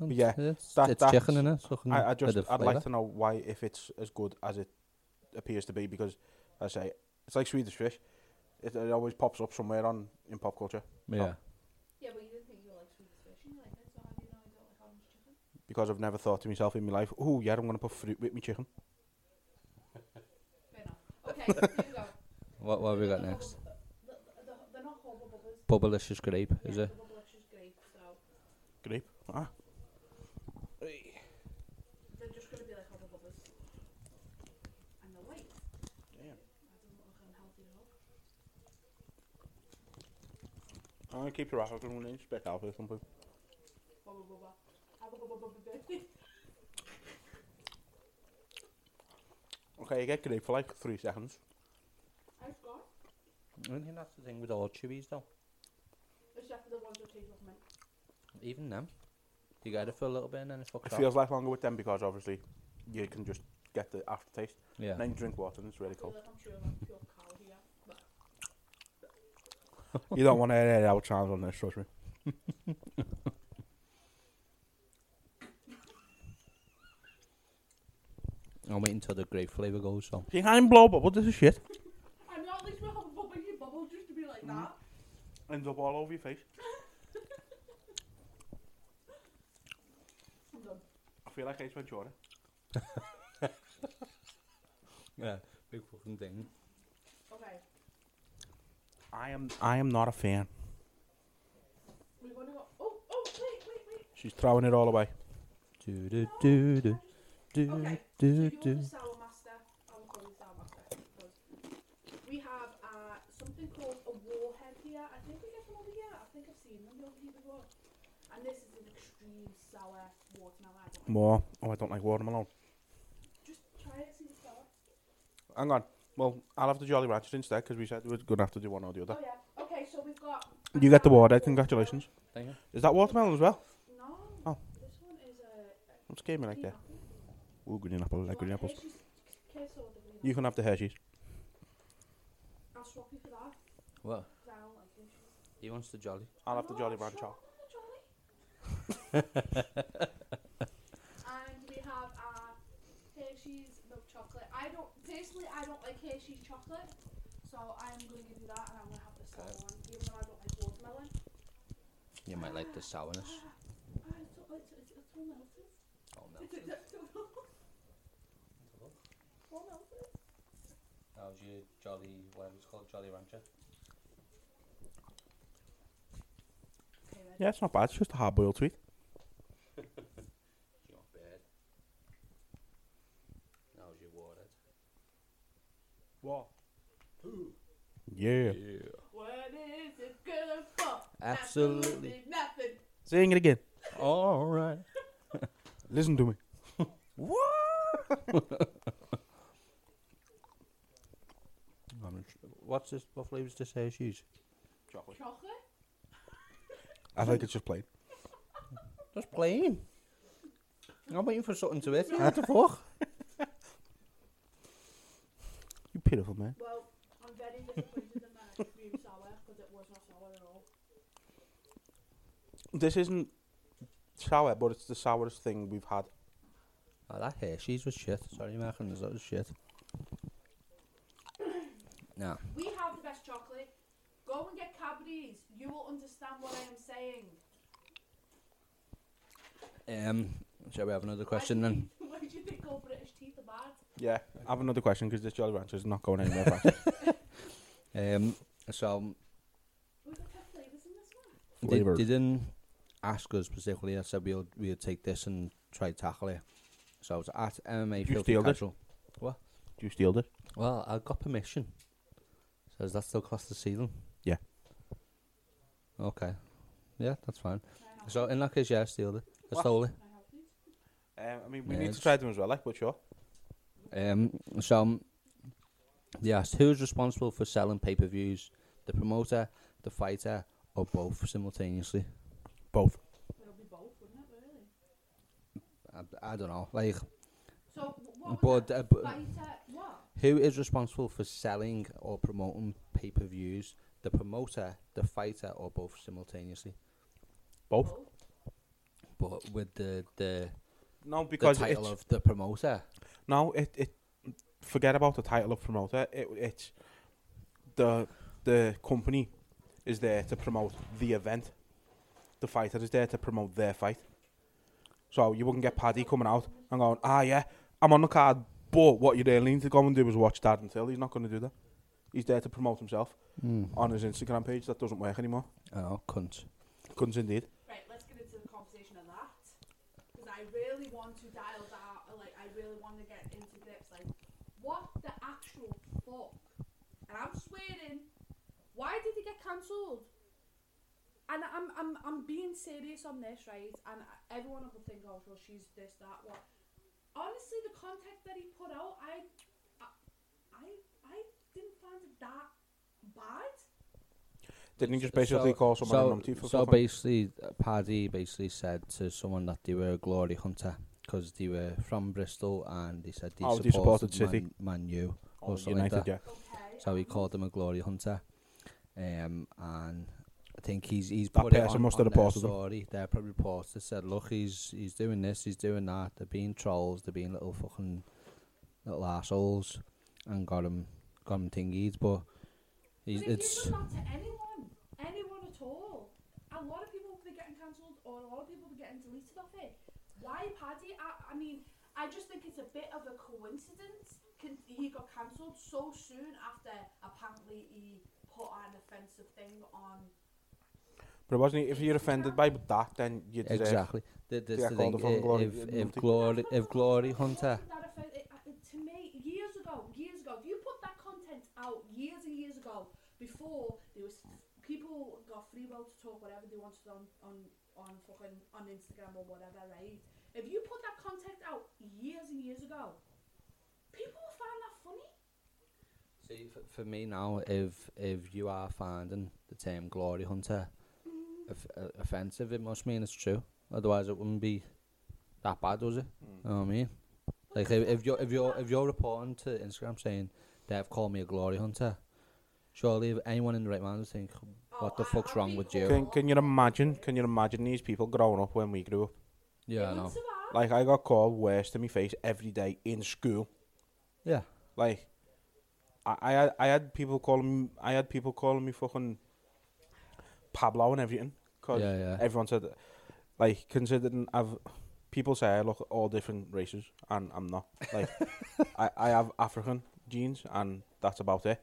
And Yeah, it's, that- it's that's- chicken in it. So can I, I Mm, bit just of I'd like flavour. to know why if it's as good as it appears to be because as I say it's like Swedish fish. It, it always pops up somewhere on in pop culture Yeah, Yeah, but you didn't think you were like sweet fish. You like it, so how do you know you don't like orange chicken? because I've never thought to myself in my life, oh yeah, I'm gonna put fruit with my chicken. Fair enough. Okay, here we go. Oh. what, what have we got next? The, the, the, they're not called bubblers. Bubblicious grape, is yeah, it? The bubblers is great, so Grape. Ah, they're just going to be like other bubblers. And they're white. Damn. I don't look unhealthy at all. I'm gonna keep your African one in spit out or something. Bubble, bubble. Abba, bubba, bubba, bubba. Okay, you get grape for like three seconds. <laughs> I've got, I think that's the thing with all chewies, though. except for the ones that taste like mint. Even them. You get it for a little bit and then it fucks It off. feels like longer with them because obviously you can just get the aftertaste. yeah. And then you drink water and it's really I feel cold. like I'm chewing on pure cow here. But you don't want to air out sounds on this, trust me. I'm waiting until the grape flavour goes, so. See, I'm blow bubble, this is shit. I know at least we're having bubble, you bubble just to be like that. Ends up all over your face. I'm done. I feel like Ace Ventura. Yeah, big fucking thing. Okay, I am I am not a fan. we're going to go. Oh, oh, wait, wait, wait. She's throwing it all away. Do do do do do Okay, so do you're do. the sour master. uh, think I've seen them the other year before. And this is an extreme sour watermelon. I don't like. More. Oh, I don't like watermelon. Just try it, see if it's sour. Hang on. Well, I'll have the Jolly Rancher instead because we said we were going to have to do one or the other. Oh yeah. Okay, so we've got. You get the water. Congratulations. Thank you. Is that watermelon as well? No. Oh. This one is a. What's scared me like that? Ooh, green apple. I like green apples. Kiss or the green You can have the Hershey's. apple. I'll swap you for that. What? 'cause I don't like it. He wants the jolly. I'll have the No, Jolly it's <laughs> Rancher. not the Jolly. and we have our Hershey's milk chocolate. I don't personally I don't like Hershey's chocolate, so I'm gonna give you that and I'm gonna have the sour one, even though I don't like watermelon. You might like the sourness. Ah, it's all, it's, it's, it's all melted. <laughs> It's, it's Oh, no. all melted. How's your jolly, whatever it's called, jolly rancher? Okay, then. Yeah, it's not bad. It's just a hard boiled sweet. You're bad. How's your water? What? Yeah. What is it good for? Absolutely. Absolutely nothing. Sing it again. All right. Listen to me. What's this? What flavours this Hershey's? Chocolate? I think it's just plain. Just plain. I'm waiting for something to it. <laughs> What the fuck? You pitiful man. Well, I'm very disappointed in that ice cream sour because it was not sour at all. This isn't sour, but it's the sourest thing we've had. Oh, that Hershey's was shit. Sorry, Malcolm, that was shit. No. We have the best chocolate. Go and get Cadbury's. You will understand what I am saying. Um, shall we have another question then? Why do you <laughs> think all British teeth are bad? Yeah. I have another question because this Jolly Rancher is not going anywhere <laughs> fast. Um, so We've got pet flavours in this one. they, Flavoured. they didn't ask us particularly. I said we'll we'll take this and try tackle it. So it's at MMA You Filthy stealed it? Casual. you steal this? Well, I got permission. So does that still cost the ceiling? Yeah. Okay. Yeah, that's fine. So in that case, yeah, I stealed it. I stole it. Can I have these? Um, I mean, we Yeah, need to it's- try them as well, like, but sure. Um, so they asked who's responsible for selling pay per views, the promoter, the fighter, or both simultaneously. Both. It'll be both, wouldn't it, really? I, I don't know. Like, So, wh- what was But, that? uh, but- Fighter, what? who is responsible for selling or promoting pay per views? The promoter, the fighter, or both simultaneously? Both. But with the the, No, the because title it's, of the promoter. no, it it forget about the title of promoter. It it's the the company is there to promote the event. The fighter is there to promote their fight. So you wouldn't get Paddy coming out and going, ah yeah, I'm on the card, but what you really need to go and do is watch Dad until he's not going to do that. He's there to promote himself Hmm. on his Instagram page. That doesn't work anymore. Oh, cunt. Guns indeed. Right, let's get into the conversation of that. Because I really want to dial down, uh, like, I really want to get into grips, like, what the actual fuck? And I'm swearing, why did he get cancelled? And I'm, I'm, I'm being serious on this, right? And everyone will think, oh, well, she's this, that, what. Honestly, the content that he put out, I, I, I, I didn't find it that bad. Didn't he just basically call someone a numpty for so something? basically, uh, Paddy basically said to someone that they were a glory hunter because they were from Bristol and they said they, Oh, they supported, supported City. Man, Man U Oh, or something like United, that. yeah. Okay. So he called them a glory hunter, um, and I think he's he's That put it person on, must on have reported their them. story. Their probably reported said, look, he's he's doing this, he's doing that. They're being trolls. They're being little fucking little assholes, and got him got him thingies. But he's, But if it's you done that to anyone, anyone at all, a lot of people will be getting cancelled or a lot of people will be getting deleted off it. Why Paddy? I, I mean, I just think it's a bit of a coincidence. Can, he got cancelled so soon after apparently he put an offensive thing on. But wasn't he, if you're offended by that, then you deserve. Exactly. Th- That's Yeah, the called thing. the fucking glory- If, uh, if multi- glory, if glory It hunter, wasn't that offend- it- it- to me, years Mm. ago, years ago, if you put that content out years and years ago, before there was people got free will to talk whatever they wanted on on on fucking on Instagram or whatever, right? If you put that content out years and years ago, people will find that funny. See, for, for me now, if if you are finding the term glory hunter off- uh, offensive, it must mean it's true. Otherwise, it wouldn't be that bad, was it? Hmm. You know what I mean? Like if, if you're if you're if you're reporting to Instagram saying they've called me a glory hunter, surely if anyone in the right mind would think, what the I- fuck's I'd wrong be with cool. you? Can Can you imagine? Can you imagine these people growing up when we grew up? Yeah, I They wouldn't know. survive. Like I got called worse to my face every day in school. Yeah, Like I, I had I had people calling me- I had people calling me fucking Pablo and everything. 'cause Yeah, yeah. everyone said like considering I've people say I look all different races and I'm not. Like I, I have African genes and that's about it.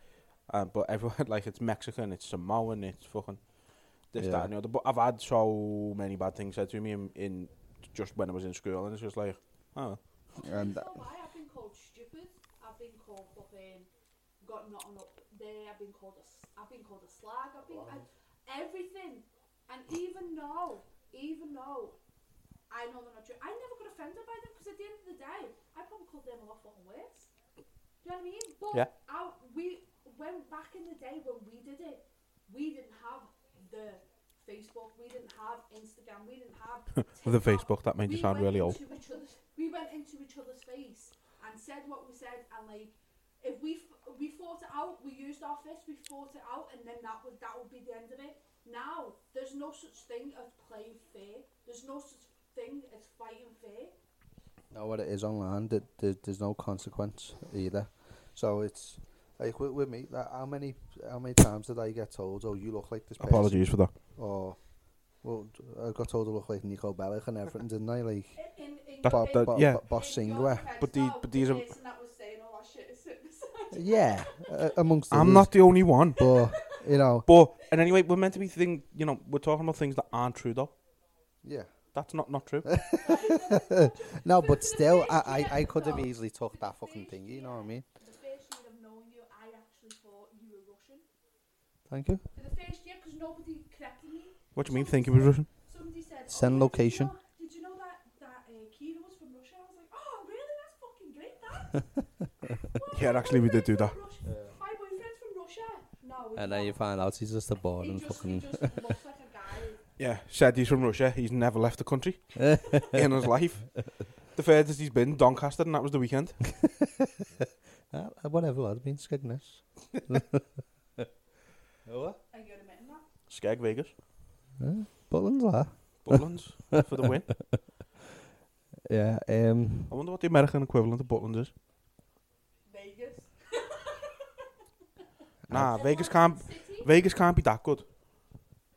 Uh, but everyone <laughs> like it's Mexican, it's Samoan, it's fucking this, Yeah. that and the other. But I've had so many bad things said to me in, in just when I was in school and it's just like oh and So why I've been called stupid. I've been called fucking got nothing up there. I've been called a s- I've been called a slag. I've been I, everything. And even though, even though I know they're not true, I never got offended by them because at the end of the day, I probably called them a lot fucking worse. Do you know what I mean? But Yeah. I, we when back in the day when we did it, we didn't have the Facebook, we didn't have Instagram, we didn't have The TikTok. Facebook, that made you We sound went really old. into each other's- we went into each other's face and said what we said, and like if we f- we fought it out, we used our fist, we fought it out, and then that would that would be the end of it. Now there's no such thing as playing fair. There's no such thing as fighting fair. know what it is online. That there, there's no consequence either. So it's like with, with me. Like how many how many times did I get told, "Oh, you look like this"? person," apologies for that. Or well, I got told I look like Nico Bellic and everything, didn't I? Like In, in, in, That- Bob, that- Bob, yeah. Bob, Bob in your Singler. defense, But the- though, but these the are- person that was saying all that shit is sitting beside you. Yeah, uh, amongst. I'm others. not the only one. But you know, But and anyway, we're meant to be thing. You know, we're talking about things that aren't true though. yeah. That's not not true. No, But but for the still, first I, year, I, I could have no. easily took that fucking first thing. You year- know what I mean? The first year of knowing you, I actually thought you were Russian. Thank you. For the first year, because nobody corrected me. What do you mean? Think it was Russian? Somebody said, Send "Oh, yeah, location." Did you know, did you know that that uh, Kira was from Russia? I was like, oh really? That's fucking great. That. <laughs> Well, Yeah, my actually, we did do boyfriend's from Russia- My boyfriend's from Russia. No. he's And then you not. find out he's just a bored He and just, he fucking. just looks like a guy. Yeah, said he's from Russia. He's never left the country in his life. The furthest he's been Doncaster, and that was the weekend. Uh, whatever, lad. I've been skiddiness. what? Are you admitting that? Skag Vegas, Butlins, lad. Butlins for the win. Yeah. Um. I wonder what the American equivalent of Butlins is. Vegas. Nah, The Vegas can't. largest city? Vegas can't be that good.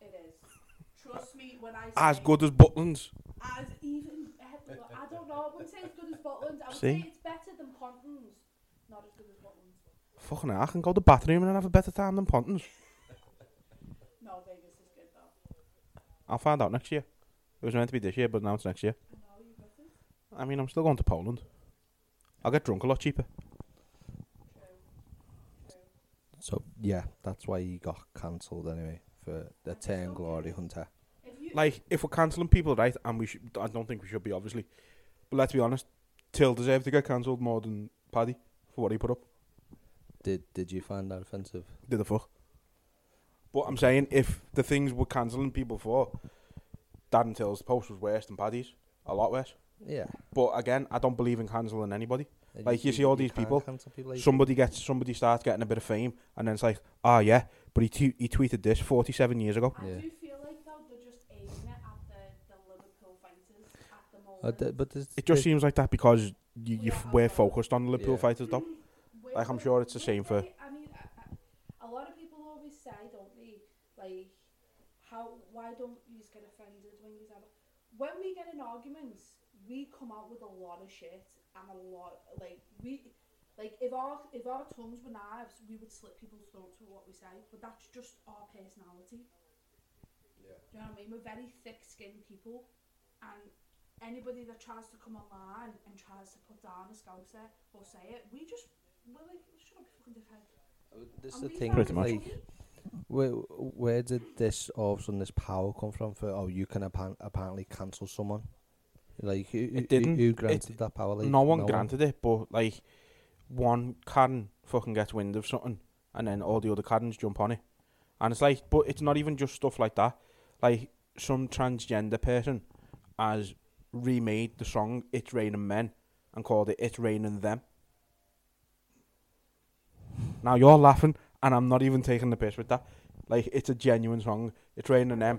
It is. Trust me when I say As good as Butlins. as even eh, look, I don't know. I wouldn't say it's good as Butlins. I would See? say it's better than Pontons. Not as good as Butlins. Fucking hell, I can go to the bathroom and have a better time than Pontons. No, Vegas is good though. I'll find out next year. It was meant to be this year, but now it's next year. I know you got it. I mean, I'm still going to Poland. I'll get drunk a lot cheaper. True. True. So yeah, that's why he got cancelled anyway for the That's term okay. glory hunter. If you like if we're cancelling people, right? And we should, I don't think we should be, obviously. But let's be honest, Till deserved to get cancelled more than Paddy for what he put up. Did Did you find that offensive? Did the fuck? But I'm saying if the things we're cancelling people for, Dan Till's post was worse than Paddy's, a lot worse. Yeah. But again, I don't believe in cancelling anybody. And Like, you see all these can't people, cancel people like- Somebody gets somebody starts getting a bit of fame, and then it's like, ah, yeah, but he t- he tweeted this 47 years ago. I Yeah. do feel like though they're just aiming it at the, the Liverpool fighters at the moment. Uh, th- but there's, It just there's- seems like that because you, you f- we're focused on the Liverpool Yeah. fighters, though. We're- like, I'm sure it's the we're same for- very- I mean, I, I, a lot of people always say, don't they? Like, how? Why don't you get offended when you have? When we get in arguments, we come out with a lot of shit and a lot like we. Like if our if our tongues were knives, we would slit people's throats with what we say. But that's just our personality. Do you know what I mean? We're very thick-skinned people, and anybody that tries to come online and tries to put down a scouser or say it, we just we're like, shut up, you fucking dickhead. This is And the we thing. found Pretty it much. Like, funny. Where where did this all of a sudden this power come from? For oh, you can appa- apparently cancel someone. Like who, who- who- didn't. who It- granted that power? Like, no one granted it, but like one Karen fucking gets wind of something, and then all the other Karens jump on it, and it's like, but it's not even just stuff like that. Like some transgender person has remade the song "It's Raining Men" and called it "It's Raining Them." Now you're laughing, and I'm not even taking the piss with that. Like it's a genuine song. It's raining them.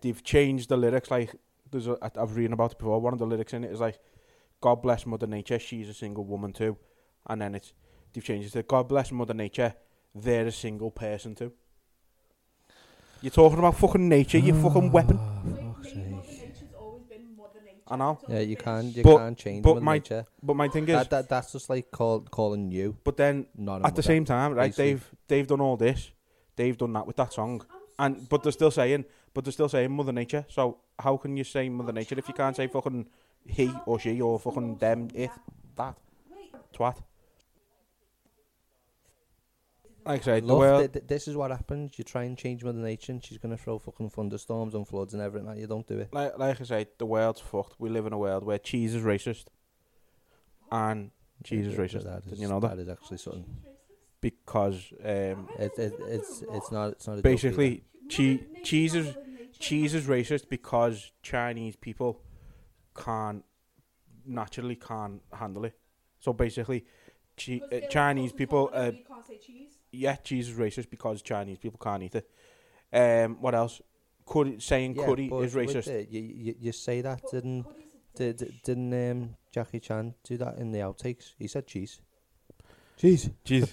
They've changed the lyrics. Like there's, a, I- I've read about it before. One of the lyrics in it is like, "God bless Mother Nature, she's a single woman too," and then it's they've changed it to "God bless Mother Nature, they're a single person too." You're talking about fucking nature, you fucking weapon. Ah. Like, me, Mother Nature's always been Mother Nature. I know. It's Yeah, always you been- can't you But- can't change but Mother my- Nature. But my thing is, That, that that's just like call, calling you but then not a at the mother. same time, right? basically. They've they've done all this, they've done that with that song, and but they're still saying, but they're still saying Mother Nature. So how can you say Mother Nature if you can't say fucking he or she or fucking them it that twat? Like I say, the Love, world. th- th- this is what happens. You try and change Mother Nature, and she's gonna throw fucking thunderstorms and floods and everything. Like you don't do it. Like, like I say, the world's fucked. We live in a world where cheese is racist, and cheese is Th- th- racist. Didn't is- you know that? That is actually something. Because um, It, it, it's it's not it's not a joke either. basically, che- cheese is cheese is racist because Chinese people can't naturally can't handle it. So basically, che- Because uh, they're like, Chinese "Oh, we people, can't uh, eat- we can't say cheese. yeah, cheese is racist because Chinese people can't eat it. Um, what else? Curry, saying Yeah, curry but is with racist. the- you, you, you say that didn't Curry's a did, dish. did- didn't um, Jackie Chan do that in the outtakes? He said cheese, cheese <laughs> Jeez.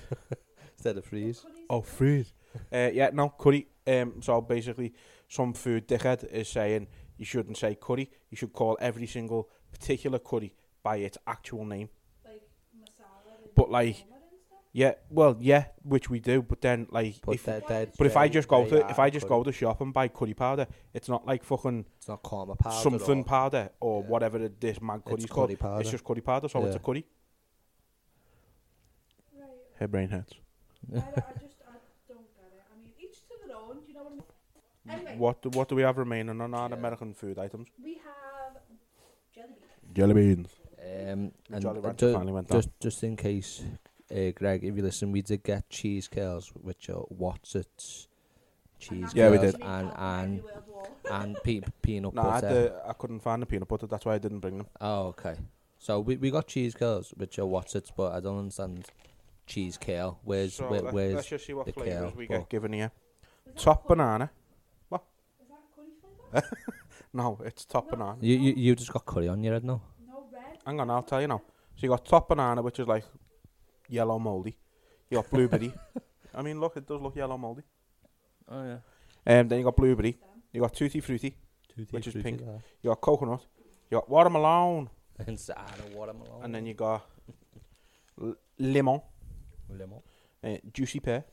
instead of freeze. Curry's <laughs> Oh, food. Uh, yeah, no, curry. Um, so basically, some food dickhead is saying you shouldn't say curry. You should call every single particular curry by its actual name. like masala and But like, hummus and <laughs> stuff. yeah, well, yeah, which we do. But then, like, But if, they're- they're- But if I they- just go they to if are I just curry. go to shop and buy curry powder, it's not like fucking it's not karma powder. something or- powder or whatever it- this mad curry's It's called. curry powder. It's just curry powder, so it's a Yeah. curry. Right. Her brain hurts. I, don't- I just I don't get it. I mean, each to their own. Do you know what I mean? Anyway, What do, what do we have remaining on our American food items? we have jelly beans. Jelly beans. Um, and Jolly uh, Rancher ju- finally went just just in case, uh, Greg, if you listen, we did get cheese curls, which are what's it, cheese Yeah, we curls, did. and and World War. and pe- peanut No, I, had butter. the, I couldn't find the peanut butter. That's why I didn't bring them. Oh, okay. So we, we got cheese curls, which are what's it, but I don't understand cheese curl. Where's So where, let, where's us just see what the flavors kale? we Well- get given here. Was that Top curry- banana. Was that curry flavour? No, it's top banana. you, you you just got curry on your head <laughs> now? No red. Hang on, I'll tell you now. So you got top banana, which is like yellow moldy. You got blueberry. I mean, look, it does look yellow moldy. Oh yeah. Um, then you got blueberry. You got tutti frutti. Which is pink. You got coconut. You got watermelon, Inside a watermelon. and then you got l- lemon, lemon. uh, juicy pear,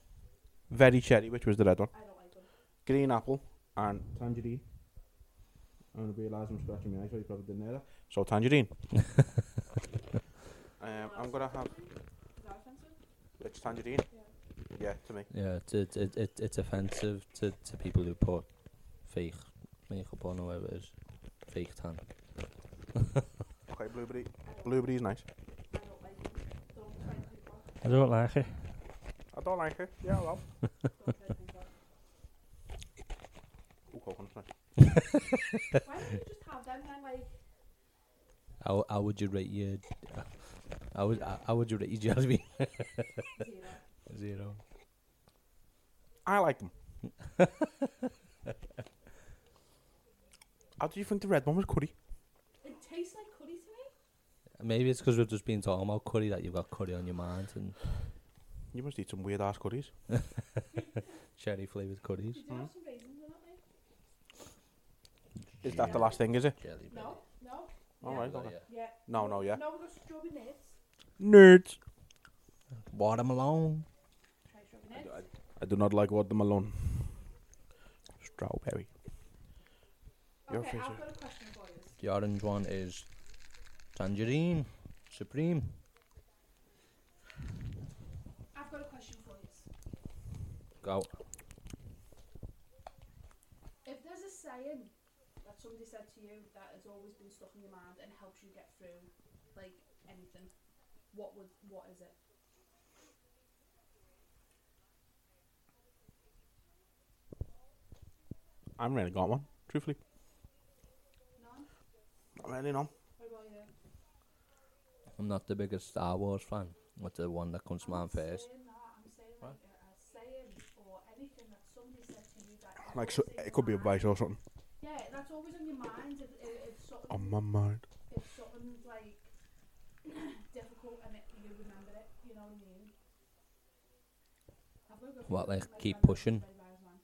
very cherry, which was the red one, I don't like them. green apple, and tangerine. I'm gonna realise I'm scratching my eyes, so you probably didn't hear that. So <laughs> tangerine. um, I'm gonna have Is that offensive? it's tangerine. Yeah, to me. Yeah, it's it, it, it, it's offensive to, to people who put fake makeup on or whatever it is. Fake tan. Okay, blueberry. Blueberry's nice. I don't like them. Don't try and think what. I don't like it. I don't like it. Yeah, well. Don't try and think what. <laughs> Ooh, coconut's nice. Why don't you just have them then? Like, How, how would you rate your how would how, how would you rate your jelly <laughs> bean? zero. Zero. I like <laughs> them. How do you think the red one was curry? It tastes like curry to me. Maybe it's because we've just been talking about curry that you've got curry on your mind and You must eat some weird ass curries. cherry flavoured curries. You do Hmm? have some raisins in it, like. Is that the last thing, is it? Jelly bean. No, no. All right. Okay. Yeah. No, no, yeah. No, we've got strawberry nibs. Nerds. Watermelon. Try strawberry nibs. I do not like watermelon. Strawberry. Your Okay, freezer. I've got a question for you. The orange one is tangerine. Supreme. I've got a question for you. Go. saying that somebody said to you that has always been stuck in your mind and helps you get through like anything? What would what is it? I haven't really got one, truthfully. None? Not really, no. What about you? I'm not the biggest Star Wars fan. What's the one that comes to mind first? Saying that, I'm saying like a, a saying or anything that somebody said to you that Like, so, it could be advice or something. Yeah, that's always on your mind. If, if, if something On my mind. if something's like <coughs> difficult and it, you remember it, you know what I mean? I've gotta go for What, my- like, my keep rise- pushing? my rise line.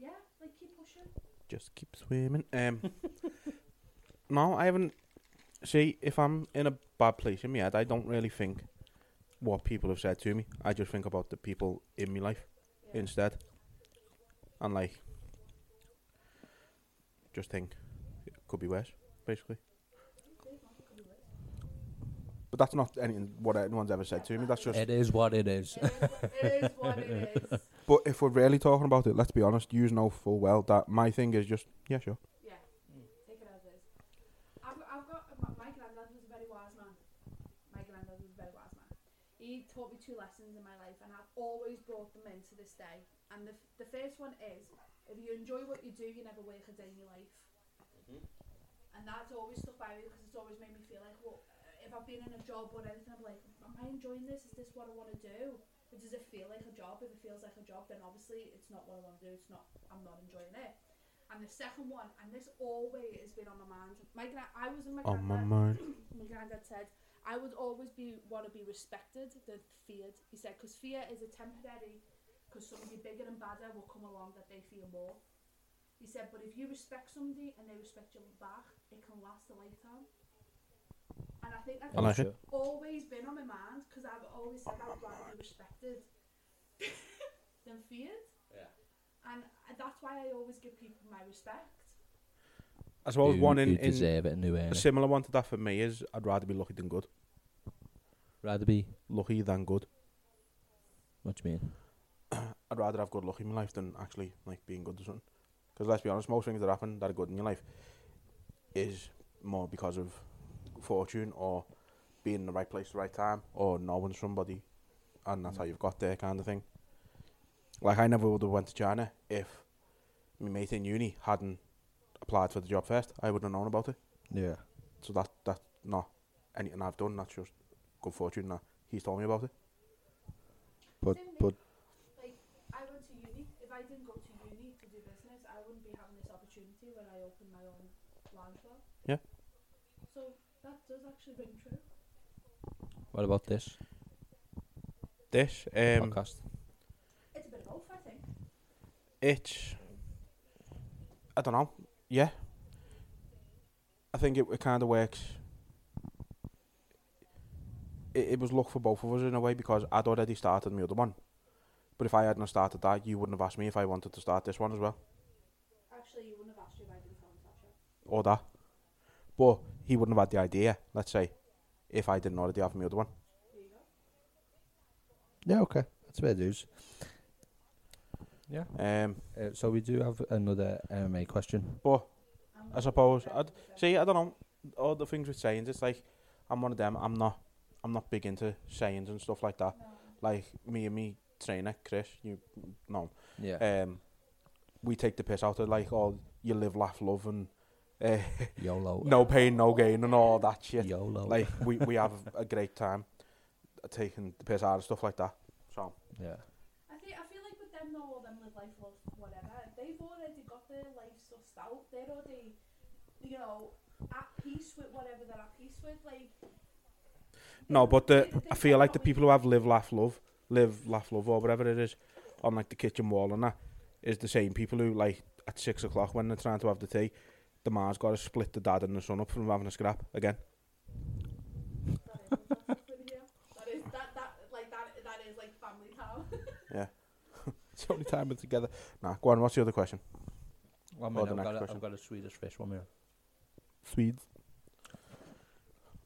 Yeah, like keep pushing. Just keep swimming. Um, <laughs> no, I haven't. See, if I'm in a bad place in my head, I don't really think what people have said to me. I just think about the people in my life Yeah. instead, and like, just think it could be worse, basically. But that's not anything what anyone's ever said to me. That's just. It is what it is. <laughs> It is, what- it is what it is. But if we're really talking about it, let's be honest. You know full well that my thing is just yeah, sure. Yeah, take it as is. I've, got- I've got my, my granddad was a very wise man. My granddad was a very wise man. He taught me two lessons in my life, and I've always brought them in to this day. And the, f- the first one is, if you enjoy what you do, you never work a day in your life. And that's always stuck by me because it's always made me feel like, well, uh, if I've been in a job or anything, I'm like, am I enjoying this? Is this what I want to do? Or does it feel like a job? If it feels like a job, then obviously it's not what I want to do. It's not. I'm not enjoying it. And the second one, and this always has been on my mind. My gran- I was in my On my mind. granddad- my granddad said, I would always be want to be respected than feared. He said, because fear is a temporary, because somebody bigger and badder will come along that they fear more. He said, but if you respect somebody and they respect you back, it can last a lifetime. And I think that's I like it. always been on my mind because I've always said I'd rather be respected <laughs> than feared. Yeah. And that's why I always give people my respect. I suppose You- one in, you in deserve it and you earn a it. similar one to that for me is I'd rather be lucky than good. Rather be. Lucky than good. What do you mean? I'd rather have good luck in my life than actually like being good or something. Because let's be honest, most things that happen that are good in your life is more because of fortune or being in the right place at the right time or knowing somebody and that's how you've got there kind of thing. Like I never would have went to China if my mate in uni hadn't applied for the job first. I would have known about it. Yeah. So that that's not anything I've done. That's just good fortune that he's told me about it. But Didn't but Like, I went to uni. If I didn't go to uni to do business, I wouldn't be having this opportunity when I open my own lounge bar. Yeah. So that does actually ring true. what about this This um, podcast? It's a bit of both, I think. it's I don't know. Yeah, I think it, it kind of works. It, it was luck for both of us in a way because I'd already started my other one, but if I hadn't started that, you wouldn't have asked me if I wanted to start this one as well Actually, you wouldn't have asked you if I didn't film that show. or that. But he wouldn't have had the idea. Let's say if I didn't already have my other one. There you go. Yeah, okay. That's where it is. Um, Uh, so we do have another MMA question. but I'm I suppose I'd see. I don't know all the things with sayings. It's like I'm one of them. I'm not. I'm not big into sayings and stuff like that. Like me and me trainer Chris, you know, Yeah. um, we take the piss out of like all you live, laugh, love, and uh, YOLO. <laughs> no pain, no gain, and all that shit. YOLO. Like we we have a great time taking the piss out of stuff like that. So yeah. I think I feel like with them though, all them live life love whatever, they've already got their life sussed out. They're already, you know, at peace with whatever they're at peace with. Like no, but the they- I they feel like the probably- people who have live, laugh, love, live, laugh, love, or whatever it is, on like the kitchen wall and that, is the same people who like at six o'clock when they're trying to have the tea, the ma's got to split the dad and the son up from having a scrap again. that is that is that that like that that is like family time. Yeah, <laughs> it's the only time we're together. Nah, go on. What's the other question? One Or minute, the I've, next got a, question. I've got a Swedish fish. One minute. Swedes.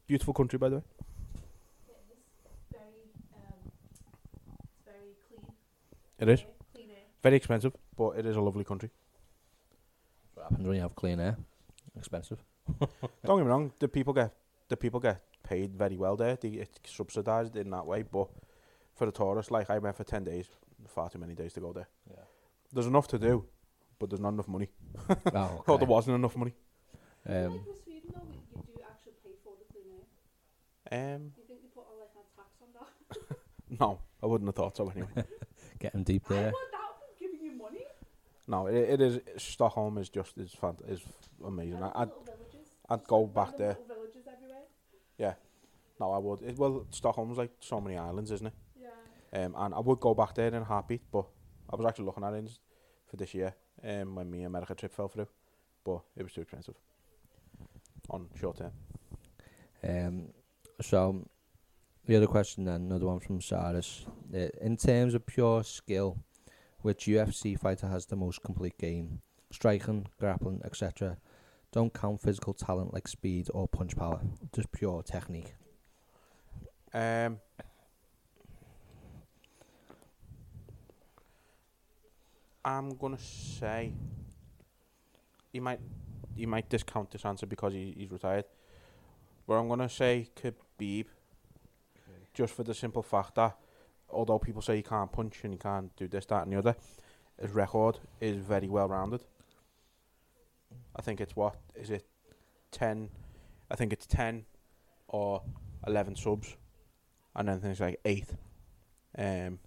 Beautiful country, by the way. it is very um, it's very clean. It is Clean air. very expensive, but it is a lovely country. That's what I happens when you have clean air. <laughs> Expensive. Don't get me wrong. The people get the people get paid very well there. They, it's subsidised in that way. But for the tourists, like I went for ten days, far too many days to go there. Yeah. There's enough to do, but there's not enough money. Oh, Oh, okay. there wasn't enough money. Um, like with Sweden, though, you you do actually pay for the clean air. Um, Do you think they put a, like, a tax on that? <laughs> no, I wouldn't have thought so anyway. <laughs> getting deep I there. want that one giving you money. no, it, it is Stockholm is just is fant- is amazing. And I, the I'd little villages. I'd Just, go like, back random there. Little villages everywhere. no, I would. It, well, Stockholm's like so many islands, isn't it? Yeah. Um, and I would go back there in a heartbeat, but I was actually looking at it for this year um, when my America trip fell through, but it was too expensive on short term. Um, so the other question then, another one from Cyrus. Uh, in terms of pure skill, which UFC fighter has the most complete game? Striking, grappling, etc. Don't count physical talent like speed or punch power. Just pure technique. Um, I'm gonna say he might he might discount this answer because he, he's retired, but I'm gonna say Khabib, just for the simple fact that although people say he can't punch and he can't do this, that, and the other, his record is very well rounded. I think it's what is it ten? I think it's ten or eleven subs and then things like eight. Um,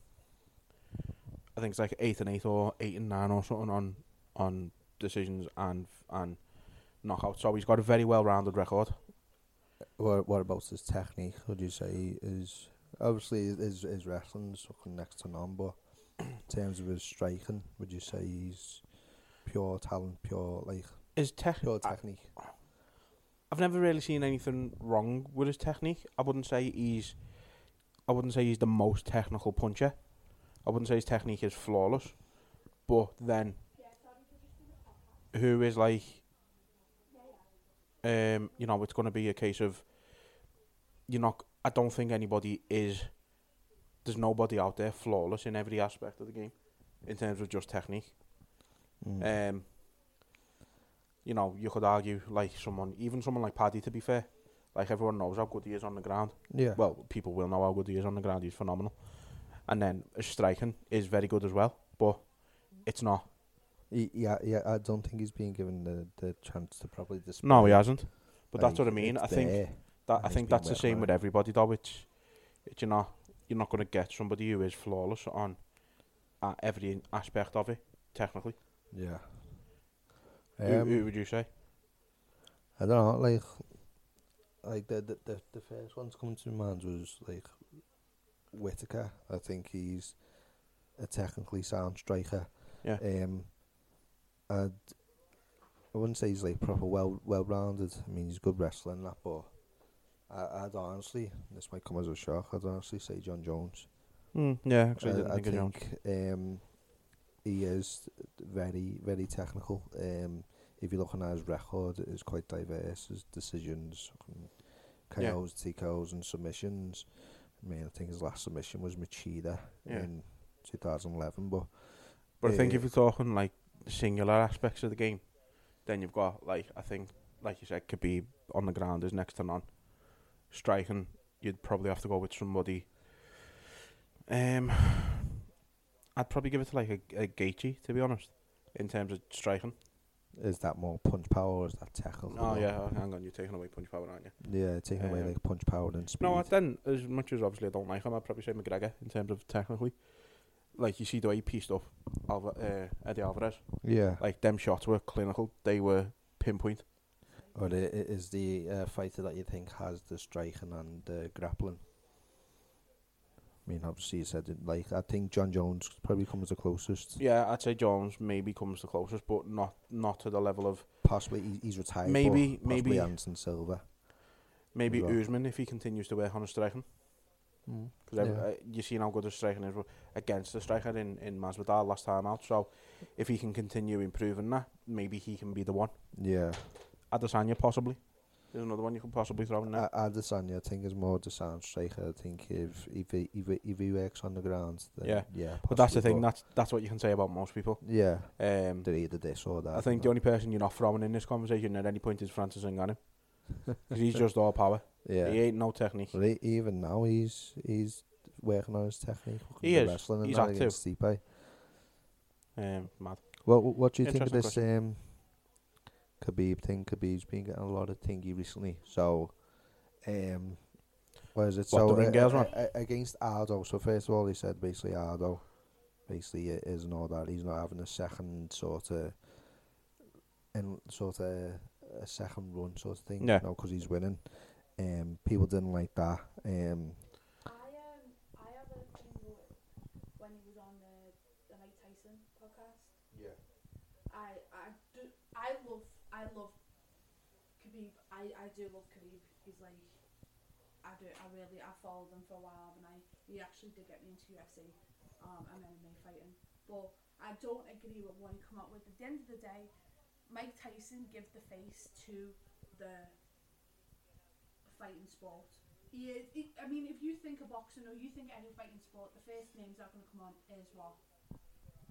I think it's like eight and eight or eight and nine or something on on decisions and and knockouts. So he's got a very well rounded record. What what about his technique? Would you say is obviously his his wrestling's fucking next to none, but in terms of his striking, would you say he's pure talent, pure like His tech, pure I- technique? I've never really seen anything wrong with his technique. I wouldn't say he's, I wouldn't say he's the most technical puncher. I wouldn't say his technique is flawless, but then, who is like, um, you know, it's going to be a case of, you're not. I don't think anybody is. There's nobody out there flawless in every aspect of the game, in terms of just technique. Mm. Um, you know, you could argue like someone, even someone like Paddy. To be fair, like everyone knows how good he is on the ground. yeah. Well, people will know how good he is on the ground. He's phenomenal, and then his striking is very good as well. But it's not. He- yeah, yeah. I don't think he's been given the, the chance to probably display. No, he hasn't. But that's like, what I mean. it's I think there. that I He's think been that's the working on same it. with everybody though. It's, it's you're not you're not going to get somebody who is flawless on uh, every aspect of it. Technically, Yeah. who, Um, who would you say? I don't know, like, like the the the, the first one's coming to mind was like Whitaker. I think he's a technically sound striker. Yeah. Um. And I wouldn't say he's like proper well well rounded. I mean, he's a good wrestler and that, but I, I'd honestly, this might come as a shock. I'd honestly say John Jones. Mm, yeah, actually, I, I, didn't uh, I think, of Jones. think um, he is very, very technical. Um, if you're looking at his record, it's quite diverse. His decisions, fucking Yeah. KOs, TKOs, and submissions. I mean, I think his last submission was Machida Yeah. in 2011. But But I think Uh, if you're talking like singular aspects of the game, then you've got like I think, like you said, Khabib on the ground is next to none. Striking, you'd probably have to go with somebody. Um, I'd probably give it to like a, a Gaethje to be honest, in terms of striking. is that more punch power or is that technical? Oh yeah, oh, hang on, you're taking away punch power, aren't you? Yeah, taking away Um, like punch power and speed. No, I- then as much as obviously I don't like him, I'd probably say McGregor in terms of technically. Like you see the way he pieced up Alva, uh, Eddie Alvarez. yeah. Like them shots were clinical. They were pinpoint. Or i- i- is the uh, fighter that you think has the striking and the grappling? I mean, obviously you said it, like I think John Jones probably comes the closest. Yeah, I'd say Jones maybe comes the closest, but not not to the level of Possibly he, he's retired. Maybe- but possibly maybe- Anderson Silva. maybe As well. Usman if he continues to work on his striking. Mm. Because Yeah. uh, you've seen how good his striking is against the striker in, in Masvidal last time out. So if he can continue improving that, maybe he can be the one. Yeah, Adesanya possibly. There's another one you could possibly throw in there. I, I Adesanya, I think, is more Adesanya striker. I think if if he, if he, if he works on the ground, then Yeah. yeah but that's the possibly, thing. That's that's what you can say about most people. but- yeah, Um, they're either this or that. I think the you only person you're not throwing in this conversation at any point is Francis <laughs> Ngannou. 'Cause he's just all power. know. yeah. He ain't no technique. But he, even now, he's he's working on his technique. He The is. wrestling and He's that had to. against Stipe. Um, mad. What what do you think of Interesting this um, Khabib thing? Khabib's been getting a lot of thingy recently. So, um, what is What, it? so the ring girls one? a- against Ardo. So first of all, he said basically Ardo, basically it is and all that. He's not having a second sort of, and sort of a second run sort of thing. Yeah. No, because he's winning. Um, people didn't like that. Um, I um I had a thing with- when he was on the the Mike Tyson podcast. Yeah. I I do I love I love Khabib. I I do love Khabib. He's like I do I really I followed him for a while and I he actually did get me into UFC um and MMA fighting. But I don't agree with what he come up with. At the end of the day, Mike Tyson give the face to the fighting sport. He is, he, I mean, if you think of boxing or you think any fighting sport, the first names that are going to come on is what?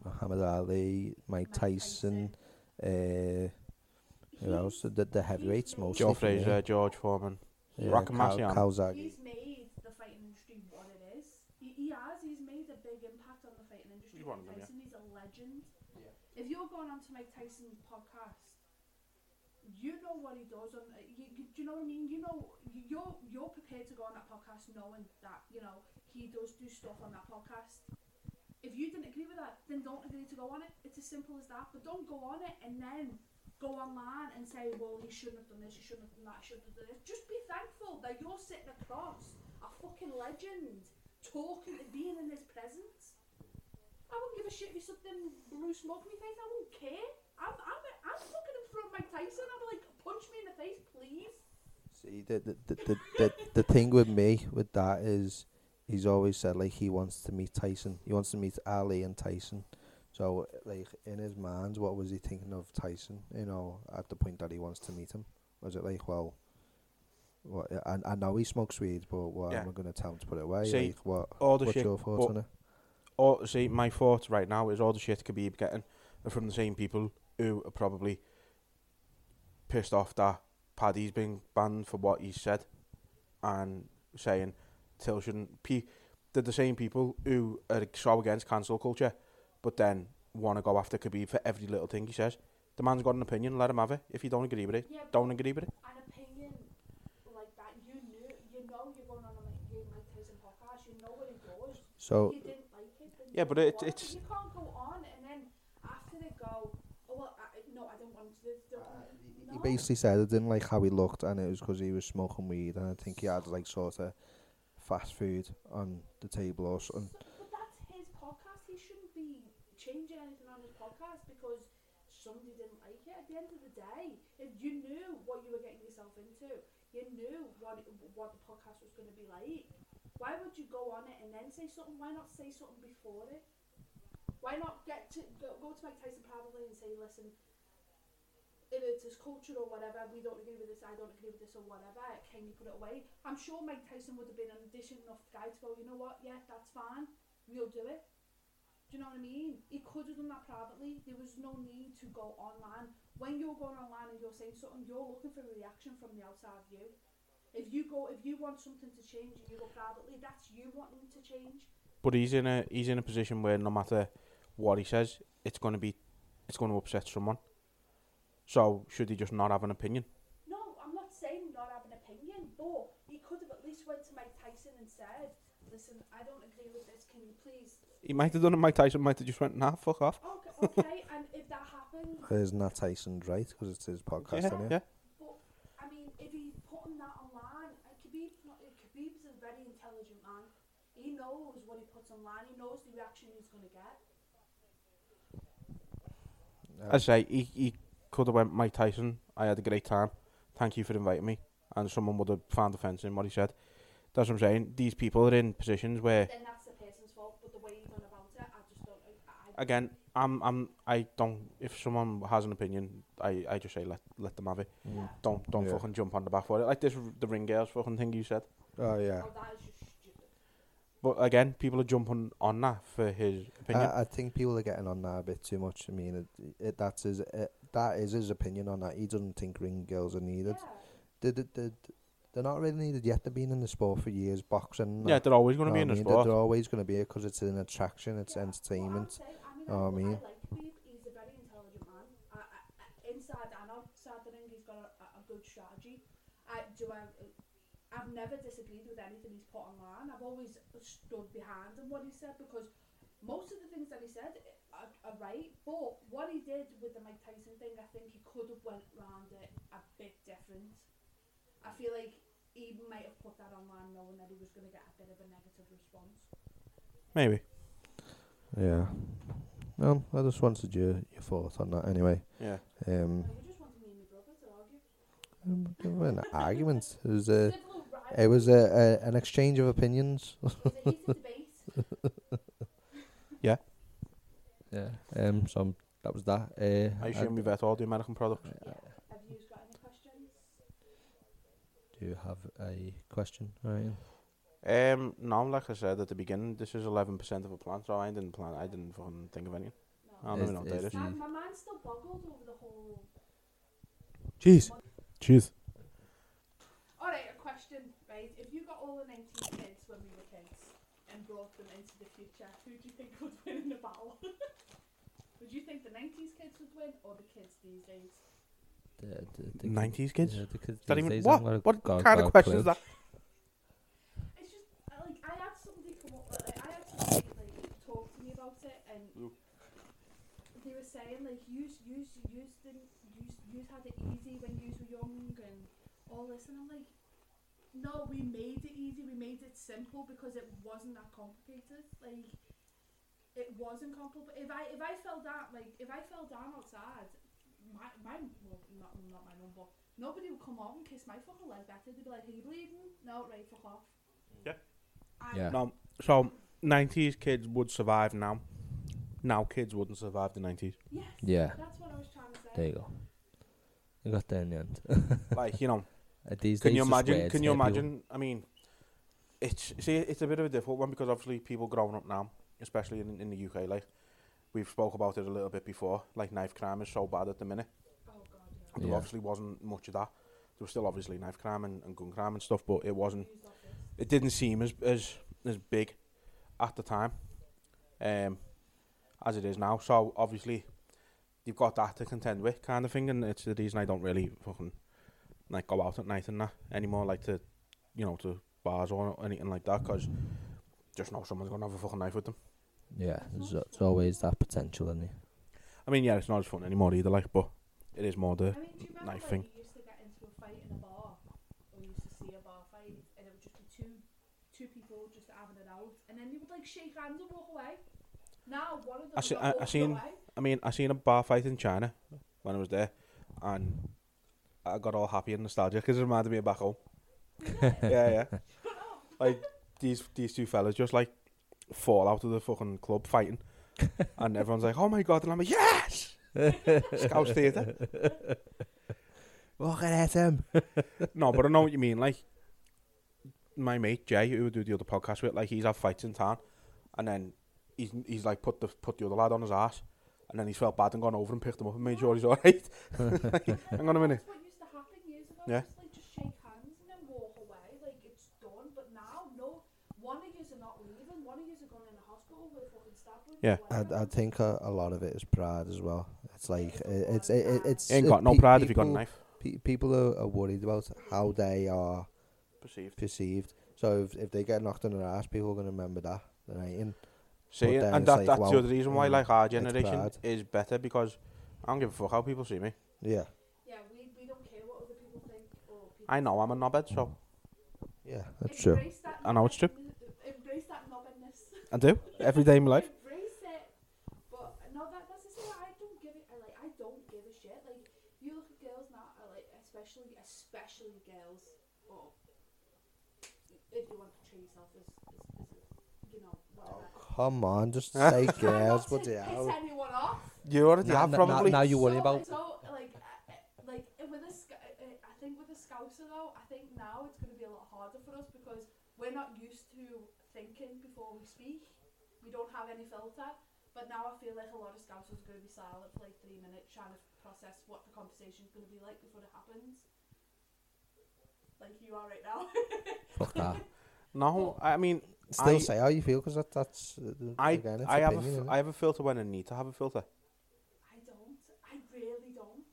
Muhammad Ali, Mike Tyson, uh, who He- else? The, the heavyweights made- mostly. Joe Joe for me. Fraser, George Foreman. Yeah, Rocco Kau- Marciano. Kauzaki. He's made the fighting industry what it is. He, he has. He's made a big impact on the fighting industry. He's one of them, yeah. Mike Tyson, he's a legend. If you're going on to Mike Tyson's podcast, you know what he does. On uh, you, you, do you know what I mean? You know, you- you're you're prepared to go on that podcast knowing that you know he does do stuff on that podcast. If you didn't agree with that, then don't agree to go on it. It's as simple as that. But don't go on it and then go online and say, well, he shouldn't have done this, he shouldn't have done that, he shouldn't have done this. Just be thankful that you're sitting across a fucking legend talking and being in his presence. I wouldn't give a shit if he sucked them blue smoke in my face. I wouldn't care. I'm, I'm, I'm fucking in front of Mike Tyson. I'm like, punch me in the face, please. See, the, the, the, the, the, the thing with me with that is he's always said like he wants to meet Tyson. He wants to meet Ali and Tyson. So like in his mind, what was he thinking of Tyson? You know, at the point that he wants to meet him, was it like, well, what? I, I know he smokes weed, but what Yeah. am I going to tell him to put it away? See, like, what? all the What's shit- your thoughts but- on it? Or see, my thoughts right now is all the shit Khabib getting are from the same people who are probably pissed off that Paddy's been banned for what he said, and saying Till shouldn't. P- they're the same people who are so against cancel culture, but then want to go after Khabib for every little thing he says. The man's got an opinion. Let him have it. If you don't agree with it, Yeah, don't agree with it. an opinion like that, you knew, you know, you're going on a Mike, your Mike Tyson podcast. You know what he does. So you didn't like it. Then Yeah, you but don't it- want it's- But you can't go on and then after they go. Oh well, I, I- no, I don't want to. do- he no. basically said I didn't like how he looked, and it was because he was smoking weed, and I think he had like sort of fast food on the table or something. So- but that's his podcast. He shouldn't be changing anything on his podcast because somebody didn't like it. At the end of the day, if you knew what you were getting yourself into, you knew what it, what the podcast was going to be like. Why would you go on it and then say something? Why not say something before it? Why not get to go, go to Mike Tyson privately and say, listen, if it's his culture or whatever, we don't agree with this, I don't agree with this or whatever, can you put it away? I'm sure Mike Tyson would have been an decent enough guy to go, you know what, yeah, that's fine, we'll do it. Do you know what I mean? He could have done that privately. There was no need to go online. When you're going online and you're saying something, you're looking for a reaction from the outside view. If you go, if you want something to change and you go privately, that's you wanting to change. But he's in a he's in a position where no matter what he says, it's going to be it's going to upset someone. So should he just not have an opinion? No, I'm not saying not have an opinion, but he could have at least went to Mike Tyson and said, "Listen, I don't agree with this. Can you please?" He might have done it. Mike Tyson might have just went, nah, fuck off. <laughs> Okay, okay. and if that happens, There's Nat Tyson's right because it's his podcast, yeah, isn't it? yeah. but I mean, if he's putting that online, uh, Khabib's not. uh, Khabib's a very intelligent man. He knows what he puts online. He knows the reaction he's going to get. I say he he could have went Mike Tyson. I had a great time. Thank you for inviting me. And someone would have found offence in what he said. That's what I'm saying. These people are in positions where Then that's the person's fault. But the way he done about it, I just don't. I, I, again, I'm I'm I don't. If someone has an opinion, I, I just say let let them have it. Mm. Don't don't Yeah. fucking jump on the back for it. Like this r- the ring girls fucking thing you said. Oh yeah. Oh, that is just stupid. But again, people are jumping on that for his opinion. I, I think people are getting on that a bit too much. I mean, it, it, that's his it, that is his opinion on that. He doesn't think ring girls are needed. They, they, they, they're not really needed yet. They've been in the sport for years, boxing. and yeah, that, they're always going know to be what in I the mean? sport. They're always going to be because it's an attraction, it's entertainment. Oh, I I mean. like Beeb. He's a very intelligent man. I, I, I- inside and outside the ring, he's got a, a a good strategy. I do. I, I've never disagreed with anything he's put online. I've always stood behind him what he said because most of the things that he said are, are right. But what he did with the Mike Tyson thing, I think he could have went round it a bit different. I feel like he might have put that online knowing that he was going to get a bit of a negative response. Maybe. Yeah. No, I just wanted your, your thoughts on that anyway. Yeah. Um, Like, you just wanted me and my brother to argue. an argument. It was a, Civil rights it was uh, a, a an exchange of opinions. is a heated debate. Yeah. Um. So that was that. Uh, I I assume we've had all the American products. Have you got any questions? do you have a question, Ryan. Um, no, like I said at the beginning, this is eleven percent of a plan, so I didn't plan. I didn't fucking think of anything. No. I'll Is- never know what that is is. My, Mm. my mind's still boggled over the whole. Jeez. Jeez. Alright, a question, right? If you got all the 19 kids when we were kids and brought them into the future, who do you think would win in the battle? <laughs> would you think the 90s kids would win or the kids these days? The- the- the kid- Nineties kids. yeah, the kids Is that these even days what? haven't got a- What got- kind got a of question is clue. that? It's just uh, like I had somebody come up, like, I had somebody like talk to me about it, and they were saying like use use use didn't use use had it easy when you were young and all this, and I'm like, no, we made it easy, we made it simple because it wasn't that complicated, like. It wasn't complicated. If I if I fell down, like if I fell down outside, my my well, not not my mum, but nobody would come over and kiss my fucking leg back. They'd be like, "Are you bleeding? No, right, fuck off." Yeah. No. So nineties kids would survive now. Now kids wouldn't survive the nineties. Yes. Yeah. That's what I was trying to say. There you go. You got there in the end. <laughs> Like you know, Uh, these can days you it's imagine? weird Can to you hear people- imagine? I mean, it's see, it's a bit of a difficult one because obviously people growing up now, especially in in the UK, like we've spoke about it a little bit before. Like knife crime is so bad at the minute. Oh god, yeah. There Yeah. obviously wasn't much of that. There was still obviously knife crime and, and gun crime and stuff, but it wasn't. It didn't seem as as as big at the time, um, as it is now. So obviously, you've got that to contend with, kind of thing, and it's the reason I don't really fucking like go out at night and that anymore, like to you know to bars or anything like that, because just know someone's gonna have a fucking knife with them. Yeah, there's, there's always that potential in there. I mean, yeah, it's not as fun anymore either, like, but it is more the I mean, do you remember knife when thing. you used to get into a fight in a bar, or you used to see a bar fight, and it would just be two two people just having it out, and then you would like shake hands and walk away. Now one of them. I see- got I- I walked seen- away. I mean, I seen a bar fight in China when I was there, and I got all happy and nostalgic because it reminded me of back home. <laughs> yeah, yeah. Like these these two fellas just like fall out of the fucking club fighting, and everyone's like, "Oh my god!" and I'm like, "Yes, Scouts Theatre." Look at him. No, but I know what you mean. Like my mate Jay, who would do the other podcast with, like he's had fights in town, and then he's he's like put the put the other lad on his ass, and then he's felt bad and gone over and picked him up and made sure he's all right. Hang on a minute. That's what used to happen years ago. Yeah. Just like just shake hands and then walk away, like it's done. But now, no, one of yous are not leaving. One of yous are going in the hospital with a fucking stab wound. Yeah. I, I think a, a lot of it is pride as well. It's like it, it's it, it- it's Ain't uh, got no pe- pride if you got a people- knife. Pe- people are, are worried about how they are Perceived. perceived. So if, if they get knocked on their ass, people are gonna remember that. Right? And See, then and it's that, like, that's well, the other reason why, mm, like, our it's generation bad. is better because I don't give a fuck how people see me. yeah, Yeah, we, we don't care what other people think or people. I know I'm a knobhead, so yeah, that's true. Embrace that I know it's true. knobbin- Embrace that <laughs> knobbiness. I do every day in my life. Embrace it. But no, that, that's the thing. I don't give it. I, like I don't give a shit. Like you look at girls now, I like especially especially girls. Or if you want to treat yourself as, as, as you know whatever. <laughs> Come on, <laughs> just say Try not Oh, girls, to but piss yeah. anyone off. You already Now- have now- now- probably. now you're worried so, about So like, uh, I think with the Scouser though, I think now it's going to be a lot harder for us because we're not used to thinking before we speak. We don't have any filter. But now I feel like a lot of Scousers are going to be silent for like three minutes trying to process what the conversation's going to be like before it happens. Like you are right now. <laughs> Fuck that. No, I mean, Still I- say how you feel because that, that's uh, I again, it's I have opinion, a, isn't f- it? I have a filter when I need to have a filter. I don't. I really don't.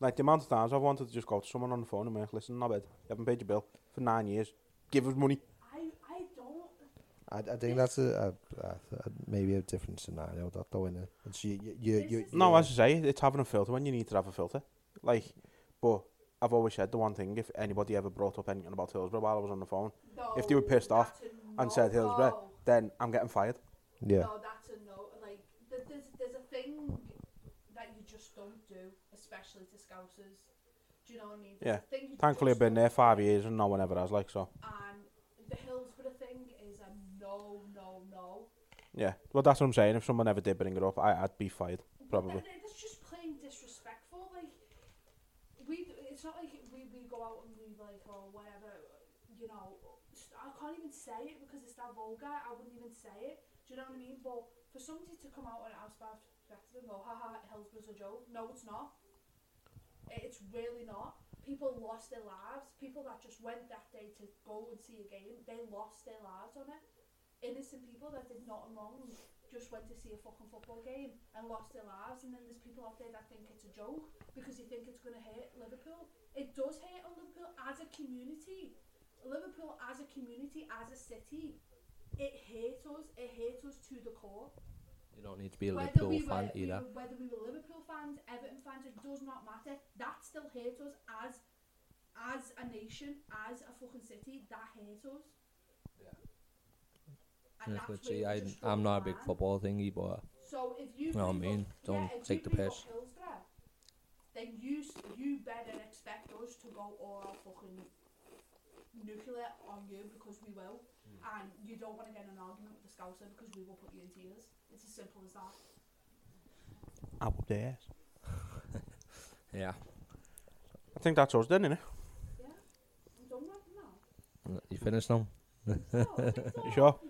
Like the amount of times I've wanted to just go to someone on the phone and be like, listen, no bed, you haven't paid your bill for nine years. Give us money. I I don't. I, I think that's a, a, a, a maybe a different scenario that though in it. It's you, you, you, This you, is- No, you- as I say, it's having a filter when you need to have a filter. Like, but I've always said the one thing: if anybody ever brought up anything about Hillsborough while I was on the phone, No, If they were pissed off that's a and said Hillsborough, no-go. then I'm getting fired. yeah. No, Oh, that's a no. Like, th- there's there's a thing that you just don't do, especially to scousers. Do you know what I mean? There's Yeah. a thing you Thankfully, I've just been don't there five do, years and no one ever has. Like, so And the Hillsborough thing is a no, no, no. yeah. Well, that's what I'm saying. If someone ever did bring it up, I, I'd be fired probably. But it's just plain disrespectful. Like we, it's not like we, we go out and we like or whatever. You know, I can't even say it because it's that vulgar. I wouldn't even say it. Do you know what I mean? But for somebody to come out and outspouted and go, haha, Hillsborough's a joke. No, it's not. I- It's really not. People lost their lives. People that just went that day to go and see a game, they lost their lives on it. Innocent people that did nothing wrong just went to see a fucking football game and lost their lives. And then there's people out there that think it's a joke because they think it's going to hurt Liverpool. It does hurt on Liverpool as a community. Liverpool as a community, as a city, it hurts us. It hurts us to the core. You don't need to be a Whether Liverpool we, were, fan we either. were- whether we were Liverpool fans, Everton fans, it does not matter. That still hurts us as as a nation, as a fucking city. That hurts us. Yeah. Yeah, but see, I, I'm not a big football thingy, but So if you, Know what I bring up- mean? Don't yeah, if take you the bring up piss. Hillsborough, Then you s- you better expect us to go all out fucking nuclear on you because we will, Hmm. and you don't want to get in an argument with the scouser because we will put you in tears. It's as simple as that. I would dare. yeah, I think that's us then, innit? Yeah, I'm done with them now. you finished now. So, I think You so. sure? My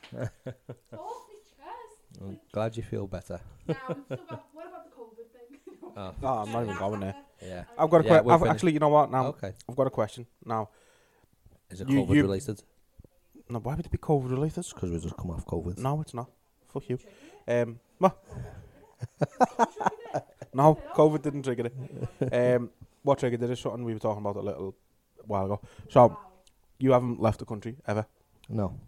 chest. Oh, my chest. Mm. I'm glad you feel better. Now, we've still got, what about the COVID thing? Ah, Oh, No, I'm not even going there. yeah. I've got a question. Yeah, we're I've finished. actually, you know what? Now Okay. I've got a question. Now, Is it You- COVID you- related? no, why would it be COVID related? Because we just come off COVID. No, it's not. Fuck you. Um, what? <laughs> no, They are. COVID didn't trigger it. Um, what triggered it is something we were talking about a little while ago. So Wow. you haven't left the country ever. No.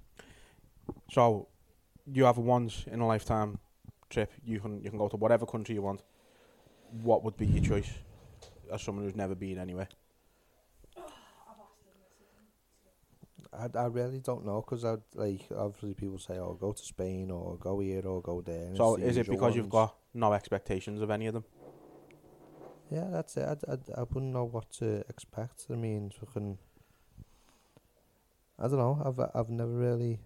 So you have a once in a lifetime trip. You can you can go to whatever country you want. What would be your choice as someone who's never been anywhere? I, I really don't know because I like obviously people say oh go to Spain or go here or go there. and So it's the is it usual because you've ones. got no expectations of any of them? Yeah, that's it. I, I, I wouldn't know what to expect. I mean, fucking. I don't know. I've I've never really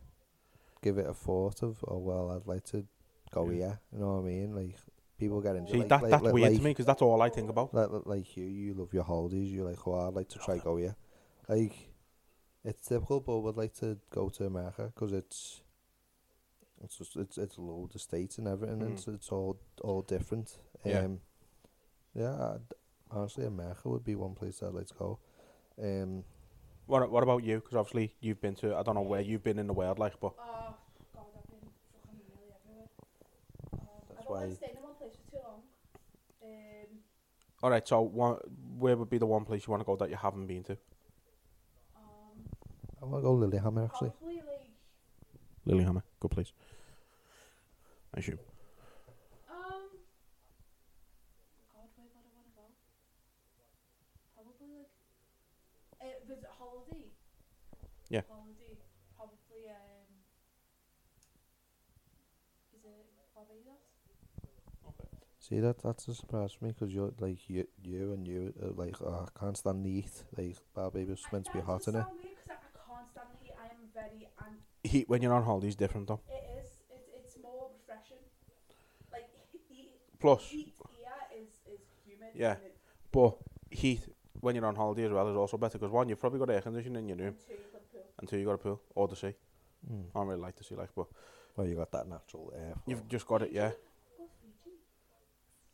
give it a thought of. Oh well, I'd like to go Yeah. here. You know what I mean? Like people get into See, like, that like, that's like, weird like, to me because that's all I think about. Like, like- like you, you love your holidays. You're like, oh, I'd like to try go here. Like, it's difficult, but would like to go to America because it's it's just it's it's a load of states and everything. Mm. And it's, it's all all different. Yeah. Um, yeah. I'd, honestly, America would be one place I'd like to go. Um, What what about you? Because obviously you've been to I don't know where you've been in the world, like, but <laughs> Oh, God, I've been fucking really everywhere. Um, That's I don't like why- staying in one place for too long. Um, all right. So one, where would be the one place you want to go that you haven't been to? um, I want to go Lilyhammer actually. probably like, Lilyhammer, good place. I assume. um, God, where would I want to go? Probably like, uh, was it holiday? Yeah. Holiday, probably, um, is it Barbados? See that that's a surprise for me because you're like you you and you are like oh, I can't stand the heat. Like Barbados meant to be hot in it. Because I, I can't stand the heat. I am very anti Heat when you're on holiday is different though. It is. It, it's more refreshing. Like heat, Plus, heat here is is humid. Yeah. and it- but heat when you're on holiday as well is also better because one, you've probably got air conditioning in your room, and two, you got a pool or the sea. Hmm. I don't really like the sea life, but Well, you got that natural air. you've just got it, yeah.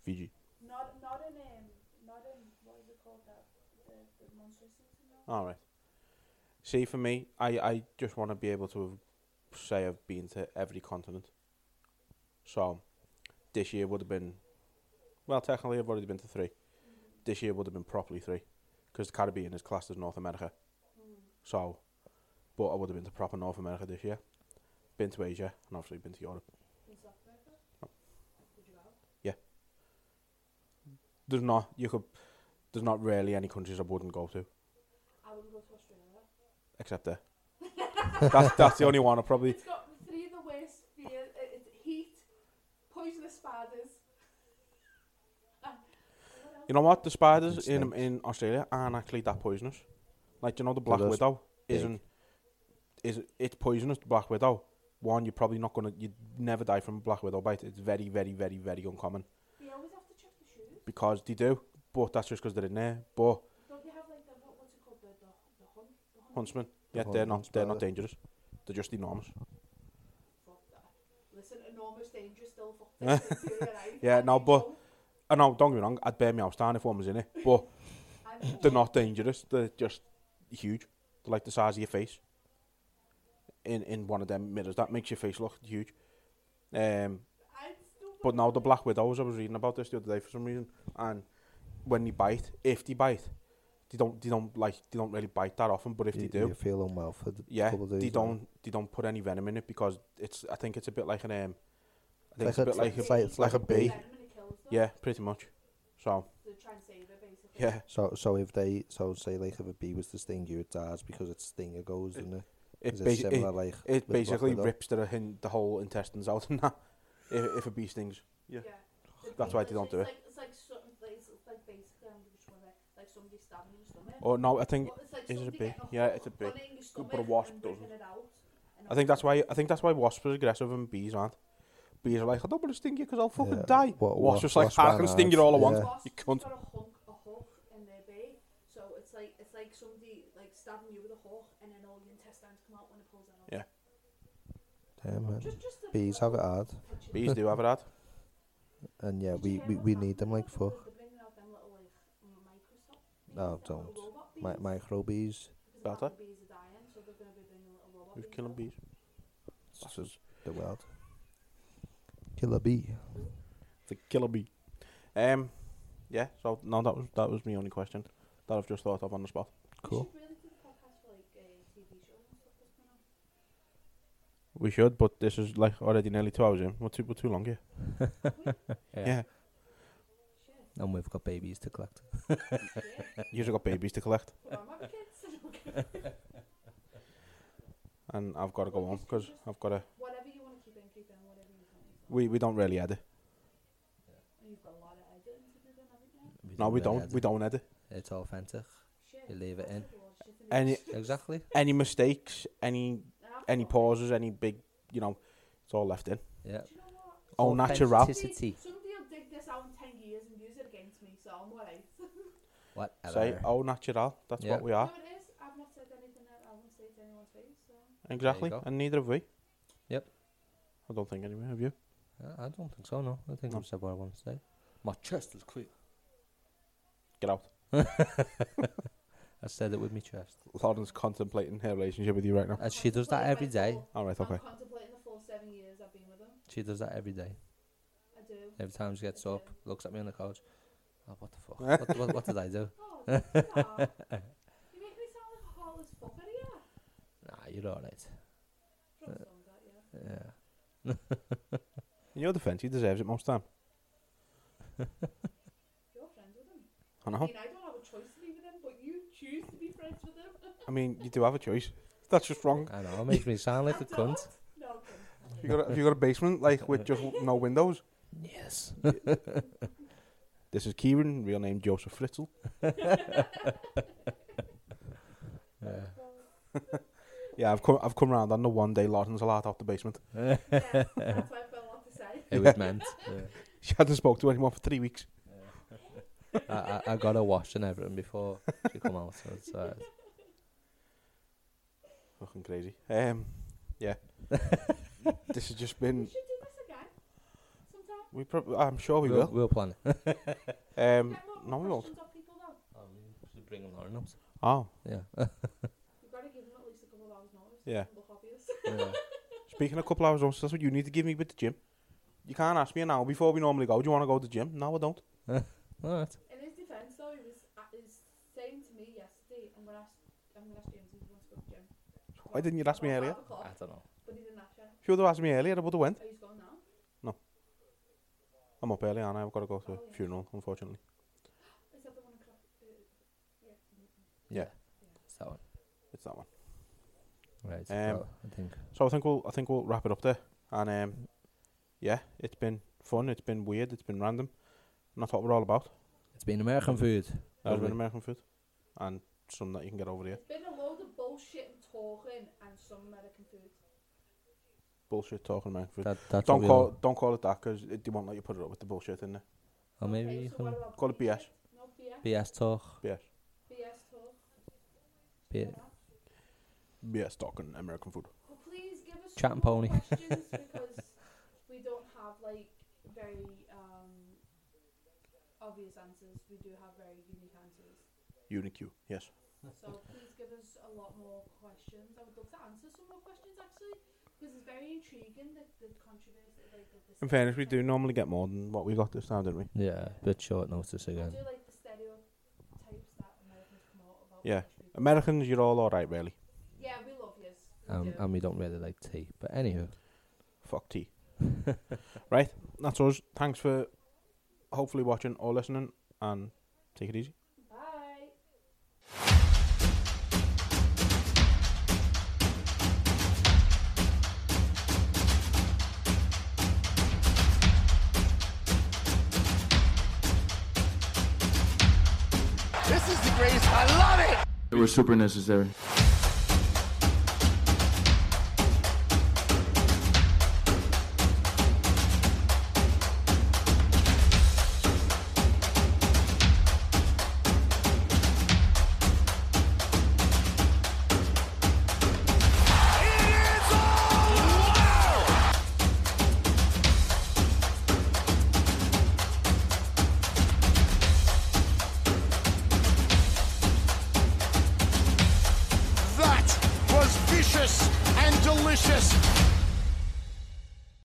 Fiji. Not, not in, um, not in, what is it called, that, the, the monsoon season now? All right. See, for me, I, I just want to be able to say I've been to every continent. So, this year would have been, well, technically I've already been to three. This year would have been properly three, because the Caribbean is classed as North America. So, but I would have been to proper North America this year. Been to Asia and obviously been to Europe. Oh. Yeah. There's not you could. There's not really any countries I wouldn't go to I wouldn't go to Australia. except there. that's that's the only one I probably. It's got the three of the worst fear, it- it's heat, poisonous spiders. You know what? The spiders in in Australia aren't actually that poisonous. Like you know, the black those widow isn't is it's poisonous. The black widow. One, you're probably not gonna. You'd never die from a black widow bite. It's very, very, very, very uncommon They always have to check the shoes. because they do. But that's just because they're in there. But Don't they have like the, what, what's it called, the, the, the hunt? The hunt? huntsmen, yeah, they're not. huntsman's They're not brother. dangerous. They're just enormous. Fuck that. Listen, enormous danger still, <laughs> fuck this. it's here, right? Yeah, no, They but- don't. I know. Don't get me wrong. I'd bear me house down if one was in it. eh? But I'm they're not dangerous. They're just huge. They're like the size of your face. In in one of them mirrors that makes your face look huge. Um, I'm stupid. but now the black widows. I was reading about this the other day for some reason, and when they bite, if they bite, they don't they don't like they don't really bite that often. But if they you, do, you feel unwell for the yeah, couple eh, of days. they like- don't they don't put any venom in it because it's I think it's a bit like an um, I Like think it's a a- bit like, it's a, like- it's like a bee. Venom and it kills them. yeah, pretty much. So To try and save it, basically. yeah, So, so if they, so say like if a bee was to sting you, it dies because its stinger goes, doesn't it? it, Is it basi- it- similar like It with basically Black Widow? rips the hin- the whole intestines out and that. If, if a bee stings, Yeah. The That's why bee they don't do literally- it. It's like, it's like, something, it's like basically, I'm just gonna, like somebody stabbing your stomach. or Oh, no, I think Well, it's like is it a somebody bee? getting Yeah, hook it's a bee. on it in your But a stomach wasp and ripping doesn't. it out and I think that's why I think that's why wasps are aggressive and bees aren't. Bees are like, I don't want to sting you because I'll fucking Yeah, die. wa- wasps wa- just like, wasps I ran can out, sting you all I want. yeah. You Wasps cunt. got a hunk, a hook in their bay, so it's like it's like somebody like stabbing you with a hook, and then all your intestines come out when it pulls it out. Yeah. Damn, man. Just, just a Bees have it hard, picture. Bees do have that. and yeah, Did we, you hear we, what we happened need them like with the- fuck. they're bringing out them little, like, microscope bees, No, them little Nou, don't. robot Mi- bees, microbes, because a lot Better. of Bees are dying, so they're going to be bringing little robot Who's bees killing out. bees? it's just the world. Killer bee. The killer bee. Um, yeah. So no, that was that was my only question that I've just thought of on the spot. Cool. We should really do the podcast for like uh, TV shows and stuff that's going on. We should, but this is like already nearly two hours in. We're too we're too long <laughs> here. yeah. And we've got babies to collect. You've got babies to collect, But I'm having <laughs> kids. and I've got to go on because I've got to. whatever you want to keep in, keep in. Whatever you don't. We we don't really edit. And you've got a lot of editing to do then, haven't you? No, Nou, we really don't. edit. We don't edit. It's authentic. Shit. You leave it in. that's a lot of shit to do. Any Exactly. any mistakes, any And I've any got- pauses, any big, you know, it's all left in. Yeah. Do you know what? Oh, natural. Authenticity. Somebody will dig this out in 10 years and use it against me, so I'm alright. <laughs> Whatever. Say, oh, natural. That's Yeah. what we No, are. it is. I've not said anything that I won't say to anyone's face, so. Exactly. go. And neither have we. Yep. I don't think anyway. Have you? I- I don't think so, no. I think No. I've said what I want to say. My chest is clear. Get out. I said it with my chest. Lauren's contemplating her relationship with you right now. And she does that every day. All right. I'm Okay. contemplating the full seven years I've been with him. She does that every day. I do. Every time she gets up, looks at me on the couch. Oh, what the fuck? what, what, what did I <laughs> do? <laughs> Oh, aw. you make me sound like a heartless fucker, yeah. Nah, you're alright. From Uh, some of that, yeah. Yeah. In your defence, he deserves it most time. You're friends with him. I I know. mean, I don't have a choice to be with him, but you choose to be friends with him. I mean, you do have a choice. That's just wrong. I know, it makes me sound <laughs> like I a cunt. don't. No, I'm <laughs> kidding. You got a, have you got a basement like with just no windows? Yes. This is Kieran, real name Joseph Fritzl. yeah, I've come I've come round on the one day Lauren's allowed out the basement. <laughs> Yeah, that's <laughs> what I felt like to say. It was meant. Yeah. She hadn't spoke to anyone for three weeks. I, I, I got her washed and everything before she come out. So it's uh, Fucking crazy. Um, <laughs> yeah. this has just been. We should do this again sometime. We probably. I'm sure <laughs> we we'll, will. we'll plan <laughs> it. Um, Get more no, we won't. questions off people though. Should bring them Lauren up. Oh, Yeah. You've got to give them at least a couple of hours notice. Yeah. Look <laughs> obvious. yeah. speaking a couple hours notice, that's what you need to give me with the gym. You can't ask me now before we normally go. Do you want to go to the gym? No, I don't. All right. In his defence, though, he was, uh, he was saying to me yesterday, I'm gonna ask, I'm gonna ask James if he wants to go to the gym. Why didn't you ask me About earlier? five I o'clock, don't know. But he didn't ask you. If you would have asked me earlier, I would have went. Are you Oh, gone now? I'm up early, and I've got to go to a Oh, yeah. funeral, unfortunately. Is that the one o'clock? Uh, yeah. Yeah. It's that one. It's that one. Right. Um, well, I think. So I think we'll I think we'll wrap it up there. And um, yeah, it's been fun. It's been weird. It's been random. And that's what we're all about. It's been American food. There's been Lovely. American food, and some that you can get over here. It's been a load of bullshit and talking and some American food. Bullshit talking American food. That, that's don't what call don't call it that because they won't let you put it up with the bullshit in there. Or maybe Okay, you so can what about Call it BS. No BS. BS talk. BS. BS talk. B- BS talking American food. Well, please give us Chat some and more pony. questions <laughs> because we don't have like very um, obvious answers. We do have very unique answers. Unique. Yes. So please give us a lot more questions. I would love to answer some more questions actually because it's very intriguing that the controversy. Like, that the In fairness, we do normally get more than what we got this time, didn't we? yeah. Bit short notice I again. do like the stereotypes that Americans come out about. Yeah. Welsh people. Americans, you're all alright, really. Yeah, we love yous. We Um, do. and we don't really like tea. But anywho, Fuck tea. <laughs> right, that's us. Thanks for hopefully watching or listening, and take it easy. Bye. This is the greatest. I love it. They were super necessary. That was vicious and delicious.